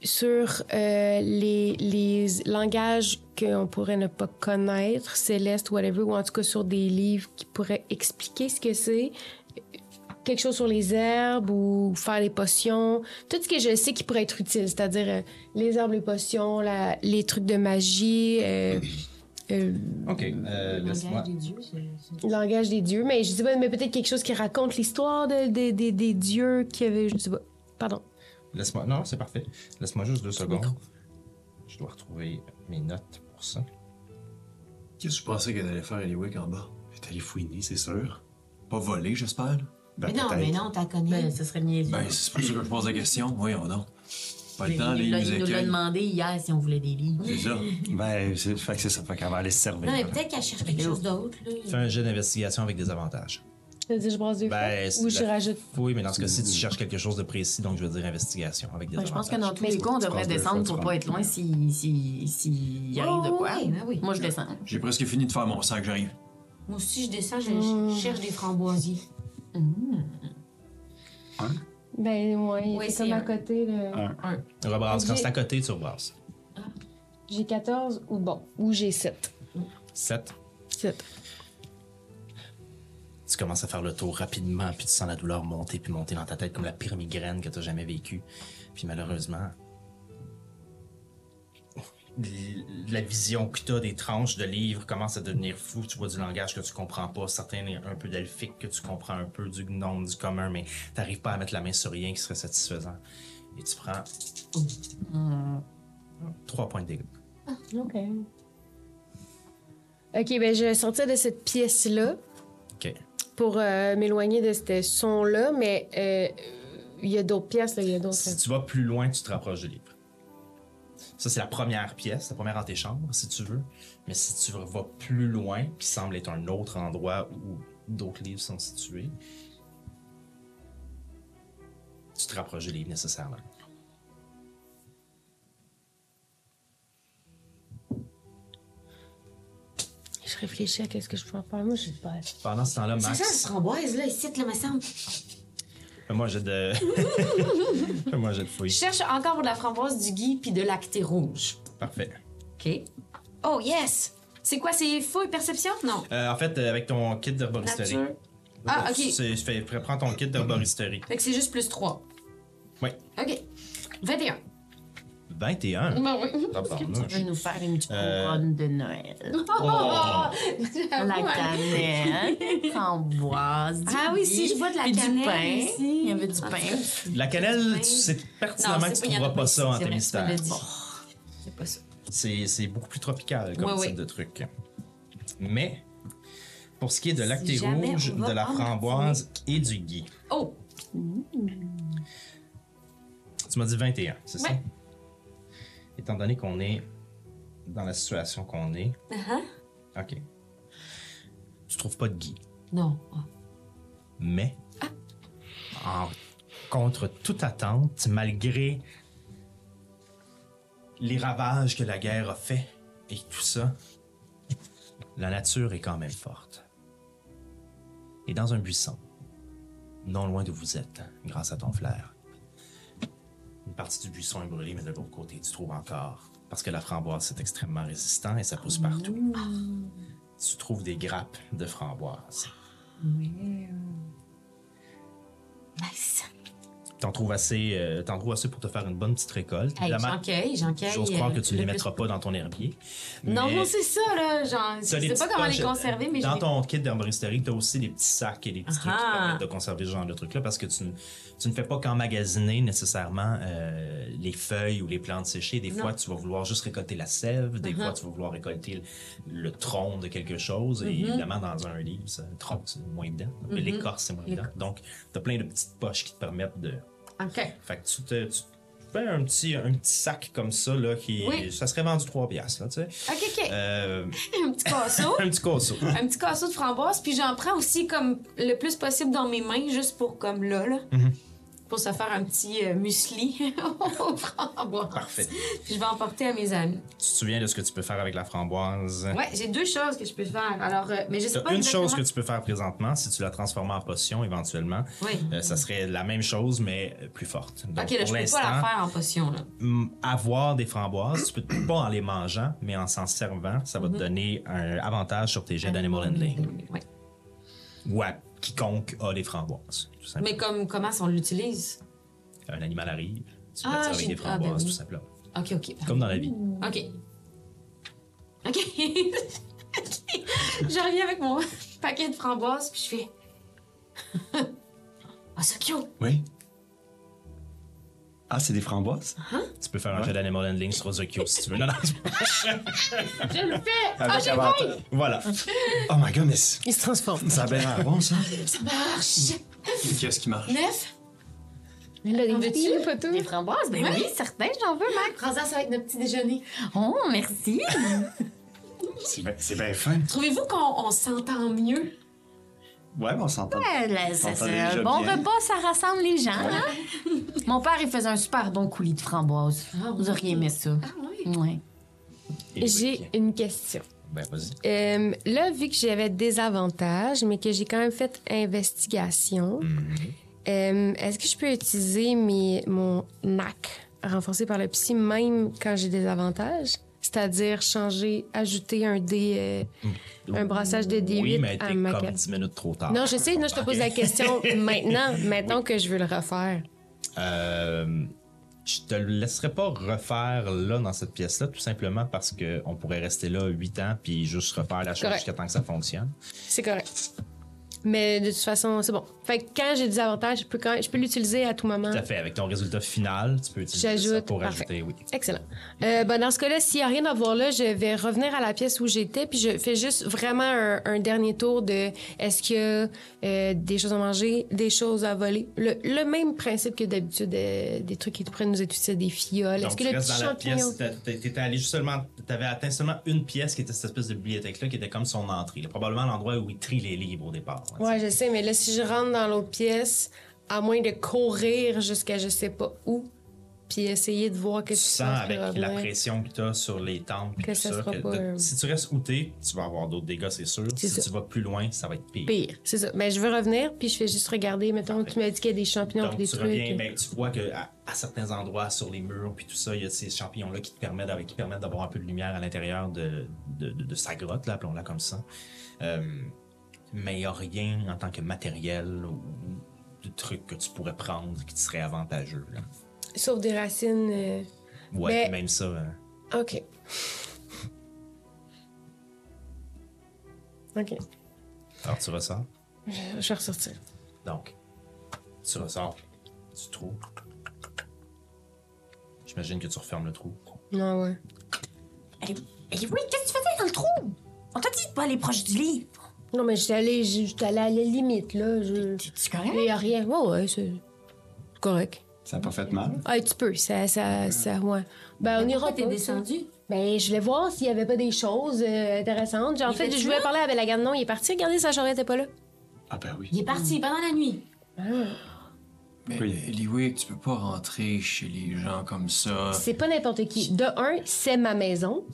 S1: sur euh, les, les langages qu'on pourrait ne pas connaître, céleste, whatever, ou en tout cas sur des livres qui pourraient expliquer ce que c'est. Quelque chose sur les herbes ou faire des potions. Tout ce que je sais qui pourrait être utile, c'est-à-dire euh, les herbes, les potions, la- les trucs de magie, euh, euh,
S7: Ok, euh,
S6: Le langage
S7: laisse-moi.
S6: des dieux, c'est-
S1: le langage des dieux. Mais je sais pas, mais peut-être quelque chose qui raconte l'histoire de- des- des- des dieux qui avaient. Je sais pas. Pardon.
S7: Laisse-moi. Non, c'est parfait. Laisse-moi juste deux secondes. Je dois retrouver mes notes pour ça.
S4: Qu'est-ce que tu pensais qu'elle allait faire, Eliwick, en bas?
S5: T'es allé fouiner, c'est sûr.
S4: Pas voler, j'espère. là?
S5: Ben,
S6: Mais non,
S5: peut-être.
S6: mais non, t'as
S3: Ben,
S6: connais.
S3: ce serait niaiseux.
S4: Ben, c'est pour ça que je pose la question. Voyons donc. Pas le
S3: il,
S4: temps, les
S3: l'a- il nous l'a
S4: écueils.
S3: demandé hier si on voulait des livres.
S4: C'est ça.
S5: Ben, c'est fait que c'est ça. Fait qu'elle va aller se servir.
S6: Non, mais peut-être qu'elle cherche quelque chose d'autre,
S2: Fais
S6: là.
S2: un jet d'investigation avec des avantages.
S1: Je veux dire, je brasse deux
S2: Ben,
S1: fois,
S2: c'est
S1: Ou je
S2: la-
S1: rajoute.
S2: Oui, mais dans ce cas-ci, tu cherches quelque chose de précis, donc je veux dire investigation avec des
S3: Ben, je
S2: avantages.
S3: pense que dans tous les cas, on devrait
S5: penses deux
S3: descendre pour
S5: fois, tu
S3: pas
S5: prends-
S3: être loin s'il si, si, y arrive de
S6: Oh,
S3: quoi.
S6: oui, ben oui.
S3: Moi, je descends.
S4: J'ai presque fini de faire mon sac, j'arrive.
S6: Moi aussi, je descends, je- je cherche des framboisiers.
S1: Ben, ouais,
S3: Oui,
S1: c'est
S3: c'est
S1: comme à
S3: un.
S1: côté. là.
S5: Un.
S2: Rebrasse. Quand c'est à côté, tu rebrasses.
S1: J'ai 14 ou bon, ou j'ai 7.
S9: 7.
S1: 7.
S2: Tu commences à faire le tour rapidement, puis tu sens la douleur monter, puis monter dans ta tête comme la pire migraine que t'as jamais vécue. Puis malheureusement, l- la vision que t'as des tranches de livres commence à devenir floue. Tu vois du langage que tu comprends pas, certains un peu d'elfique que tu comprends un peu, du gnome, du commun, mais t'arrives pas à mettre la main sur rien qui serait satisfaisant. Et tu prends 3 points de dégâts.
S1: OK. OK, ben je vais sortir de cette pièce-là
S2: Ok.
S1: pour euh, m'éloigner de ce son-là, mais euh, il y a d'autres pièces, là, il y a d'autres...
S2: Si tu vas plus loin, tu te rapproches du livre. Ça, c'est la première pièce, la première antichambre, si tu veux. Mais si tu vas plus loin, qui semble être un autre endroit où d'autres livres sont situés, tu te rapproches du livre nécessairement.
S1: Je réfléchis à qu'est-ce que je pourrais faire. Moi, je sais pas.
S2: Pendant ce temps-là,
S6: C'est ça,
S2: Max,
S6: ce framboise, là, ici, là, me semble.
S2: moi j'ai de. moi j'ai de
S6: Je
S2: fouille.
S6: cherche encore de la framboise du gui puis de l'acté rouge.
S2: Parfait.
S6: OK. Oh, yes! C'est quoi, c'est fouille perception? Non.
S2: Euh, en fait, euh, avec ton kit d'herboristerie.
S6: Nature. Ah, ok.
S2: C'est- fais- Prends ton kit d'herboristerie.
S6: Fait que c'est juste plus 3.
S2: Oui.
S6: OK. 21.
S9: 21.
S6: Ben oui.
S3: Tu veux nous faire une petite
S2: Euh,
S3: couronne de Noël.
S6: Oh!
S3: La cannelle, hein? framboise, du
S6: Ah oui, si,
S3: riz,
S6: je vois de la
S3: puis du
S6: cannelle
S3: pain.
S6: ici.
S3: Il y avait du
S6: Ah,
S3: pain.
S9: La cannelle, tu sais pertinemment
S6: Non,
S9: que
S6: c'est
S9: tu
S6: pas- y en a
S9: trouveras
S6: pas
S9: pas
S6: ici,
S9: ça en
S6: c'est vrai, tu
S9: Témistère.
S6: me l'as dit. C'est pas ça.
S2: C'est c'est beaucoup plus tropical comme
S6: Ouais,
S2: type
S6: ouais.
S2: de truc. Mais pour ce qui est de l'acté
S6: jamais on
S2: rouge,
S6: va
S2: de la
S6: en
S2: framboise et du gui,
S6: Oh!
S2: tu m'as dit 21, c'est ça?
S6: Ouais.
S2: Étant donné qu'on est dans la situation qu'on est, ok. Tu trouves pas de gui,
S6: Uh-huh. Non.
S2: mais
S6: Ah.
S2: en- contre toute attente, malgré les ravages que la guerre a fait et tout ça, la nature est quand même forte. Et dans un buisson, non loin d'où vous êtes, hein, grâce à ton flair, une partie du buisson est brûlée, mais de l'autre côté, tu trouves encore. Parce que la framboise, c'est extrêmement résistant et ça pousse partout. Tu trouves des grappes de framboise.
S6: Nice.
S2: T'en trouves assez, euh, t'en trouves assez pour te faire une bonne petite récolte.
S6: Hey,
S2: Évidemment,
S6: j'enqueille, j'enqueille.
S2: J'ose croire
S6: euh,
S2: que tu ne les
S6: le plus-
S2: mettras pas dans ton herbier.
S6: Non,
S2: mais
S6: non, c'est ça, là. Genre, je
S2: t'as des
S6: sais pas
S2: petites
S6: comment les
S2: poches-
S6: conserver, mais
S2: hein. Dans
S6: je
S2: ton kit d'herboristerie, tu as aussi des petits sacs et des petits trucs qui
S6: Ah.
S2: permettent de conserver ce genre de trucs-là parce que tu, ne- tu ne fais pas qu'emmagasiner nécessairement euh, les feuilles ou les plantes séchées. Des fois, tu vas vouloir juste récolter la sève,
S6: Uh-huh.
S2: des fois, tu vas vouloir récolter le, le tronc de quelque chose.
S6: Mm-hmm.
S2: Et évidemment, dans un livre, ça, le tronc, c'est moins évident. Mais L'écorce, c'est moins évident. Donc, tu as plein de petites poches qui te permettent de.
S6: OK.
S2: Fait que tu te. tu fais un petit, un petit sac comme ça, là, qui.
S6: Oui.
S2: Ça serait vendu 3 piastres, là, tu sais.
S6: OK, OK.
S2: Euh,
S6: Un petit casseau.
S2: un petit corso.
S6: un petit casseau de framboise, puis j'en prends aussi comme le plus possible dans mes mains, juste pour comme là, là.
S2: Mm-hmm.
S6: Pour se faire un petit euh, muesli aux framboises.
S2: Parfait.
S6: Puis je vais emporter à mes amis.
S2: Tu te souviens de ce que tu peux faire avec la framboise?
S6: Ouais, j'ai deux choses que je peux faire. Alors, euh, mais je sais
S2: T'as
S6: pas
S2: une
S6: exactement-
S2: chose que tu peux faire présentement, si tu la transformes en potion éventuellement,
S6: Oui.
S2: euh, ça serait la même chose, mais euh, plus forte. Donc,
S6: Ok, là, je
S2: pour
S6: peux
S2: l'instant,
S6: pas la faire en potion, là.
S2: mm, avoir des framboises, tu peux pas en les mangeant, mais en s'en servant, ça va
S6: Mhm.
S2: te donner un avantage sur tes jets d'animal handling.
S6: Ouais.
S2: Ou à quiconque a des framboises. tout simplement.
S6: Mais comme, comment on l'utilise?
S2: Un animal arrive, tu peux
S6: Ah,
S2: le tirer avec
S6: j'ai-
S2: des
S6: ah, ben
S2: framboises,
S6: oui.
S2: tout simplement.
S6: Ok, ok.
S2: Comme dans la vie.
S6: Ok. Ok. je reviens avec mon paquet de framboises, puis je fais. Ah, c'est cute!
S4: Oui. Ah, c'est des framboises?
S2: Tu peux faire un jet d'animal handling sur Ozokyo si tu veux. Non, non, c'est pas-
S6: Je le fais! Ah,
S4: Avec
S6: j'ai
S3: ben,
S4: avant-
S6: faim!
S2: voilà.
S4: Oh my goodness!
S1: Il se transforme.
S4: Ça a bien l'air bon, ça.
S6: Ça marche!
S10: Qu'est-ce qui marche?
S6: Neuf?
S1: Il l'a
S3: veux-tu?
S1: pas tout.
S3: Des framboises, ben
S6: Ouais.
S3: oui, certain, j'en veux, Mac.
S6: Prends ça, ça va être notre petit déjeuner.
S3: Oh, merci.
S4: C'est bien, c'est bien fin.
S6: Trouvez-vous qu'on on s'entend mieux?
S4: Ouais, mais on s'entend.
S3: Ouais, Ben, là,
S4: On
S3: ça,
S4: s'entend
S3: c'est
S4: déjà
S3: un bon
S4: bien.
S3: repas, ça rassemble les gens. hein? Mon père, il faisait un super bon coulis de framboises.
S6: Ah,
S3: Vous auriez aimé ça.
S6: Ah, oui.
S3: Ouais.
S1: J'ai une question.
S2: Ben, vas-y.
S1: Euh, là, vu que j'avais des avantages, mais que j'ai quand même fait investigation,
S2: Mhm.
S1: euh, est-ce que je peux utiliser mes, mon NAC renforcé par le psy même quand j'ai des avantages? c'est-à-dire changer, ajouter un dé, euh, un brassage de D8
S2: Oui, mais
S1: à
S2: t'es
S1: ma
S2: comme
S1: carte.
S2: 10 minutes trop tard.
S1: Non, je sais, non, je te pose la
S2: Ok.
S1: question maintenant, maintenant que je veux le refaire.
S2: Euh, je te le laisserai pas refaire là dans cette pièce-là, tout simplement parce qu'on pourrait rester là 8 ans puis juste refaire la chose
S1: Correct.
S2: jusqu'à temps que ça fonctionne.
S1: C'est correct. Mais de toute façon, c'est bon. Fait que quand j'ai des avantages, je peux, quand- je peux l'utiliser à tout moment.
S2: Tout à fait, avec ton résultat final, tu peux utiliser ça
S1: Hein. J'ajoute,
S2: pour
S1: parfait.
S2: ajouter, oui.
S1: Excellent. Euh, ben, dans ce cas-là, s'il n'y a rien à voir là, je vais revenir à la pièce où j'étais, puis je fais juste vraiment un, un dernier tour de est-ce qu'il y a euh, des choses à manger, des choses à voler. Le, le même principe que d'habitude, euh, des trucs qui pourraient nous être utiles, des fioles. Est-ce
S2: Donc,
S1: que
S2: tu
S1: le
S2: restes
S1: petit
S2: dans la
S1: champignon.
S2: pièce. t'as- t'as- T'étais allé juste seulement. T'avais atteint seulement une pièce qui était cette espèce de bibliothèque-là, qui était comme son entrée. là. Probablement l'endroit où il trie les livres au départ. hein,
S1: Ouais, je sais, mais là, si je rentre dans l'autre pièce, à moins de courir jusqu'à je sais pas où, puis essayer de voir
S2: tu
S1: qu'est-ce
S2: sais.
S1: qui
S2: Tu
S1: se
S2: sens
S1: passe, puis
S2: avec la
S1: revenir.
S2: pression que tu as sur les tempes. puis
S1: Que
S2: tout
S1: ça
S2: ça,
S1: sera
S2: que
S1: pas,
S2: de-
S1: euh,
S2: Si tu restes où t'es, tu vas avoir d'autres dégâts, c'est sûr.
S1: C'est
S2: Si
S1: ça.
S2: tu vas plus loin, ça va être pire.
S1: Pire, c'est ça. Mais je veux revenir, puis je fais juste regarder. Mettons, tu m'as dit qu'il y a des champignons,
S2: Donc,
S1: des
S2: tu
S1: trucs.
S2: reviens, ben, tu vois que à, à certains endroits sur les murs puis tout ça, il y a ces champignons-là qui te permettent, d'avoir- qui permettent d'avoir un peu de lumière à l'intérieur de, de, de- de sa grotte, là, appelons-la comme ça. Euh, mais il n'y a rien en tant que matériel ou de truc que tu pourrais prendre qui te serait avantageux. là.
S1: Sauf des racines. euh,
S2: Ouais,
S1: Mais-
S2: puis même ça. euh,
S1: OK. OK,
S2: alors, tu ressors.
S1: je vais ressortir.
S2: Donc, tu ressors du trou. J'imagine que tu refermes le trou.
S1: Non, ouais.
S3: Eh eh oui, qu'est-ce que tu faisais dans le trou? On t'a dit de pas aller proche du lit.
S1: Non, mais j'étais allée, j'étais allée à la limite, là. Je...
S3: Tu correct?
S1: Il n'y a rien. Ouais, ouais, c'est correct.
S5: Ça n'a pas fait mal.
S1: Ah, tu peux, ça, ça, ça, ouais. Ben, on ira
S6: Pourquoi t'es
S1: pas,
S6: descendu?
S1: ça. Ben, je voulais voir s'il y avait pas des choses euh, intéressantes. Genre, en
S6: Il
S1: fait,
S6: était
S1: je
S6: là?
S1: voulais parler à Belagan. Non, il est parti. Regardez, sa charrette était pas là.
S5: Ah ben oui.
S6: Il est parti pendant la nuit.
S4: Mais
S5: Oui.
S4: euh, Eliwick, tu peux pas rentrer chez les gens comme ça.
S1: C'est pas n'importe qui. De un, c'est ma maison.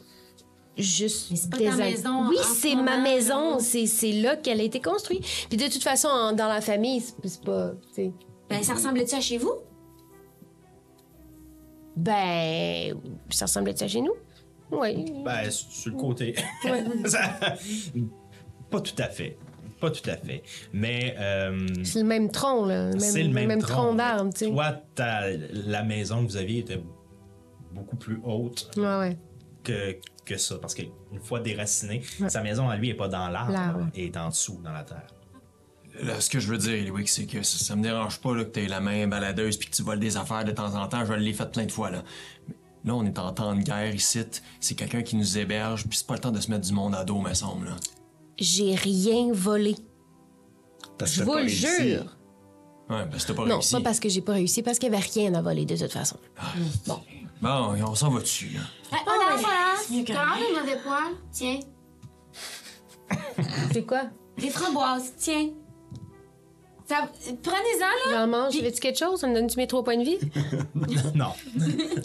S1: Juste
S6: Mais c'est pas ta maison
S1: Oui,
S6: en ce
S1: c'est ma
S6: moment,
S1: maison.
S6: là.
S1: C'est c'est là qu'elle a été construite. Puis de toute façon, en- dans la famille, c'est c'est pas. tu sais.
S6: Ben, ça ressemblait-tu à chez vous?
S1: Ben, ça ressemblait à chez nous. Oui.
S2: Ben, sur sur le côté. Ça- Pas tout à fait. Pas tout à fait. Mais euh,
S1: C'est le même tronc, là. Même-
S2: c'est le même,
S1: même tronc
S2: mais
S1: d'arbre, tu sais.
S2: Toi, ta- la maison que vous aviez était beaucoup plus haute
S1: Ouais, ouais.
S2: que, que ça. Parce qu'une fois déracinée, sa maison à lui est pas dans l'arbre,
S1: L'arbre.
S2: elle est en dessous, dans la terre.
S4: Là, ce que je veux dire, Eliwick, c'est que ça, ça me dérange pas là, que t'aies la main baladeuse puis que tu voles des affaires de temps en temps. Je l'ai fait plein de fois, là. Mais là, on est en temps de guerre ici. C'est quelqu'un qui nous héberge puis c'est pas le temps de se mettre du monde à dos, me semble. là.
S1: J'ai rien volé.
S5: Parce que
S1: Je
S5: t'as
S1: vous
S5: pas
S1: le
S5: réussi.
S1: jure.
S4: Ouais, parce que t'as pas
S1: Non,
S4: réussi.
S1: pas parce que j'ai pas réussi, parce qu'il y avait rien à voler de toute façon.
S4: Bon, on s'en va dessus, là.
S6: Ben, voilà, voilà. T'as des mauvais poils? Tiens.
S1: C'est quoi?
S6: Des framboises, tiens. Ça- Prenez-en, là.
S1: J'en mange. Veux-tu quelque chose? Ça me donne-tu mes trois points de vie?
S2: Non.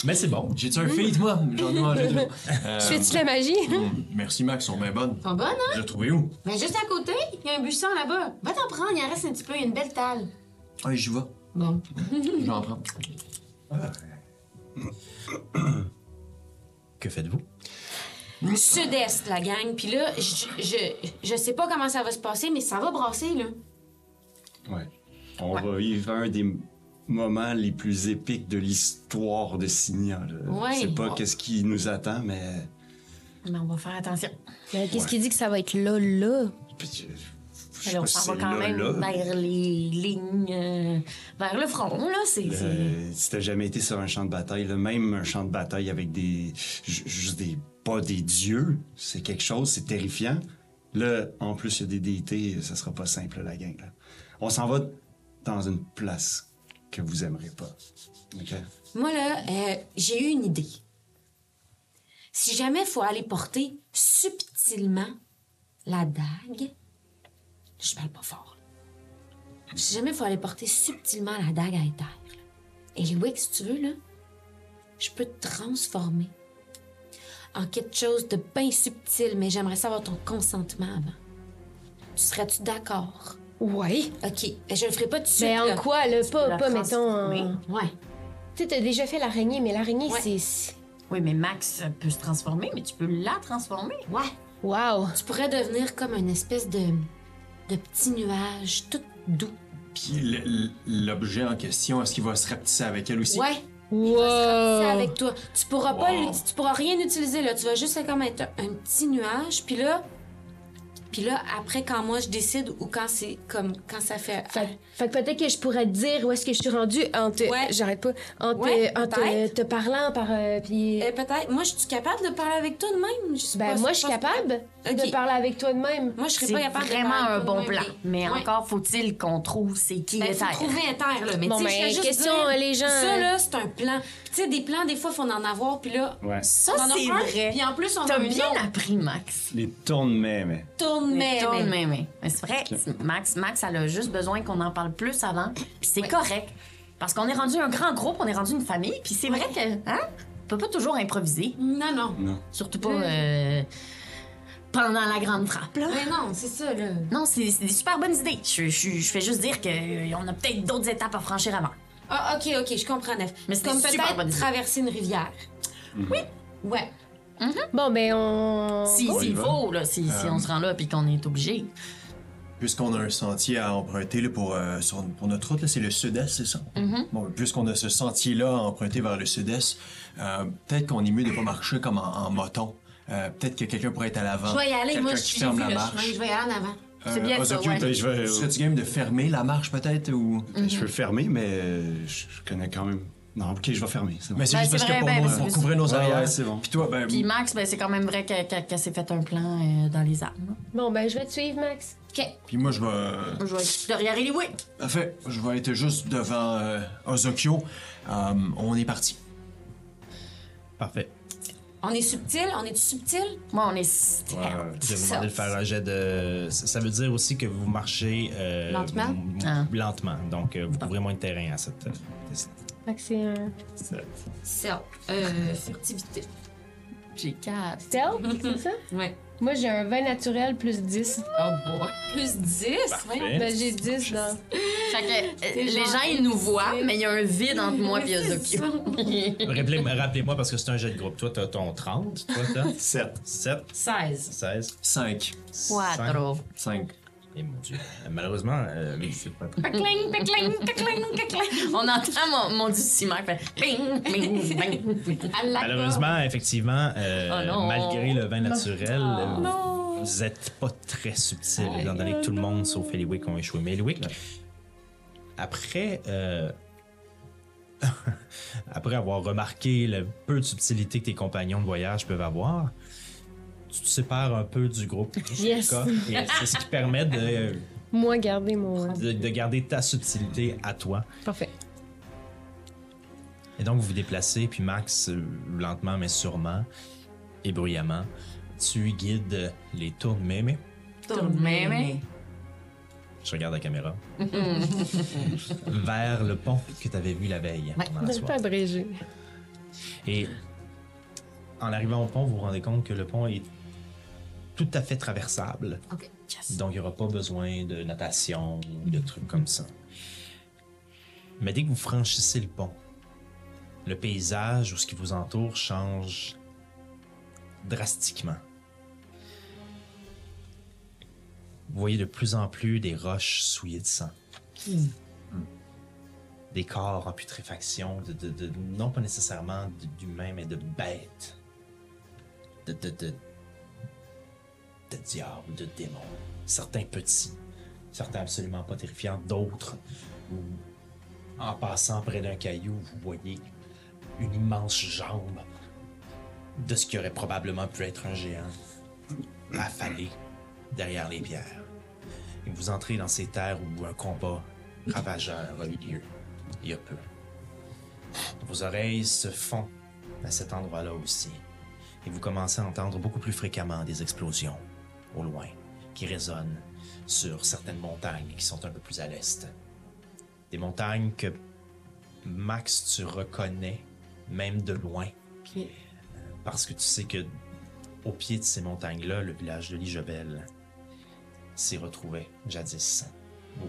S2: Mais c'est bon.
S4: J'ai-tu un feed, moi? J'en ai mangé deux. Euh,
S1: Je Fais-tu la magie?
S4: hum, merci, Max, on est bonne.
S6: Sont bonnes, hein?
S4: J'ai trouvé où?
S6: Ben, juste à côté, il y a un buisson là-bas. Va t'en prendre, il en reste un petit peu, il y a une belle talle.
S4: Ah, j'y vais.
S6: Bon.
S4: J'en prends.
S2: Que faites-vous?
S6: Sud-est, la gang. Puis là, je, je, je sais pas comment ça va se passer, mais ça va brasser, là.
S5: Ouais. On va vivre un des m- moments les plus épiques de l'histoire de Signia. là.
S6: Ouais.
S5: Je sais pas qu'est-ce qui nous attend, mais
S3: Mais Ben, on va faire attention.
S1: Mais Ben, qu'est-ce qui dit que ça va être là, là?
S5: je sais
S3: Alors, on
S5: pas si
S3: s'en
S5: c'est
S3: va quand
S5: là,
S3: même
S5: là.
S3: vers les lignes, euh, vers le front, là. C'est. c'est-
S5: Euh, si t'as jamais été sur un champ de bataille, là, même un champ de bataille avec des. ju- juste des. pas des dieux, c'est quelque chose, c'est terrifiant. Là, en plus, il y a des déités, ça sera pas simple, la gang. là. On s'en va dans une place que vous aimerez pas. OK?
S6: Moi, là, euh, j'ai eu une idée. Si jamais il faut aller porter subtilement la dague, je parle pas fort. là. Si jamais il faut aller porter subtilement la dague à éther, là. et Louis, si tu veux, là, je peux te transformer en quelque chose de bien subtil, mais j'aimerais savoir ton consentement avant. Tu serais-tu d'accord?
S1: Ouais.
S6: Ok, mais je le ferai pas tout de suite.
S1: Mais Ben, en
S6: là.
S1: quoi, là? Pas,
S3: la
S1: pas mettons. en-
S3: transformer.
S6: Ouais.
S1: Tu sais, t'as déjà fait l'araignée, mais l'araignée,
S6: Ouais.
S1: c'est.
S3: Oui, mais Max euh, peut se transformer, mais tu peux la transformer.
S6: Ouais,
S1: Wow!
S6: tu pourrais devenir comme une espèce de, de petit nuage tout doux.
S4: Puis le- le- l'objet en question, est-ce qu'il va se rapetisser avec elle aussi?
S6: Ouais, c'est
S1: Wow!
S6: avec toi. Tu pourras pas,
S4: Wow.
S6: l'ut- tu pourras rien utiliser là. Tu vas juste comme être un, un petit nuage, puis là, puis là après quand moi je décide ou quand c'est comme quand ça fait.
S1: Fait, fait que peut-être que je pourrais te dire où est-ce que je suis rendue en te.
S6: Ouais.
S1: J'arrête pas. En, te,
S6: Ouais,
S1: en te,
S6: peut-être.
S1: te parlant par. euh, puis-
S6: Euh, Peut-être. Moi, je suis capable de parler avec toi de même. Je sais
S1: ben,
S6: pas,
S1: moi, je
S6: c'est
S1: suis
S6: pas-
S1: capable
S6: Ok.
S1: de parler avec toi de même.
S6: Moi, je serais
S3: C'est
S6: pas capable. de
S3: vraiment
S6: parler
S3: un
S6: avec toi de
S3: bon
S6: même,
S3: plan. Mais
S6: Ouais.
S3: encore faut-il qu'on trouve c'est qui
S6: Ben,
S3: le
S6: faut
S3: terre.
S6: trouver un terre, là. Mais
S1: Bon,
S6: tu sais, je
S1: ben,
S6: fais juste
S1: question,
S6: dire,
S1: euh, les gens,
S6: Ça,
S1: euh,
S6: là, c'est un plan. Tu sais, des plans, des fois, faut en avoir, puis là...
S11: Ouais.
S3: Ça,
S6: on en a
S3: c'est
S6: un,
S3: vrai.
S6: Puis en plus, on a
S3: T'as
S6: une
S3: bien
S6: autre.
S3: appris, Max.
S11: Les tournemets, mais.
S6: Tourne, mais...
S3: Tourne, mais,
S6: mais-
S3: mais. Mais c'est vrai, c'est- Max, Max, elle a juste besoin qu'on en parle plus avant. Puis c'est correct. Parce qu'on est rendu un grand groupe, on est rendu une famille. Puis c'est vrai que, hein, on peut pas toujours improviser.
S6: Non, non.
S3: Surtout pas euh, pendant la grande frappe, là.
S6: Mais non, c'est ça, là.
S3: Non, c'est c'est des super bonnes idées. Je, je- je fais juste dire qu'on a peut-être d'autres étapes à franchir avant.
S6: Ah, OK, OK, je comprends, Nef.
S3: Mais c'était
S6: Comme
S3: super bonne
S6: peut-être
S3: idée.
S6: traverser une rivière. Oui. Ouais.
S1: Bon, ben, on.
S3: Si,
S4: On y
S3: s'il
S4: va.
S3: faut, là, si, si on se rend là puis qu'on est obligé.
S4: Puisqu'on a un sentier à emprunter là, pour, euh, sur- pour notre route, là, c'est le sud-est, c'est ça?
S6: Mm-hmm.
S4: Bon, puisqu'on a ce sentier-là à emprunter vers le sud-est, euh, peut-être qu'on est mieux de ne pas marcher comme en, en moton. Euh, peut-être que quelqu'un pourrait être à l'avant.
S6: Je vais y aller, moi,
S4: Quelqu'un
S6: je
S4: qui
S6: suis
S4: ferme
S6: vu
S4: la
S6: le
S4: marche. Euh,
S6: chemin. Je vais y aller en avant.
S3: C'est bien ça,
S4: Ozokyo,
S3: ouais. Mm.
S4: t'as-
S11: Je vais-
S4: Serais-tu game de fermer la marche peut-être ou...
S5: Ben, Je
S6: Mhm.
S5: peux fermer, mais euh, je je connais quand même. Non, ok, je vais fermer. c'est bon.
S4: Mais c'est
S3: Ben,
S4: juste
S3: c'est
S4: parce
S3: vrai,
S4: que pour,
S3: ben,
S4: nous-
S3: c'est
S4: pour
S3: juste-
S4: couvrir nos
S11: Ouais,
S4: arrières.
S11: ouais, c'est bon.
S4: Puis toi, ben,
S3: Puis Max, ben, c'est quand même vrai que- que- qu'elle s'est fait un plan euh, dans les armes.
S1: Bon, ben, je vais te suivre, Max.
S4: puis moi je vais...
S3: Je vais être derrière Eliwick.
S4: En fait, je vais être juste devant euh, Ozokyo. Euh, on est parti.
S2: Parfait.
S6: On est subtil? On est subtil?
S3: Moi, on est stealth.
S4: Euh,
S2: Je vais vous demander de faire un jet de. Ça ça veut dire aussi que vous marchez. euh,
S6: Lentement?
S2: m-
S3: Ah.
S2: Lentement. Donc, euh, vous couvrez moins de terrain à cette. euh,
S1: Fait que c'est un.
S2: cette-
S6: Self. Euh, furtivité.
S3: J'ai quatre.
S1: Stealth, c'est ça?
S6: Ouais.
S1: Moi, j'ai un 20 naturel plus 10.
S3: Oh boy.
S6: Plus 10?
S3: Bah.
S2: Parfait.
S1: Ben, j'ai 10 dans.
S3: Fait que, euh,
S6: T'es
S3: les
S6: genre
S3: gens, ils nous voient, mais il y a un vide entre moi et Ozokyo.
S2: Rappelez- Rappelez-moi parce que c'est un jet de groupe. Toi, t'as ton 30. Toi, t'as
S11: 7.
S2: 7,
S6: 16.
S2: 16.
S4: 5.
S2: 5.
S3: Quatre.
S4: 5.
S2: Et mon Dieu. Euh, Malheureusement, euh, je suis pas prêt.
S6: Cling, cling, cling, cling.
S3: On entend mon, mon dulcimer faire ping, ping, ping.
S6: Elle l'a pas.
S2: Malheureusement, effectivement, euh,
S3: Oh non. Oh
S2: malgré le vin naturel, euh, vous n'êtes pas très subtil, étant donné que tout le monde, sauf Eliwick, ont échoué. Mais Eliwick, après, euh, après avoir remarqué le peu de subtilité que tes compagnons de voyage peuvent avoir, tu te sépares un peu du groupe.
S1: Yes.
S2: Et c'est ce qui permet de,
S1: Moi, garder mon.
S2: de- de garder ta subtilité à toi.
S1: Parfait.
S2: Et donc, vous vous déplacez, puis Max, euh, lentement mais sûrement et bruyamment, tu guides euh, les tours de mémé.
S3: Tourne, mais, mais.
S2: Je regarde la caméra. vers le pont que tu avais vu la veille. pendant la
S1: Je vais
S2: soirée.
S1: abrégé.
S2: Et en arrivant au pont, vous vous rendez compte que le pont est tout à fait traversable.
S6: OK.
S2: Donc, il n'y aura pas besoin de natation ou de trucs comme ça. Mais dès que vous franchissez le pont, le paysage ou ce qui vous entoure change drastiquement. Vous voyez de plus en plus des roches souillées de sang. Des corps en putréfaction, de, de- de- non pas nécessairement d- d'humains, mais de bêtes. De, de, de, de diables, de démons. Certains petits, certains absolument pas terrifiants, d'autres où, en passant près d'un caillou, vous voyez une immense jambe de ce qui aurait probablement pu être un géant, affalé derrière les pierres. Et vous entrez dans ces terres où un combat ravageur a eu lieu il y a peu. Vos oreilles se font à cet endroit-là aussi et vous commencez à entendre beaucoup plus fréquemment des explosions au loin qui résonnent sur certaines montagnes qui sont un peu plus à l'est. Des montagnes que Max, tu reconnais même de loin. Euh, Parce que tu sais que au pied de ces montagnes-là, le village de Ligevel s'y retrouvait jadis. Ou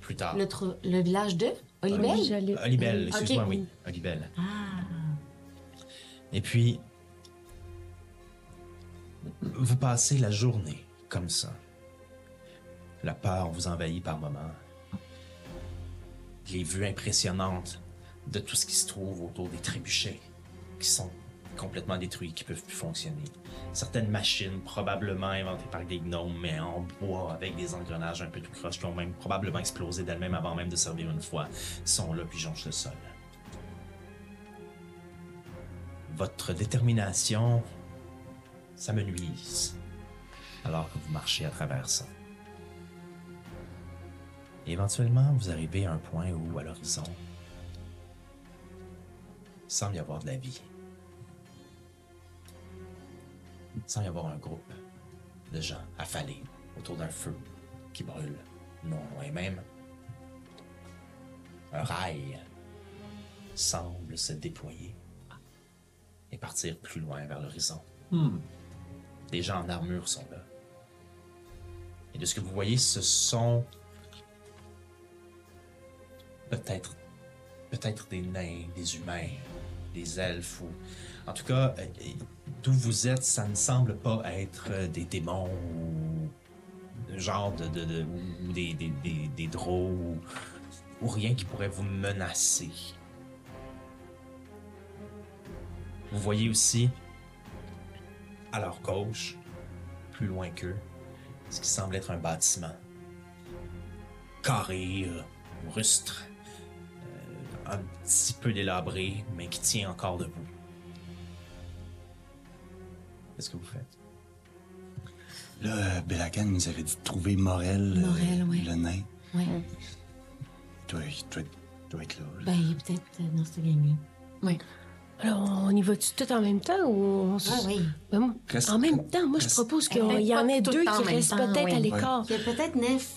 S2: plus tard.
S6: Le, tro- le village de Olivelle?
S1: J'allais.
S2: Olibel,
S6: Ok.
S2: excuse-moi, oui. Olibel. Et puis, vous passez la journée comme ça. La peur vous envahit par moments. Les vues impressionnantes de tout ce qui se trouve autour des trébuchets qui sont complètement détruits, qui peuvent plus fonctionner. Certaines machines probablement inventées par des gnomes, mais en bois avec des engrenages un peu tout croche qui ont même probablement explosé d'elles-mêmes avant même de servir une fois, sont là puis jonchent le sol. Votre détermination, ça me nuise alors que vous marchez à travers ça. Et éventuellement, vous arrivez à un point où, à l'horizon, il semble y avoir de la vie. Il semble y avoir un groupe de gens affalés autour d'un feu qui brûle, non loin même. Un rail semble se déployer et partir plus loin vers l'horizon. Des gens en armure sont là. Et de ce que vous voyez, ce sont peut-être peut-être des nains, des humains, des elfes ou en tout cas euh, euh, d'où vous êtes, ça ne semble pas être euh, des démons ou un genre de, de- de- ou des des, des, des drôles ou, ou rien qui pourrait vous menacer. Vous voyez aussi à leur gauche, plus loin qu'eux, ce qui semble être un bâtiment. Carré, euh, rustre, euh, un petit peu délabré, mais qui tient encore debout. Qu'est-ce que vous faites?
S5: Là, euh, Belagan nous avait dit de trouver Morel, euh,
S6: Morel, ouais.
S5: le nain.
S6: Ouais.
S5: Il doit, il doit- il doit être là. là.
S6: Ben, il est peut-être euh, dans cette gang-là.
S1: Alors, on y va-tu tout en même temps ou on se...
S6: Ah oui.
S1: Ben, moi,
S5: Reste-
S1: en même temps, moi, je
S5: reste-
S1: propose qu'il
S3: Peut-être
S1: y en
S3: Ben, pas
S1: ait
S3: tout
S1: deux
S3: le temps en
S1: qui
S3: même
S1: restent
S3: temps,
S1: peut-être
S3: oui.
S1: à l'écart.
S6: Il y a peut-être neuf.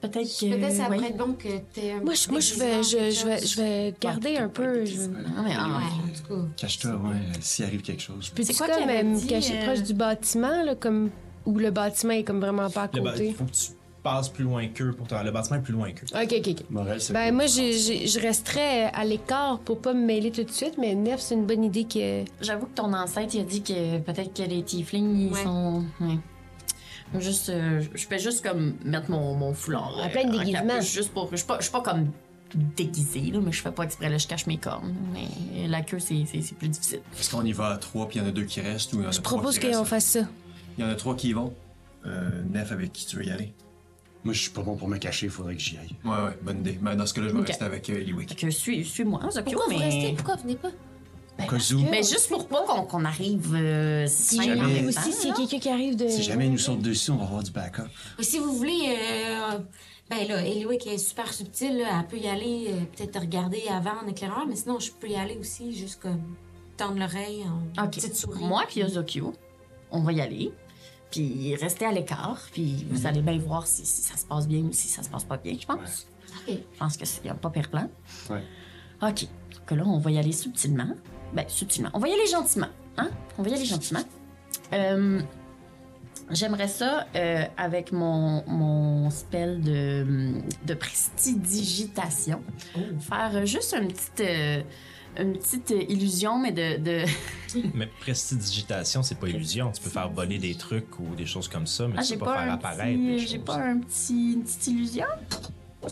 S3: Peut-être que.
S6: Peut-être ça
S3: oui.
S6: pourrait être bon que t'aies un
S1: Moi, je, moi, je vais, je, je vais, je vais garder un peu. Je...
S3: Ah, mais, ah,
S6: Ouais,
S3: ouais.
S6: en tout cas.
S5: Cache-toi, ouais. S'il arrive quelque chose.
S1: Peux-tu
S3: C'est quoi
S1: comme
S3: qu'elle avait
S1: euh, me
S3: dit,
S1: cacher
S3: euh,
S1: proche du bâtiment, là, comme... où le bâtiment est comme vraiment pas à
S2: Le ba-
S1: côté?
S2: faut que tu passes plus loin qu'eux pour te- Le bâtiment est plus loin qu'eux.
S1: Ok, ok, ok.
S5: Morel, c'est
S1: Ben, moi, j'ai- j'ai- je resterais à l'écart pour pas me mêler tout de suite, mais neuf, c'est une bonne idée que.
S3: J'avoue que ton ancêtre, il a dit que peut-être que les tieflings, ils
S6: Ouais.
S3: sont. ouais. Juste, euh, je fais juste comme mettre mon, mon foulard.
S1: À
S3: euh,
S1: plein de
S3: en
S1: déguisement.
S3: capuche, Juste pour. Je suis pas, je suis pas comme déguisée, là, mais je fais pas exprès, là, je cache mes cornes. Mais la queue, c'est- c'est c'est plus difficile.
S4: Est-ce qu'on y va à trois, puis il y en a deux qui restent, ou il y en a
S1: Je
S4: trois
S1: propose
S4: qui restent?
S1: qu'on fasse ça.
S4: Il y en a trois qui y vont. Euh, Nef, avec qui tu veux y aller?
S5: Moi, je suis pas bon pour me cacher, il faudrait que j'y aille.
S4: Ouais, ouais, bonne idée. Ben, dans ce cas-là, je vais
S3: Ok.
S4: rester avec euh, Eliwick.
S3: Fait que suis- suis-moi, Zokyo,
S6: Pourquoi vous restez?
S3: mais.
S6: Pourquoi vous venez pas?
S5: Au cas où,
S3: Mais juste pour pas qu'on qu'on arrive euh, si
S5: jamais-
S3: en même temps,
S1: Aussi, s'il y
S3: là.
S1: a quelqu'un qui arrive de.
S5: si jamais il nous saute dessus, on va avoir du backup.
S6: Ou si vous voulez, euh, ben là, Eliwe qui est super subtile, là, elle peut y aller, euh, peut-être te regarder avant en éclaireur, mais sinon je peux y aller aussi, juste comme tendre l'oreille en
S3: Ok.
S6: petite souris.
S3: Moi puis Ozokyo, on va y aller. Puis restez à l'écart, puis vous allez bien voir si, si ça se passe bien ou si ça se passe pas bien, je pense.
S6: Ok.
S3: Je pense que c'est y a pas pire plan.
S5: Ouais.
S3: OK. Donc là, on va y aller subtilement. Ben, subtilement. On va y aller gentiment. Hein? On va y aller gentiment. Euh, J'aimerais ça euh, avec mon, mon spell de, de prestidigitation. Faire euh, juste une petite, euh, une petite euh, illusion, mais de- de,
S2: Mais prestidigitation, c'est pas illusion. Tu peux faire voler des trucs ou des choses comme ça, mais
S3: Ah,
S2: tu
S3: j'ai
S2: peux
S3: pas,
S2: pas, faire
S3: un
S2: apparaître des
S3: petit,
S2: choses.
S3: j'ai pas un petit, une petite illusion.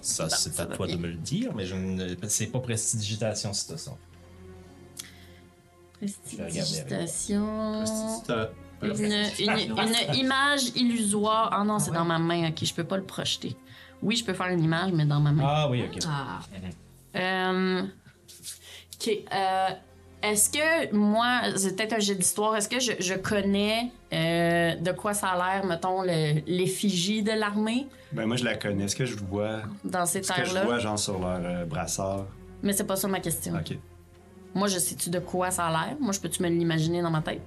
S2: Ça, c'est
S3: ça
S2: à
S3: va
S2: toi de
S3: bien.
S2: me le dire, mais je ne... c'est pas prestidigitation, c'est ça.
S3: Prestidigitation.
S4: Euh,
S3: Une, une- une image illusoire. Ah non, c'est dans ma main. Ok, je peux pas le projeter. Oui, je peux faire une image, mais dans ma main.
S2: Ah oui, ok.
S6: Ah,
S3: Euh, ok. euh, est-ce que moi, c'est peut-être un jeu d'histoire, est-ce que je, je connais euh, de quoi ça a l'air, mettons, le- l'effigie de l'armée
S5: Ben, moi, je la connais. Est-ce que je vois.
S3: dans ces
S5: Est-ce que je
S3: terres-là?
S5: vois, genre, sur leur euh, brassard?
S3: Mais c'est pas ça ma question.
S2: Mm.
S5: Ok.
S3: Moi, je sais-tu de quoi ça a l'air? Moi, je peux-tu me l'imaginer dans ma tête?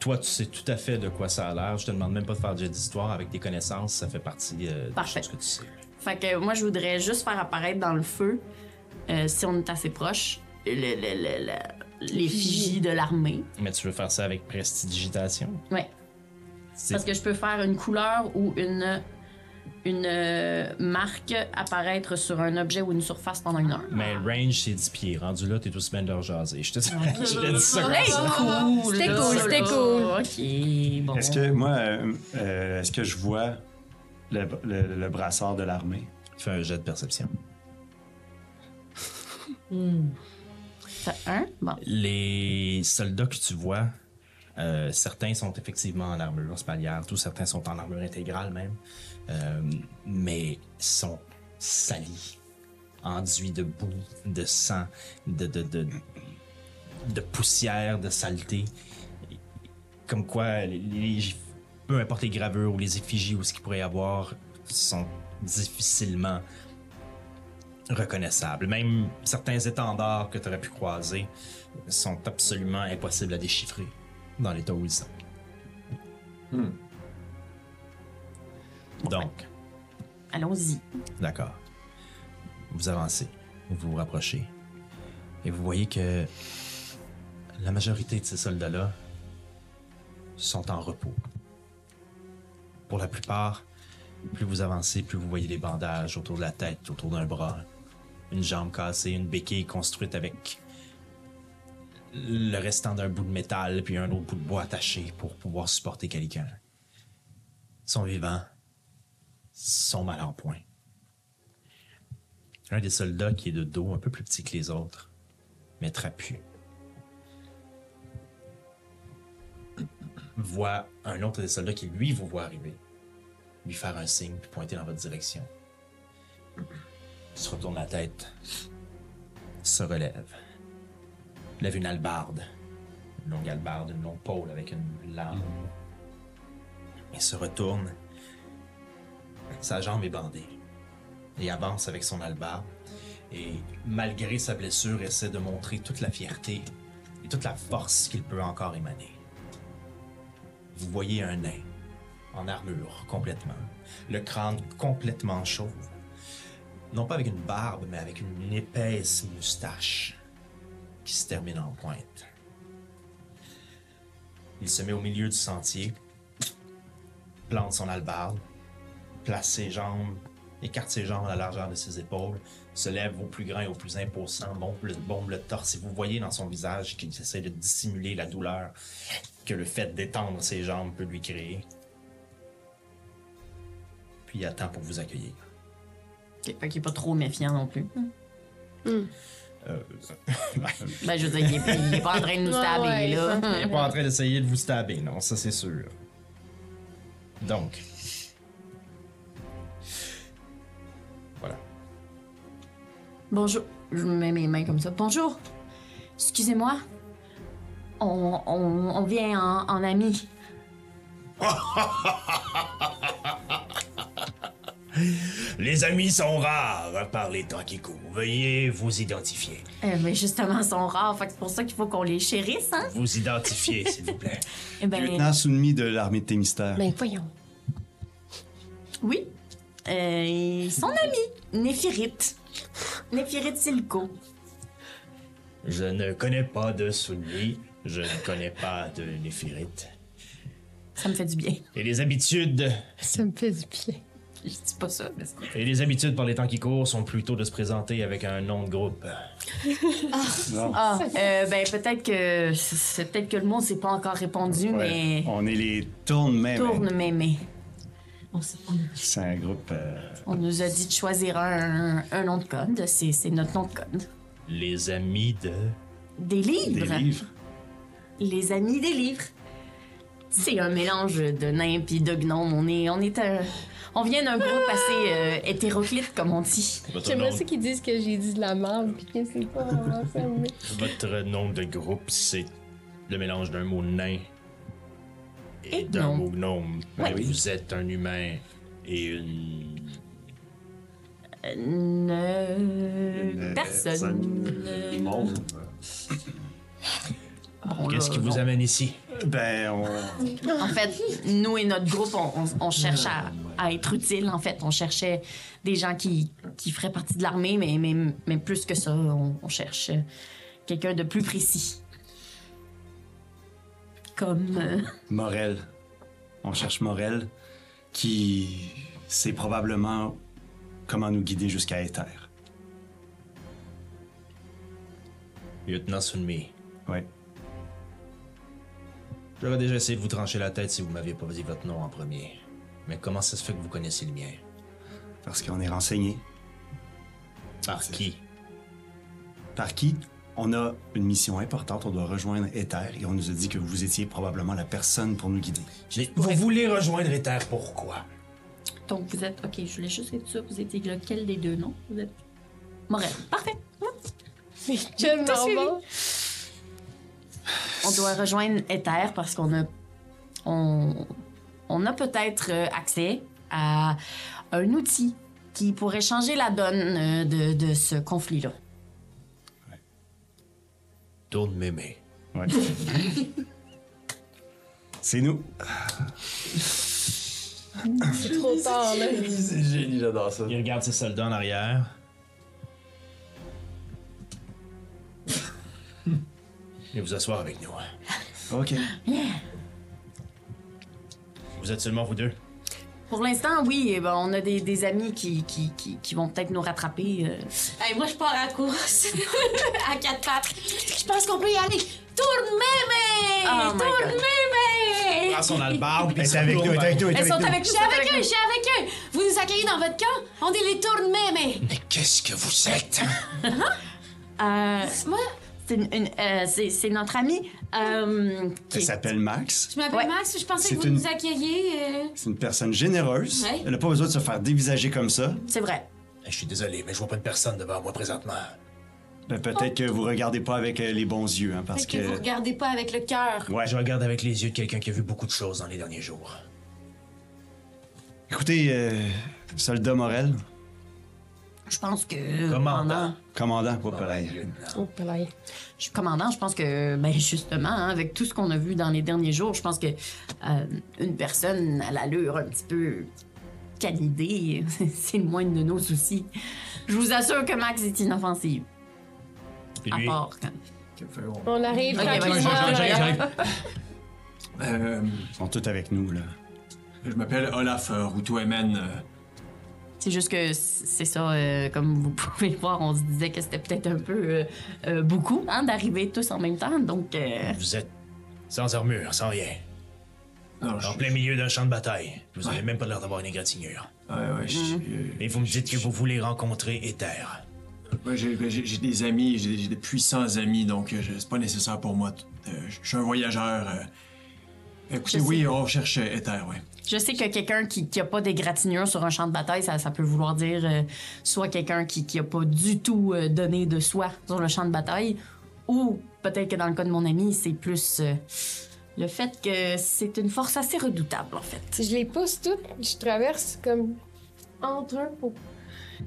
S2: Toi, tu sais tout à fait de quoi ça a l'air. Je te demande même pas de faire de d'histoire avec tes connaissances. Ça fait partie euh, des
S3: Parfait.
S2: choses que tu sais.
S3: Fait que moi, je voudrais juste faire apparaître dans le feu, euh, si on est assez proche, le- le- le- le- l'effigie de l'armée.
S2: Mais tu veux faire ça avec prestidigitation?
S3: Ouais.
S2: C'est-
S3: Parce que je peux faire une couleur ou une une euh, marque apparaître sur un objet ou une surface pendant une heure.
S2: Mais range, c'est 10 pieds. Rendu là, t'es tout semaine leur jaser. Je te je te dis ça.
S3: Hey, cool!
S1: C'était
S3: là,
S1: cool,
S3: ça,
S1: c'était
S3: là. Ok, bon.
S5: Est-ce que moi, euh, euh, est-ce que je vois le, le- le brassard de l'armée?
S2: Fais un jet de perception.
S3: Ça- hein? Bon.
S2: Les soldats que tu vois, euh, certains sont effectivement en armure spalière, tous certains sont en armure intégrale même, euh, mais sont salis, enduits de boue, de sang, de, de, de, de poussière, de saleté. Comme quoi, les- les- peu importe les gravures ou les effigies ou ce qu'il pourrait y avoir, sont difficilement reconnaissables. Même certains étendards que tu aurais pu croiser sont absolument impossibles à déchiffrer dans l'état où ils sont. Donc,
S3: Allons-y.
S2: d'accord. Vous avancez, vous vous rapprochez, et vous voyez que la majorité de ces soldats-là sont en repos. Pour la plupart, plus vous avancez, plus vous voyez des bandages autour de la tête, autour d'un bras, une jambe cassée, une béquille construite avec le restant d'un bout de métal puis un autre bout de bois attaché pour pouvoir supporter quelqu'un. Ils sont vivants, ils sont mal en point. Un des soldats qui est de dos, un peu plus petit que les autres, mais trapu, voit un autre des soldats qui, lui, vous voit arriver, lui faire un signe puis pointer dans votre direction. Il se retourne la tête, se relève, lève une albarde, une longue albarde, une longue pôle avec une lame, et se retourne. Sa jambe est bandée et avance avec son albarde. Et malgré sa blessure, essaie de montrer toute la fierté et toute la force qu'il peut encore émaner. Vous voyez un nain en armure complètement, le crâne complètement chauve, non pas avec une barbe, mais avec une épaisse moustache qui se termine en pointe. Il se met au milieu du sentier, plante son albarde, place ses jambes, écarte ses jambes à la largeur de ses épaules, se lève au plus grand et au plus imposant, bombe le, bombe le torse et vous voyez dans son visage qu'il essaie de dissimuler la douleur que le fait d'étendre ses jambes peut lui créer. Puis il attend pour vous accueillir.
S3: Ok, Fait qu'il est pas trop méfiant non plus.
S1: Hmm.
S2: Euh,
S3: Ben, je veux dire, il est, il est pas en train de nous
S1: Ouais,
S3: stabber,
S1: ouais,
S3: là.
S2: il n'est pas en train d'essayer de vous stabber, non, ça c'est sûr. Donc. Voilà.
S3: Bonjour. Je mets mes mains comme ça. Bonjour. Excusez-moi. On, on- on vient en, en ami.
S7: Les amis sont rares par les temps qui courent. Veuillez vous identifier.
S3: Euh, mais justement, ils sont rares. Fait que c'est pour ça qu'il faut qu'on les chérisse, hein?
S7: Vous identifier, s'il vous plaît.
S3: Eh ben,
S5: Lieutenant Sunmi de l'armée de Témistère.
S1: Ben voyons.
S3: oui. Euh, son ami, Néphirite. Néphirite Silco.
S7: Je ne connais pas de Sunni, je ne connais pas de Néphirite.
S3: Ça me fait du bien.
S7: Et les habitudes,
S1: Ça me fait du bien.
S3: Je dis pas ça, mais c'est
S7: et les habitudes par les temps qui courent sont plutôt de se présenter avec un nom de groupe.
S3: Ah, euh, ben peut-être que c'est- c'est peut-être que le mot s'est pas encore répondu,
S5: Ouais.
S3: mais
S5: On est les tourne même.
S3: tourne mémé.
S6: On s- on-
S5: C'est un groupe. euh,
S3: On nous a dit de choisir un, un nom de code. C'est c'est notre nom de code.
S7: Les amis de.
S3: Des livres.
S5: des livres.
S3: Les amis des livres. C'est un mélange de nains puis de gnomes. On est on est un- on vient d'un groupe
S5: Ah!
S3: assez euh, hétéroclite comme on dit.
S7: Votre nom,
S1: J'aimerais ça qu'ils disent que j'ai dit de la merde puis que c'est pas vraiment ça. mais-
S7: votre nom de groupe, c'est le mélange d'un mot nain et,
S3: Et
S7: d'un
S3: gnome.
S7: mot gnome. Mais
S3: Ouais.
S7: Vous êtes un humain et une
S3: Une, euh,
S5: Une
S3: personne. Euh,
S5: personne. Monde.
S3: Bon,
S7: Qu'est-ce
S3: là,
S7: qui vous
S3: bon.
S7: amène ici?
S5: Ben, on.
S3: En fait, nous et notre groupe, on, on- on cherche à, à être utile. En fait, on cherchait des gens qui, qui feraient partie de l'armée, mais, mais, mais plus que ça, on, on cherche euh, quelqu'un de plus précis. Comme. euh,
S5: Morel. On cherche Morel. qui sait probablement comment nous guider jusqu'à Éther.
S7: Lieutenant Sunmi,
S5: Ouais.
S7: j'aurais déjà essayé de vous trancher la tête si vous m'aviez pas dit votre nom en premier. Mais comment ça se fait que vous connaissez le mien
S5: Parce qu'on est renseigné.
S7: Par qui
S5: Par qui On a une mission importante, on doit rejoindre Éther et on nous a dit que vous étiez probablement la personne pour nous guider.
S7: Les- Vous voulez rejoindre Ether, pourquoi
S3: Donc, vous êtes. Ok, je voulais juste être sûre, vous étiez lequel des deux, non Vous êtes. Morel. Parfait.
S1: Mais tellement bon.
S3: On doit rejoindre Ether parce qu'on a. On, on a peut-être euh, accès à un outil qui pourrait changer la donne euh, de, de ce conflit-là.
S7: Tourne mémé.
S5: Ouais. C'est nous.
S1: C'est trop tard, là.
S4: C'est génial, j'adore ça.
S2: Il regarde ses soldats en arrière.
S7: Et vous asseoir avec nous. hein.
S5: OK.
S7: Vous êtes seulement vous deux
S3: Pour l'instant, oui, eh ben, on a des, des amis qui, qui, qui, qui vont peut-être nous rattraper. euh.
S6: Hey, Ben, moi, je pars à course. à quatre pattes. Je pense qu'on peut y aller. Tourne mémé!
S3: Oh my
S6: Tourne
S3: God.
S6: mémé!
S2: Prends son albarbe, puis
S5: Elle est
S2: se
S5: avec nous,
S2: retourne
S5: elle est avec nous, elle est
S3: Elles sont
S5: avec nous.
S3: avec
S6: Je
S3: nous.
S6: suis avec eux, je suis avec eux! Vous nous accueillez dans votre camp? On est les tourne mémé!
S7: Mais qu'est-ce que vous êtes
S3: Euh,
S6: Moi,
S3: c'est une- une- euh, c'est- c'est notre ami. euh, qui
S5: Elle s'appelle Max.
S6: je m'appelle
S3: Ouais.
S6: Max, je pensais
S5: C'est
S6: que vous
S5: une-
S6: nous accueilliez. euh,
S5: C'est une personne généreuse.
S6: Ouais.
S5: Elle n'a pas besoin de se faire dévisager comme ça.
S3: C'est vrai.
S7: Je suis désolé, mais je vois pas de personne devant moi présentement.
S5: Ben, Peut-être que vous regardez pas avec euh, les bons yeux, hein, parce
S6: Fait que vous
S5: que...
S6: regardez pas avec le cœur.
S5: Ouais.
S7: Je regarde avec les yeux de quelqu'un qui a vu beaucoup de choses dans les derniers jours.
S5: Écoutez, euh, soldat Morel,
S3: Je pense que.
S7: Commandant.
S3: pendant-
S5: commandant, pas pareil.
S1: Oh, palaye.
S3: Je suis commandant, je pense que, ben justement, hein, avec tout ce qu'on a vu dans les derniers jours, je pense que euh, une personne à l'allure un petit peu canidée, c'est le moindre de nos soucis. Je vous assure que Max est inoffensif,
S7: Et
S3: à
S7: lui,
S3: part quand...
S1: On arrive
S3: Ok,
S1: tranquillement.
S3: vas-y, vas-y,
S1: là.
S4: Euh,
S5: Ils sont tous avec nous, là.
S4: je m'appelle Olaf euh, Rutoemen. euh,
S3: C'est juste que c- c'est ça, euh, comme vous pouvez le voir, on se disait que c'était peut-être un peu euh, euh, beaucoup hein, d'arriver tous en même temps, donc... euh,
S7: vous êtes sans armure, sans rien.
S4: Non, je,
S7: En plein milieu d'un champ de bataille. Vous avez
S4: Ouais.
S7: même pas l'air d'avoir une égratignure.
S4: ouais, ouais, je-
S3: Mhm.
S4: euh,
S7: Et vous me dites que vous voulez rencontrer Ether.
S4: Ouais, j'ai- ben, j'ai j'ai des amis, j'ai des, j'ai des puissants amis, donc euh, je- c'est pas nécessaire pour moi. t- euh, je je suis un voyageur. euh. Écoutez,
S3: Je
S4: oui, on cherche euh, Ether, ouais.
S3: Je sais que quelqu'un qui n'a pas d'égratignure sur un champ de bataille, ça, ça peut vouloir dire euh, soit quelqu'un qui n'a pas du tout euh, donné de soi sur le champ de bataille, ou peut-être que dans le cas de mon ami, c'est plus euh, le fait que c'est une force assez redoutable, en fait.
S1: Je les pousse toutes, je traverse comme entre eux. pour-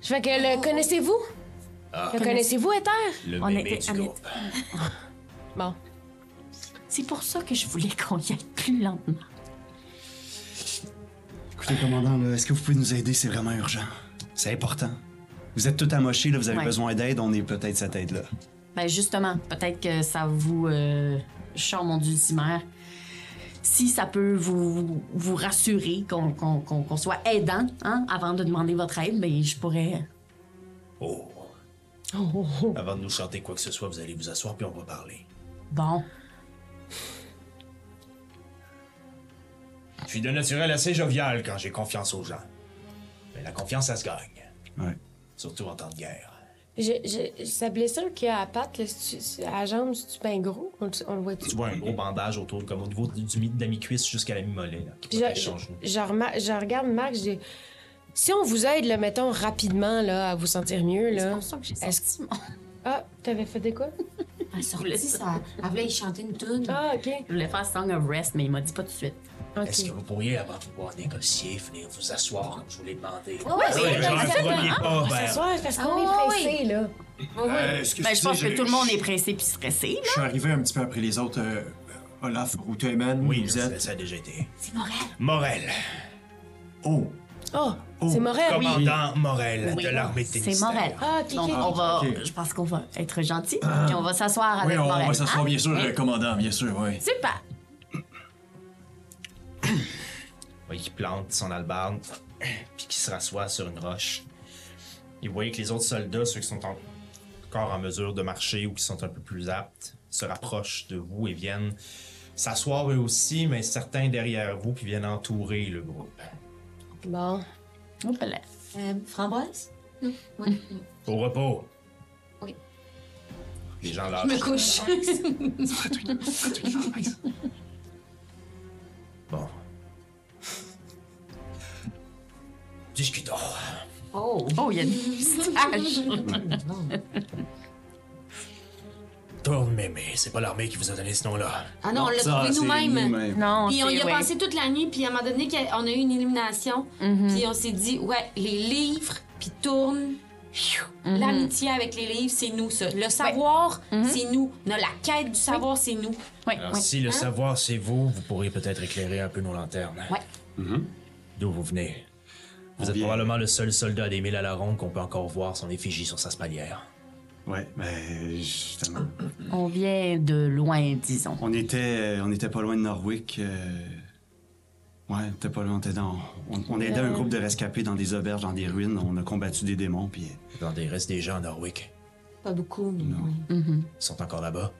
S1: Je fais que le connaissez-vous?
S7: Ah.
S1: Le connaissez-vous, Ether?
S7: Le
S3: On
S7: mémé
S3: était
S7: du
S3: un
S7: groupe.
S1: Bon.
S3: C'est pour ça que je voulais qu'on y aille plus lentement.
S5: Écoutez, commandant, là, est-ce que vous pouvez nous aider? C'est vraiment urgent. C'est important. Vous êtes tout amochés, là, vous avez
S3: Ouais.
S5: besoin d'aide, on est peut-être cette aide-là.
S3: Ben justement, peut-être que ça vous... Euh, je sors mon dulcimer. Si ça peut vous, vous rassurer qu'on qu'on- qu'on- qu'on soit aidant hein, avant de demander votre aide, ben je pourrais...
S7: Oh. Avant de nous chanter quoi que ce soit, vous allez vous asseoir puis on va parler.
S3: Bon.
S7: Je suis de naturel assez jovial quand j'ai confiance aux gens. Mais la confiance, ça se gagne.
S5: Ouais.
S7: Surtout en temps de guerre.
S1: Je, je, sa blessure qu'il y a à la patte, là, c'est-tu- c'est- à la jambe, c'est-tu bien gros? On, le- on le voit-tu?
S2: Tu vois un gros bandage autour, comme au niveau du, du mi- de la mi-cuisse jusqu'à la mi-mollet, là, qui
S1: Puis je,
S2: protège
S1: je,
S2: son genou.
S1: je remar- je regarde Marc, je dis, Si on vous aide, là, mettons, rapidement, là, à vous sentir mieux,
S3: C'est
S1: là...
S3: pour ça que j'ai
S1: Est-ce-
S3: sorti mon-
S1: Ah, t'avais fait des quoi?
S6: Elle sortit, ça. Elle voulait y chanter une tune.
S1: Ah, OK.
S3: Je voulais faire Song of Rest, mais il m'a dit pas tout de suite.
S1: OK.
S7: Est-ce que vous pourriez, avant de pouvoir négocier, venir vous asseoir comme je vous l'ai demandé?
S6: Ouais, Euh,
S7: Ah oui,
S6: ouais,
S7: genre le
S6: ouais,
S7: premier pas ben,
S1: Ce
S7: vers...
S1: soir, c'est parce qu'on
S6: Ah,
S1: est pressé, là.
S4: Euh, excuse-moi,
S3: Ben, je pense
S4: j'ai-
S3: que tout le monde est pressé puis stressé.
S4: Je suis arrivé un petit peu après les autres. euh, Olaf Rutoemen,
S7: Oui,
S4: vous
S7: ça,
S4: êtes.
S7: ça a déjà été.
S6: C'est Morel.
S7: Morel.
S4: Oh!
S1: Oh, c'est Morel, oui.
S7: Commandant Morel
S3: Oui,
S7: de l'armée de
S3: C'est Morel.
S1: Ah, ok,
S3: Donc,
S1: ok.
S3: on va,
S4: Ok. Ah.
S3: je pense qu'on va être gentil et on va s'asseoir
S4: Oui,
S3: avec
S4: on, on
S3: Morel.
S4: va s'asseoir,
S3: Ah,
S4: bien sûr, euh, commandant, bien sûr, oui.
S3: Super.
S2: voyez qu'il plante son albarde, puis qu'il se rassoit sur une roche. Et vous voyez que les autres soldats, ceux qui sont en- encore en mesure de marcher ou qui sont un peu plus aptes, se rapprochent de vous et viennent s'asseoir eux aussi, mais certains derrière vous, puis viennent entourer le groupe.
S1: Bon.
S3: Hop là.
S6: Euh, framboise?
S2: Au repos.
S6: Oui.
S2: Les gens lâchent.
S6: Je me couche.
S2: Bon. Discutons.
S6: oh!
S3: Oh, il y a des moustaches.
S7: Tourne mémé, c'est pas l'armée qui vous a donné ce nom-là.
S6: Ah non, on l'a
S5: Ça,
S6: trouvé
S5: c'est
S6: nous-mêmes.
S5: nous-mêmes.
S3: non,
S6: Puis on y a
S3: c'est- ouais.
S6: pensé toute la nuit, puis à un moment donné, qu'on a eu une illumination.
S3: Mhm.
S6: Puis on s'est dit, ouais, les livres, puis tourne. Pfiou.
S3: Mhm.
S6: L'amitié avec les livres, c'est nous, ça. Le savoir, c'est nous. Non, la quête du savoir, c'est nous.
S3: Ouais,
S7: Alors,
S3: ouais.
S7: si le savoir c'est vous, vous pourrez peut-être éclairer un peu nos lanternes.
S6: Ouais.
S7: D'où vous venez Vous
S5: On
S7: êtes
S5: vient-
S7: probablement le seul soldat des mille à la ronde qu'on peut encore voir son effigie sur sa spalière.
S5: Ouais, mais justement.
S3: On vient de loin, disons.
S5: On était, euh, on était pas loin de Norwick. euh, Ouais, on était pas loin. On, était dans- on, on aidait un groupe de rescapés dans des auberges, dans des ruines. On a combattu des démons, puis
S7: Dans des restes des gens à Norwick.
S6: Pas beaucoup, mais
S5: Non.
S6: ouais.
S7: Ils sont encore là-bas.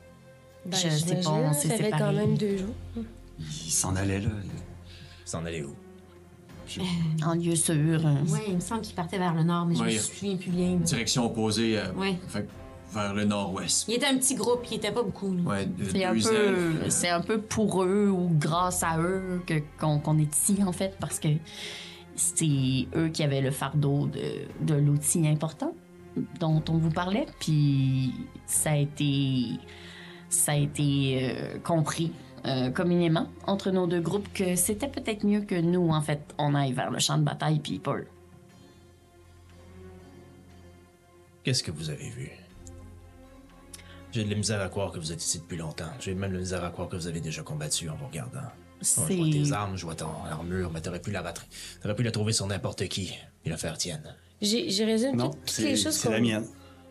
S1: Ben,
S3: Je sais
S1: j'imagine,
S3: pas, on s'est
S1: Ça fait quand
S3: séparés.
S1: même deux jours.
S5: ils s'en allaient là.
S7: Vous en allez où
S3: En lieu sûr. hein.
S6: Ouais, il me semble qu'il partait vers le nord, mais je
S4: Ouais,
S6: me
S4: il-
S6: souviens plus bien.
S4: Direction opposée euh,
S6: Ouais.
S4: fait que vers le nord-ouest.
S6: Il était un petit groupe, il était pas beaucoup. là.
S4: Ouais, de-
S3: C'est un,
S4: deux elfes,
S3: peu,
S4: euh,
S3: c'est un peu pour eux ou grâce à eux que, qu'on, qu'on est ici, en fait, parce que c'est eux qui avaient le fardeau de, de l'outil important dont on vous parlait, puis ça a été, ça a été euh, compris euh, communément entre nos deux groupes que c'était peut-être mieux que nous, en fait, on aille vers le champ de bataille, puis pas eux.
S7: Qu'est-ce que vous avez vu J'ai de la misère à croire que vous êtes ici depuis longtemps. J'ai même de la misère à croire que vous avez déjà combattu en vous regardant. Bon, je vois tes armes, je vois ton armure, mais t'aurais pu la battre. T'aurais pu la trouver sur n'importe qui et la faire tienne.
S1: J'ai, j'ai résumé
S5: Non,
S1: toutes, toutes
S5: c'est
S1: les choses
S5: c'est
S1: qu'on,
S5: la mienne.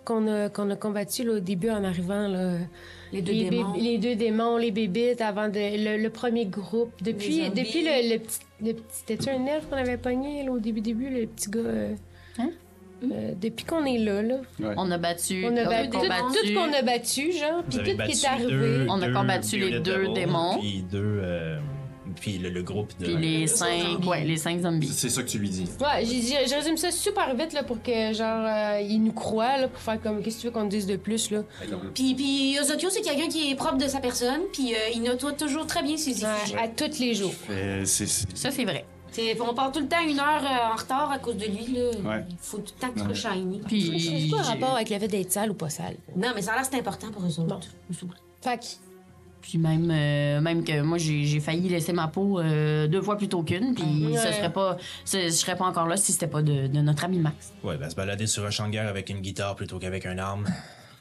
S1: qu'on a, qu'on a combattues là, au début en arrivant. Là.
S6: Les deux
S1: bé-
S6: démons.
S1: les deux démons, les bébites, avant de, le, le premier groupe. Depuis,
S6: Les zombies.
S1: depuis le, le petit. le petit- C'était-tu un elfe qu'on avait pogné là, au début, début, le petit gars? euh,
S3: Hein?
S1: euh, depuis qu'on est là, là,
S3: On a battu,
S1: on a battu tout,
S3: combattu.
S1: tout qu'on a battu, genre, puis
S2: Vous avez
S1: tout qui
S2: battu
S1: est arrivé.
S2: deux-
S3: On a
S2: deux
S3: combattu les
S2: Violet
S3: deux
S2: Devils,
S3: démons.
S2: Puis deux. euh, puis le, le groupe de.
S3: Puis les cinq, ouais, les cinq zombies.
S4: C'est ça que tu lui dis.
S1: Ouais, j'ai- j'ai- je résume ça super vite là, pour que genre euh, ils nous croient là, pour faire comme qu'est-ce que tu veux qu'on te dise de plus là.
S6: Puis, puis Ozokyo, c'est quelqu'un qui est propre de sa personne, puis euh, il nettoie toujours très bien ses effigies.
S1: À tous les jours.
S5: Euh, c'est- c'est-
S3: Ça, c'est vrai.
S6: C'est- On part tout le temps une heure euh, en retard à cause de lui. Là.
S5: Ouais.
S6: Faut tout le temps qu'il
S5: Ouais.
S6: soit shiny.
S3: Puis-
S1: C'est quoi le rapport avec le fait d'être sale ou pas sale?
S6: Non, mais ça a l'air c'est important pour eux
S1: Bon.
S6: autres. Bon.
S1: Fait que,
S3: Puis même, euh, même que moi, j'ai j'ai failli laisser ma peau euh, deux fois plutôt qu'une. Puis
S1: Ah, Ouais.
S3: ça serait pas, ce- je serais pas encore là si c'était pas de, de notre ami Max.
S7: Ouais, ben se balader sur un champ de guerre avec une guitare plutôt qu'avec une arme.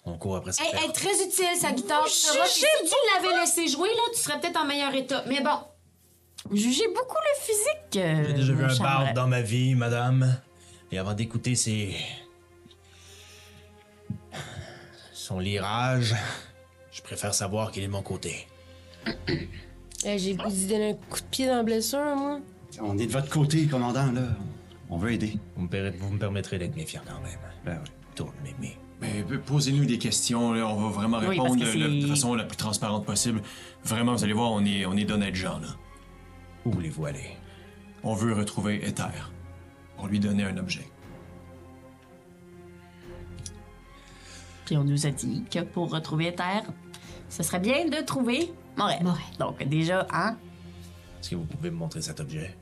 S7: On court après ça.
S6: Hey, hey, très utile sa guitare. Sarah, puis si tu l'avais laissé jouer, là, tu serais peut-être en meilleur état. Mais bon,
S3: Jugez beaucoup le physique. euh,
S7: J'ai déjà vu
S3: mon
S7: un
S3: cher
S7: barde
S3: Brett.
S7: dans ma vie, madame. Et avant d'écouter ses. son lirage, je préfère savoir qu'il est de mon côté.
S1: euh, j'ai le
S3: Ah.
S1: goût d'y donner un coup de pied dans la blessure, moi.
S5: On est de votre côté, commandant, là. On veut aider.
S7: Vous me, per- vous me permettrez d'être méfiant quand même.
S5: Ben oui.
S7: Tourne mémé.
S4: Mais p- posez-nous des questions, là, on va vraiment
S3: Oui,
S4: répondre
S3: parce que
S4: le-
S3: c'est-
S4: de façon la plus transparente possible. Vraiment, vous allez voir, on est, on est d'honnêtes gens, là.
S7: Où voulez-vous aller?
S4: On veut retrouver Ether pour lui donner un objet.
S3: Puis on nous a dit que pour retrouver Terre, ce serait bien de trouver Morel.
S6: Morel.
S3: Donc déjà, hein,
S7: Est-ce que vous pouvez me montrer cet objet?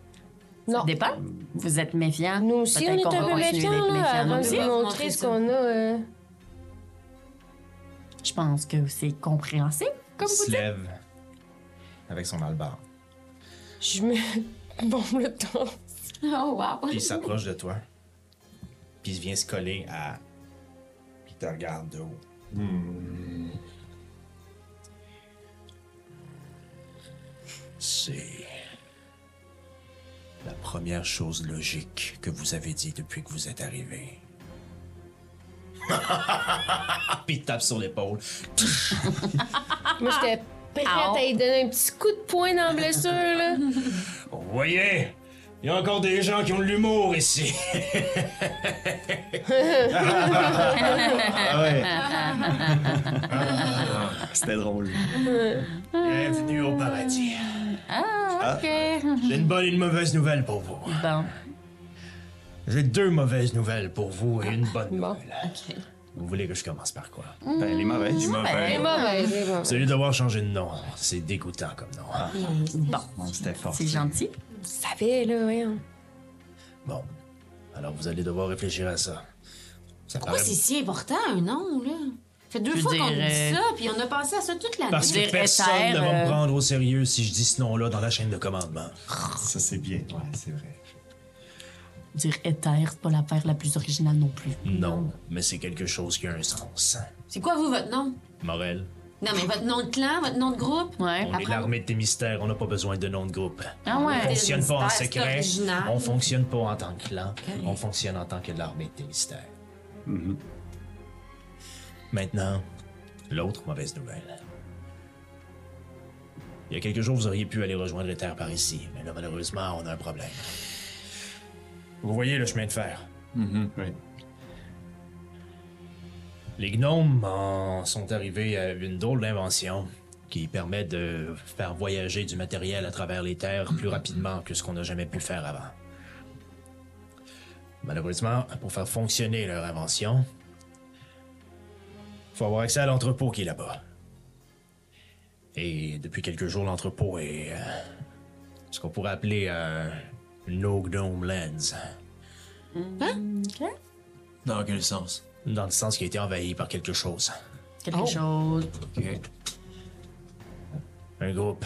S3: ça
S1: Non.
S3: dépend. Vous êtes méfiants.
S1: Nous aussi, on
S3: Peut-être
S1: est
S3: qu'on va
S1: un peu
S3: continuer
S1: méfiants,
S3: d'être
S1: là,
S3: méfiants,
S1: avant
S3: nous
S1: de
S3: aussi.
S1: vous
S6: aussi.
S1: montrer ce qu'on a. euh.
S3: Je pense que c'est compréhensible, comme vous
S7: se
S3: dites.
S7: lève avec son albar.
S1: je me. Bombe le temps.
S6: oh wow.
S7: Puis il s'approche de toi. Puis il vient se coller à. Puis il te regarde de haut. C'est. La première chose logique que vous avez dit depuis que vous êtes arrivé. Puis il tape sur l'épaule.
S1: Moi, j'étais prête
S3: Ah.
S1: à y donner un petit coup de poing dans la blessure, là.
S7: Vous voyez,
S2: Il y a encore des gens qui ont de l'humour ici.
S5: Ah, C'était drôle.
S2: Bienvenue au paradis.
S3: Ah, ok.
S2: J'ai une bonne et une mauvaise nouvelle pour vous.
S7: Ben,
S3: Bon,
S2: J'ai deux mauvaises nouvelles pour vous et une bonne
S1: Bon.
S2: nouvelle.
S3: ok.
S2: Vous voulez que je commence par quoi
S1: Mmh.
S5: Ben, les mauvais. Les
S1: C'est mauvais, c'est mauvais.
S2: Celui de devoir changer de nom. C'est dégoûtant comme nom.
S3: Bon,
S5: C'était fort.
S3: euh, c'est gentil.
S1: Vous savez, là, voyons.
S2: Bon. Alors vous allez devoir réfléchir à ça. Ça
S6: Pourquoi
S2: paraît-
S6: c'est si important, un nom, là? Ça fait deux
S3: Je
S6: fois qu'on
S3: dirais-
S6: dit ça, puis on a pensé à ça toute l'année.
S2: Parce
S3: Dire
S2: que personne
S3: SR,
S2: ne va me
S3: euh,
S2: prendre au sérieux si je dis ce nom-là dans la chaîne de commandement.
S5: Ça, c'est bien. Ouais, c'est vrai.
S3: Dire éther, c'est pas l'affaire la plus originale non plus.
S2: Non, mais c'est quelque chose qui a un sens.
S6: C'est quoi, vous, votre nom?
S2: Morel,
S6: Non, mais votre nom de clan, votre nom de groupe?
S3: Ouais.
S2: on
S6: Après-
S2: est l'armée de tes mystères, on n'a pas besoin de nom de groupe.
S3: Ah
S2: On
S3: ouais.
S2: fonctionne pas en
S6: mystères, c'est
S2: secret,
S6: original.
S2: on fonctionne pas en tant que clan, on fonctionne en tant que l'armée de tes mystères. Maintenant, l'autre mauvaise nouvelle. Il y a quelques jours, vous auriez pu aller rejoindre les terres par ici, mais là, malheureusement, on a un problème. Vous voyez le chemin de fer?
S5: Oui.
S2: Les gnomes en sont arrivés à une drôle d'invention qui permet de faire voyager du matériel à travers les terres plus rapidement que ce qu'on n'a jamais pu faire avant. Malheureusement, pour faire fonctionner leur invention, faut avoir accès à l'entrepôt qui est là-bas. Et depuis quelques jours, l'entrepôt est euh, ce qu'on pourrait appeler euh, No Gnome Lands,
S4: Dans quel sens?
S2: dans le sens qui a été envahi par quelque chose.
S3: Quelque chose.
S4: Ok.
S2: Un groupe.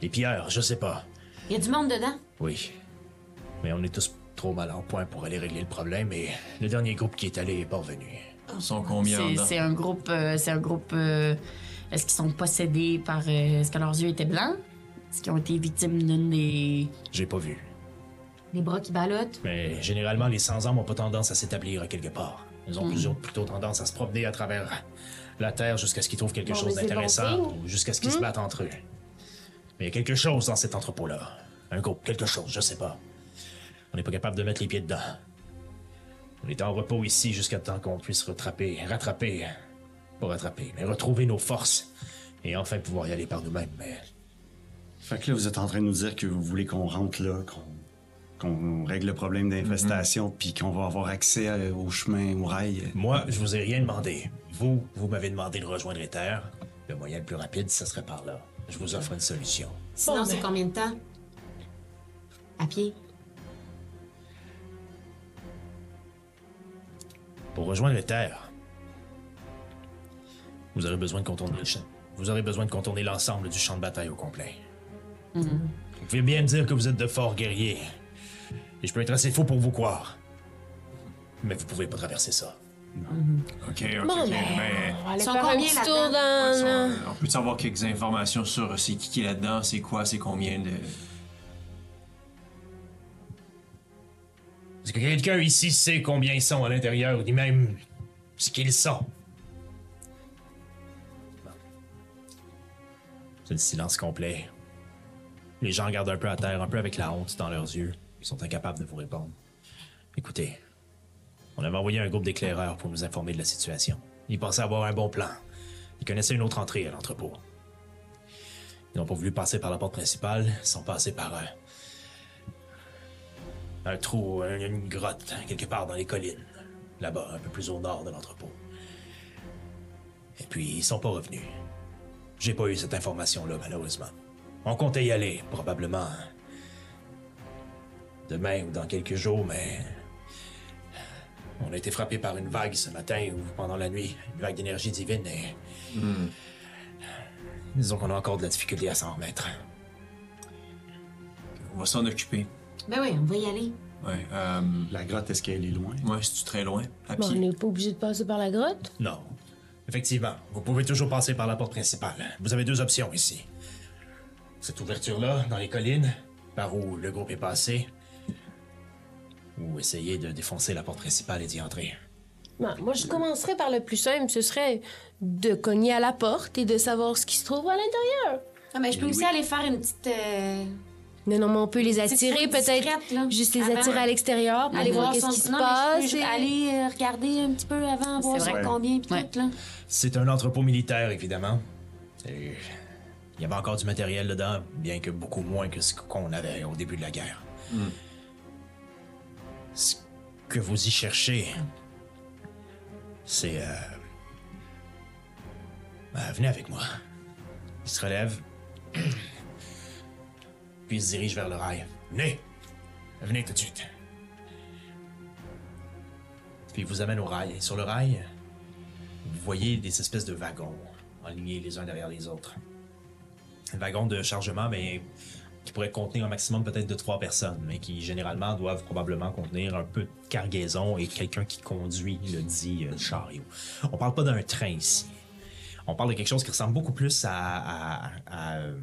S2: Les pilleurs, je sais pas.
S6: Il y a du monde dedans.
S2: Oui. Mais on est tous trop mal en point pour aller régler le problème et le dernier groupe qui est allé est pas revenu.
S4: Ils sont combien en
S3: C'est
S4: dedans?
S3: c'est un groupe. euh, c'est un groupe. euh, Est-ce qu'ils sont possédés par. euh, Est-ce que leurs yeux étaient blancs? Est-ce qu'ils ont été victimes d'une des.
S2: J'ai pas vu.
S6: Les bras qui ballottent.
S2: Mais généralement, les sans-âmes ont pas tendance à s'établir à quelque part. Ils
S1: Hmm.
S2: ont plusieurs- plutôt tendance à se promener à travers la Terre jusqu'à ce qu'ils trouvent quelque
S1: Bon,
S2: chose
S1: mais c'est
S2: d'intéressant
S1: bon signe. Hmm?
S2: ou jusqu'à ce qu'ils se battent entre eux. Mais il y a quelque chose dans cet entrepôt-là. Un groupe, quelque chose, je sais pas. On n'est pas capable de mettre les pieds dedans. On est en repos ici jusqu'à temps qu'on puisse rattraper, rattraper, pas rattraper, mais retrouver nos forces et enfin pouvoir y aller par nous-mêmes. Mais
S5: Fait que là, vous êtes en train de nous dire que vous voulez qu'on rentre là, qu'on qu'on règle le problème d'infestation,
S1: Mmh.
S5: puis qu'on va avoir accès à- au chemin, au rail.
S2: Moi, je vous ai rien demandé. Vous, vous m'avez demandé de rejoindre les terres. Le moyen le plus rapide, ce serait par là. Je vous offre une solution.
S6: Sinon, c'est combien de temps? À pied.
S2: Pour rejoindre les terres, vous aurez besoin de contourner le champ- Vous aurez besoin de contourner l'ensemble du champ de bataille au complet. Vous pouvez bien me dire que vous êtes de forts guerriers. Et je peux être assez fou pour vous croire. Mais vous pouvez pas traverser ça.
S4: Ok, ok.
S1: Bon,
S4: ok.
S1: ben,
S4: Ben,
S1: on va aller
S6: Ils sont
S1: faire un
S6: combien
S1: petit
S6: là-dedans?
S1: tour
S4: ça,
S1: dans...
S4: on peut savoir quelques informations sur euh, c'est qui qui est là-dedans, c'est quoi, c'est combien de.
S2: Est-ce que quelqu'un ici sait combien ils sont à l'intérieur, ni même ce qu'ils sont? C'est le silence complet. Les gens regardent un peu à terre, un peu avec la honte dans leurs yeux. Ils sont incapables de vous répondre. Écoutez, on avait envoyé un groupe d'éclaireurs pour nous informer de la situation. Ils pensaient avoir un bon plan. Ils connaissaient une autre entrée à l'entrepôt. Ils n'ont pas voulu passer par la porte principale, ils sont passés par euh, un trou, un- une grotte, quelque part dans les collines, là-bas, un peu plus au nord de l'entrepôt. Et puis, ils sont pas revenus. J'ai pas eu cette information-là, malheureusement. On comptait y aller, probablement. Demain ou dans quelques jours, mais. On a été frappé par une vague ce matin ou pendant la nuit, une vague d'énergie divine et. Disons qu'on a encore de la difficulté à s'en remettre.
S4: On va s'en occuper.
S6: Ben oui, on va y aller.
S4: Ouais, euh,
S5: La grotte, est-ce qu'elle est loin?
S4: ouais, c'est-tu très loin? À
S1: Bon, on
S4: pied?
S1: n'est pas obligé de passer par la grotte.
S2: Non. Effectivement, vous pouvez toujours passer par la porte principale. Vous avez deux options ici. Cette ouverture-là, dans les collines, par où le groupe est passé, ou essayer de défoncer la porte principale et d'y entrer.
S1: Bon, Bah, moi, je commencerai par le plus simple. Ce serait de cogner à la porte et de savoir ce qui se trouve à l'intérieur.
S6: Ah, ben, je peux aussi aller faire une petite. euh,
S1: Non, non, mais on peut les
S6: C'est
S1: attirer
S6: trop discrète,
S1: peut-être.
S6: là.
S1: Juste les
S6: Avant.
S1: attirer à l'extérieur, pour
S6: Aller
S1: voir
S6: voir
S1: qu'est-ce
S6: son...
S1: qui se
S6: non, mais
S1: passe.
S6: je peux
S1: et-
S6: ju- Aller euh, regarder un petit peu avant, voir
S3: vrai.
S6: sur combien, puis
S3: Ouais.
S6: tout, là.
S2: C'est un entrepôt militaire, évidemment. Et Il y avait encore du matériel dedans, bien que beaucoup moins que ce qu'on avait au début de la guerre. Ce que vous y cherchez, c'est... euh, ben, venez avec moi. Il se relève. Puis il se dirige vers le rail. Venez! Venez tout de suite. Puis il vous amène au rail. Et sur le rail, vous voyez des espèces de wagons alignés les uns derrière les autres. Un wagon de chargement, mais qui pourrait contenir un maximum peut-être de trois personnes, mais qui généralement doivent probablement contenir un peu de cargaison et quelqu'un qui conduit le dit euh, chariot. On parle pas d'un train ici. On parle de quelque chose qui ressemble beaucoup plus à, à- à, euh,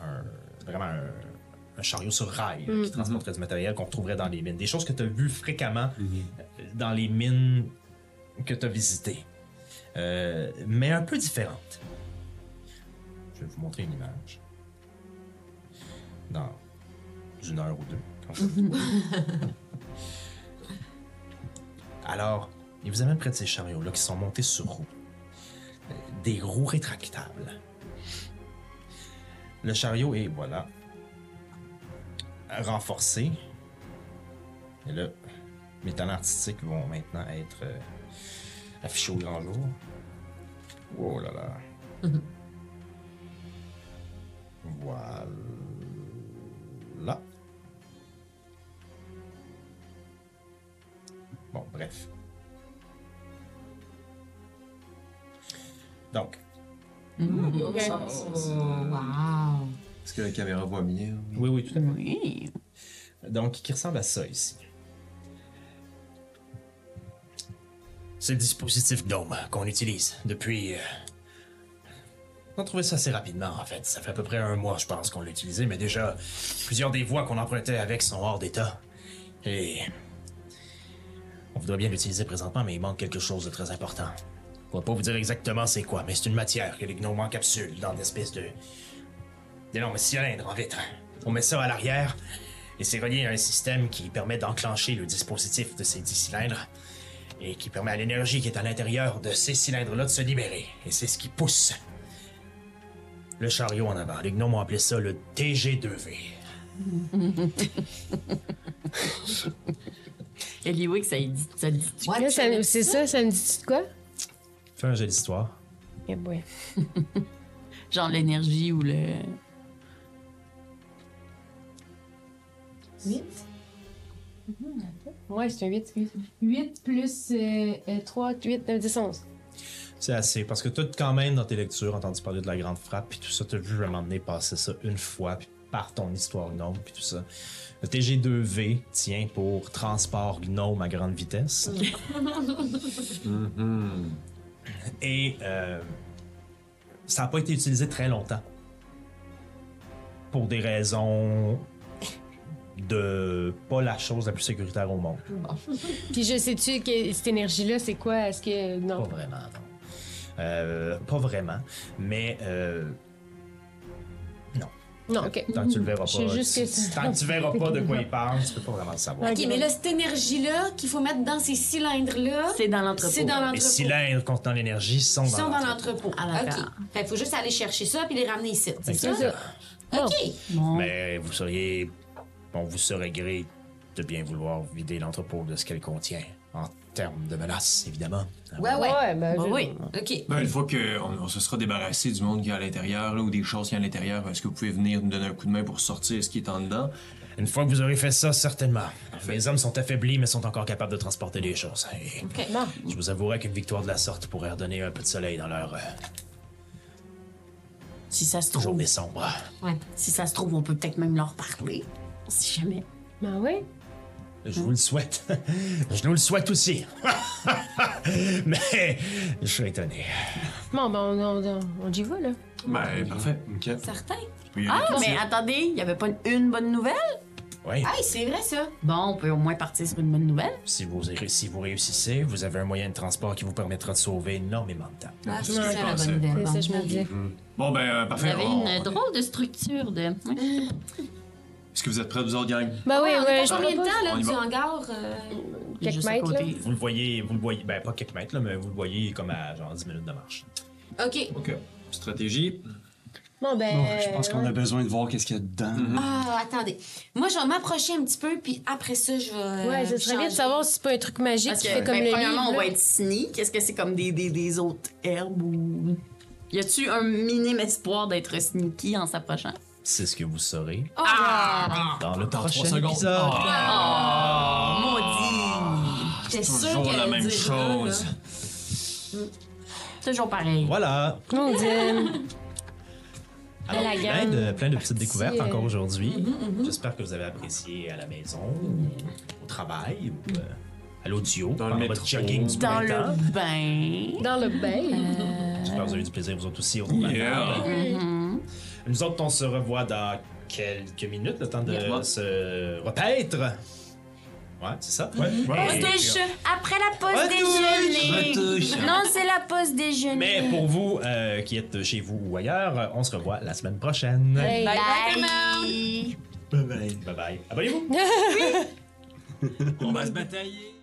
S2: un, vraiment un, un chariot sur rail euh, qui transporterait du matériel qu'on retrouverait dans les mines. Des choses que tu as vues fréquemment euh, dans les mines que tu as visitées. Euh, mais un peu différente. Je vais vous montrer une image. Dans une heure ou deux. quand ça va. Alors, il vous amène près de ces chariots-là qui sont montés sur roues. Euh, Des roues rétractables. Le chariot est, voilà, renforcé. Et là, mes talents artistiques vont maintenant être euh, affichés au grand jour. Oh là là. voilà. Bon, bref. Donc,
S6: wow.
S4: Est-ce que la caméra voit bien?
S2: oui, oui, tout à
S3: Oui.
S2: Donc, qui ressemble à ça ici. C'est le dispositif Dome qu'on utilise depuis. euh, On a trouvé ça assez rapidement, en fait. Ça fait à peu près un mois, je pense, qu'on l'a utilisé, mais déjà, plusieurs des voies qu'on empruntait avec sont hors d'état. Et. On voudrait bien l'utiliser présentement, mais il manque quelque chose de très important. On va pas vous dire exactement c'est quoi, mais c'est une matière que les gnomes encapsulent dans une espèce de. d'énorme cylindre en vitre. On met ça à l'arrière, et c'est relié à un système qui permet d'enclencher le dispositif de ces 10 cylindres et qui permet à l'énergie qui est à l'intérieur de ces cylindres-là de se libérer. Et c'est ce qui pousse le chariot en avant. Les gnomes ont appelé ça le TG2V.
S3: Eliwick, ça y dit. Ça dit.
S6: What?
S1: Là, ça- c'est ça, ça me dit de quoi?
S2: Fais un jeu d'histoire.
S1: Eh
S6: ben.
S1: boy.
S3: Genre l'énergie ou le.
S1: Ouais, c'est un 8. 8 plus
S6: euh,
S1: 3, 8, 9, 10, 11.
S2: C'est assez, parce que t'as quand même dans tes lectures entendu parler de la grande frappe, puis tout ça, t'as vu à un moment donné passer ça une fois, puis par ton histoire gnome, puis tout ça. Le TG2V tient pour transport gnome à grande vitesse. Mm-hmm. Et euh, ça n'a pas été utilisé très longtemps. Pour des raisons de pas la chose la plus sécuritaire au monde.
S1: Puis je sais-tu que cette énergie-là, c'est quoi? Est-ce que.
S2: Pas
S1: Non.
S2: vraiment, non. Euh, pas vraiment, mais euh,
S1: Non, ok.
S2: tant que tu le verras pas,
S1: Je sais juste
S2: tu-
S1: que c'est-
S2: tant que tu verras pas de quoi il parle, tu peux pas vraiment le savoir.
S1: Ouais.
S6: Ok, mais là, cette énergie-là qu'il faut mettre dans ces cylindres-là,
S3: C'est dans l'entrepôt.
S6: c'est dans
S2: Les
S6: l'entrepôt.
S2: cylindres contenant l'énergie sont
S6: Ils sont
S2: dans
S6: dans
S2: l'entrepôt.
S6: l'entrepôt.
S3: À la
S6: OK.
S3: gare.
S6: Fait qu'il faut juste aller chercher ça puis les ramener ici. c'est ça?
S2: Exactement.
S1: Bon.
S6: OK.
S3: Bon.
S2: Mais vous seriez, on vous serait gré de bien vouloir vider l'entrepôt de ce qu'elle contient, en termes de menaces, évidemment.
S6: Ouais, Ah, ouais.
S1: ben,
S3: Bah
S1: je-
S3: oui.
S6: OK.
S4: Ben, une fois qu'on on se sera débarrassé du monde qui est à l'intérieur là, ou des choses qui est à l'intérieur, est-ce que vous pouvez venir nous donner un coup de main pour sortir ce qui est en dedans?
S2: Une fois que vous aurez fait ça, certainement. Les hommes sont affaiblis, mais sont encore capables de transporter des choses. Et
S6: OK.
S2: Je vous avouerai qu'une victoire de la sorte pourrait redonner un peu de soleil dans leur euh,
S3: Si ça se trouve.
S2: journée sombre.
S6: Ouais.
S3: Si ça se trouve, on peut peut-être même leur parler. Si jamais.
S6: Bah
S1: Ben oui.
S2: Je vous le souhaite. Je nous le souhaite aussi. Mais je suis étonné.
S1: Bon, ben, on, on, on- on y va, là.
S4: Ben, parfait. OK.
S6: Certain.
S3: Ah, mais attendez, il n'y avait pas une bonne nouvelle?
S2: Oui.
S6: Hey, c'est vrai, ça.
S3: Bon, on peut au moins partir sur une bonne nouvelle.
S2: Si vous, si vous réussissez, vous avez un moyen de transport qui vous permettra de sauver énormément de temps.
S6: Ah, ben,
S4: c'est ce
S6: c'est
S4: que
S6: ça
S4: je
S6: la
S4: pensais.
S6: bonne nouvelle.
S1: C'est
S6: Bon.
S1: ça, je me disais.
S3: Oh.
S4: Bon, ben, euh, parfait.
S3: Vous avez
S4: on-
S3: une drôle de structure de.
S11: Est-ce que vous êtes prêts, vous autres, gang?
S1: Bah oui,
S6: on est
S1: ouais,
S6: à
S1: je
S6: combien de
S1: propose-
S6: temps, là,
S11: On y
S6: du
S11: va.
S6: hangar? euh,
S1: Quelques
S3: Juste à
S1: mètres, là.
S3: côté.
S2: Vous le voyez, vous le voyez, ben pas quelques mètres, là, mais vous le voyez comme à genre 10 minutes de marche.
S6: OK.
S11: OK. Stratégie.
S1: Bon, ben.
S5: Bon, je pense qu'on a
S1: ouais.
S5: besoin de voir qu'est-ce qu'il y a dedans.
S6: Ah, attendez. Moi, je vais m'approcher un petit peu, puis après ça, je vais.
S1: euh,
S6: euh,
S1: Ouais, ce serait bien de savoir si c'est pas un truc magique
S3: Parce
S1: qui
S3: que,
S1: fait comme
S3: ben,
S1: le
S3: premièrement,
S1: livre,
S3: on va
S1: là.
S3: être sneak. Est-ce que c'est comme des, des, des autres herbes ou. Y a-tu un minime espoir d'être sneaky en s'approchant?
S2: C'est ce que vous saurez
S3: Ah!
S2: dans le
S11: Dans
S2: prochain
S11: trois secondes.
S2: épisode.
S4: Ah,
S3: Maudit!
S6: C'est
S11: toujours la même chose.
S3: Toujours pareil.
S2: Voilà.
S1: Mon Dieu.
S2: Alors,
S1: la
S2: plein,
S1: gamme.
S2: de, plein de petites découvertes
S1: euh,
S2: encore aujourd'hui. J'espère que vous avez apprécié à la maison, au travail, ou, euh, à l'audio,
S11: Dans le
S2: pendant
S11: métro.
S2: votre jogging du
S3: Dans
S2: printemps.
S3: le bain.
S1: Dans le bain.
S2: J'espère que vous avez du plaisir, vous autres aussi, autour de la
S11: Yeah.
S2: table.
S3: Mhm.
S2: Nous autres, on se revoit dans quelques minutes, le temps de
S11: Yeah.
S2: se repaître. Ouais, c'est ça? Ouais.
S3: Après la pause
S11: Retouche.
S3: Non, c'est la pause déjeuner.
S2: Mais pour vous euh, qui êtes chez vous ou ailleurs, euh, on se revoit la semaine prochaine.
S1: Hey.
S3: Ben, Bye.
S2: Bye bye. Abonnez-vous!
S11: On va se batailler.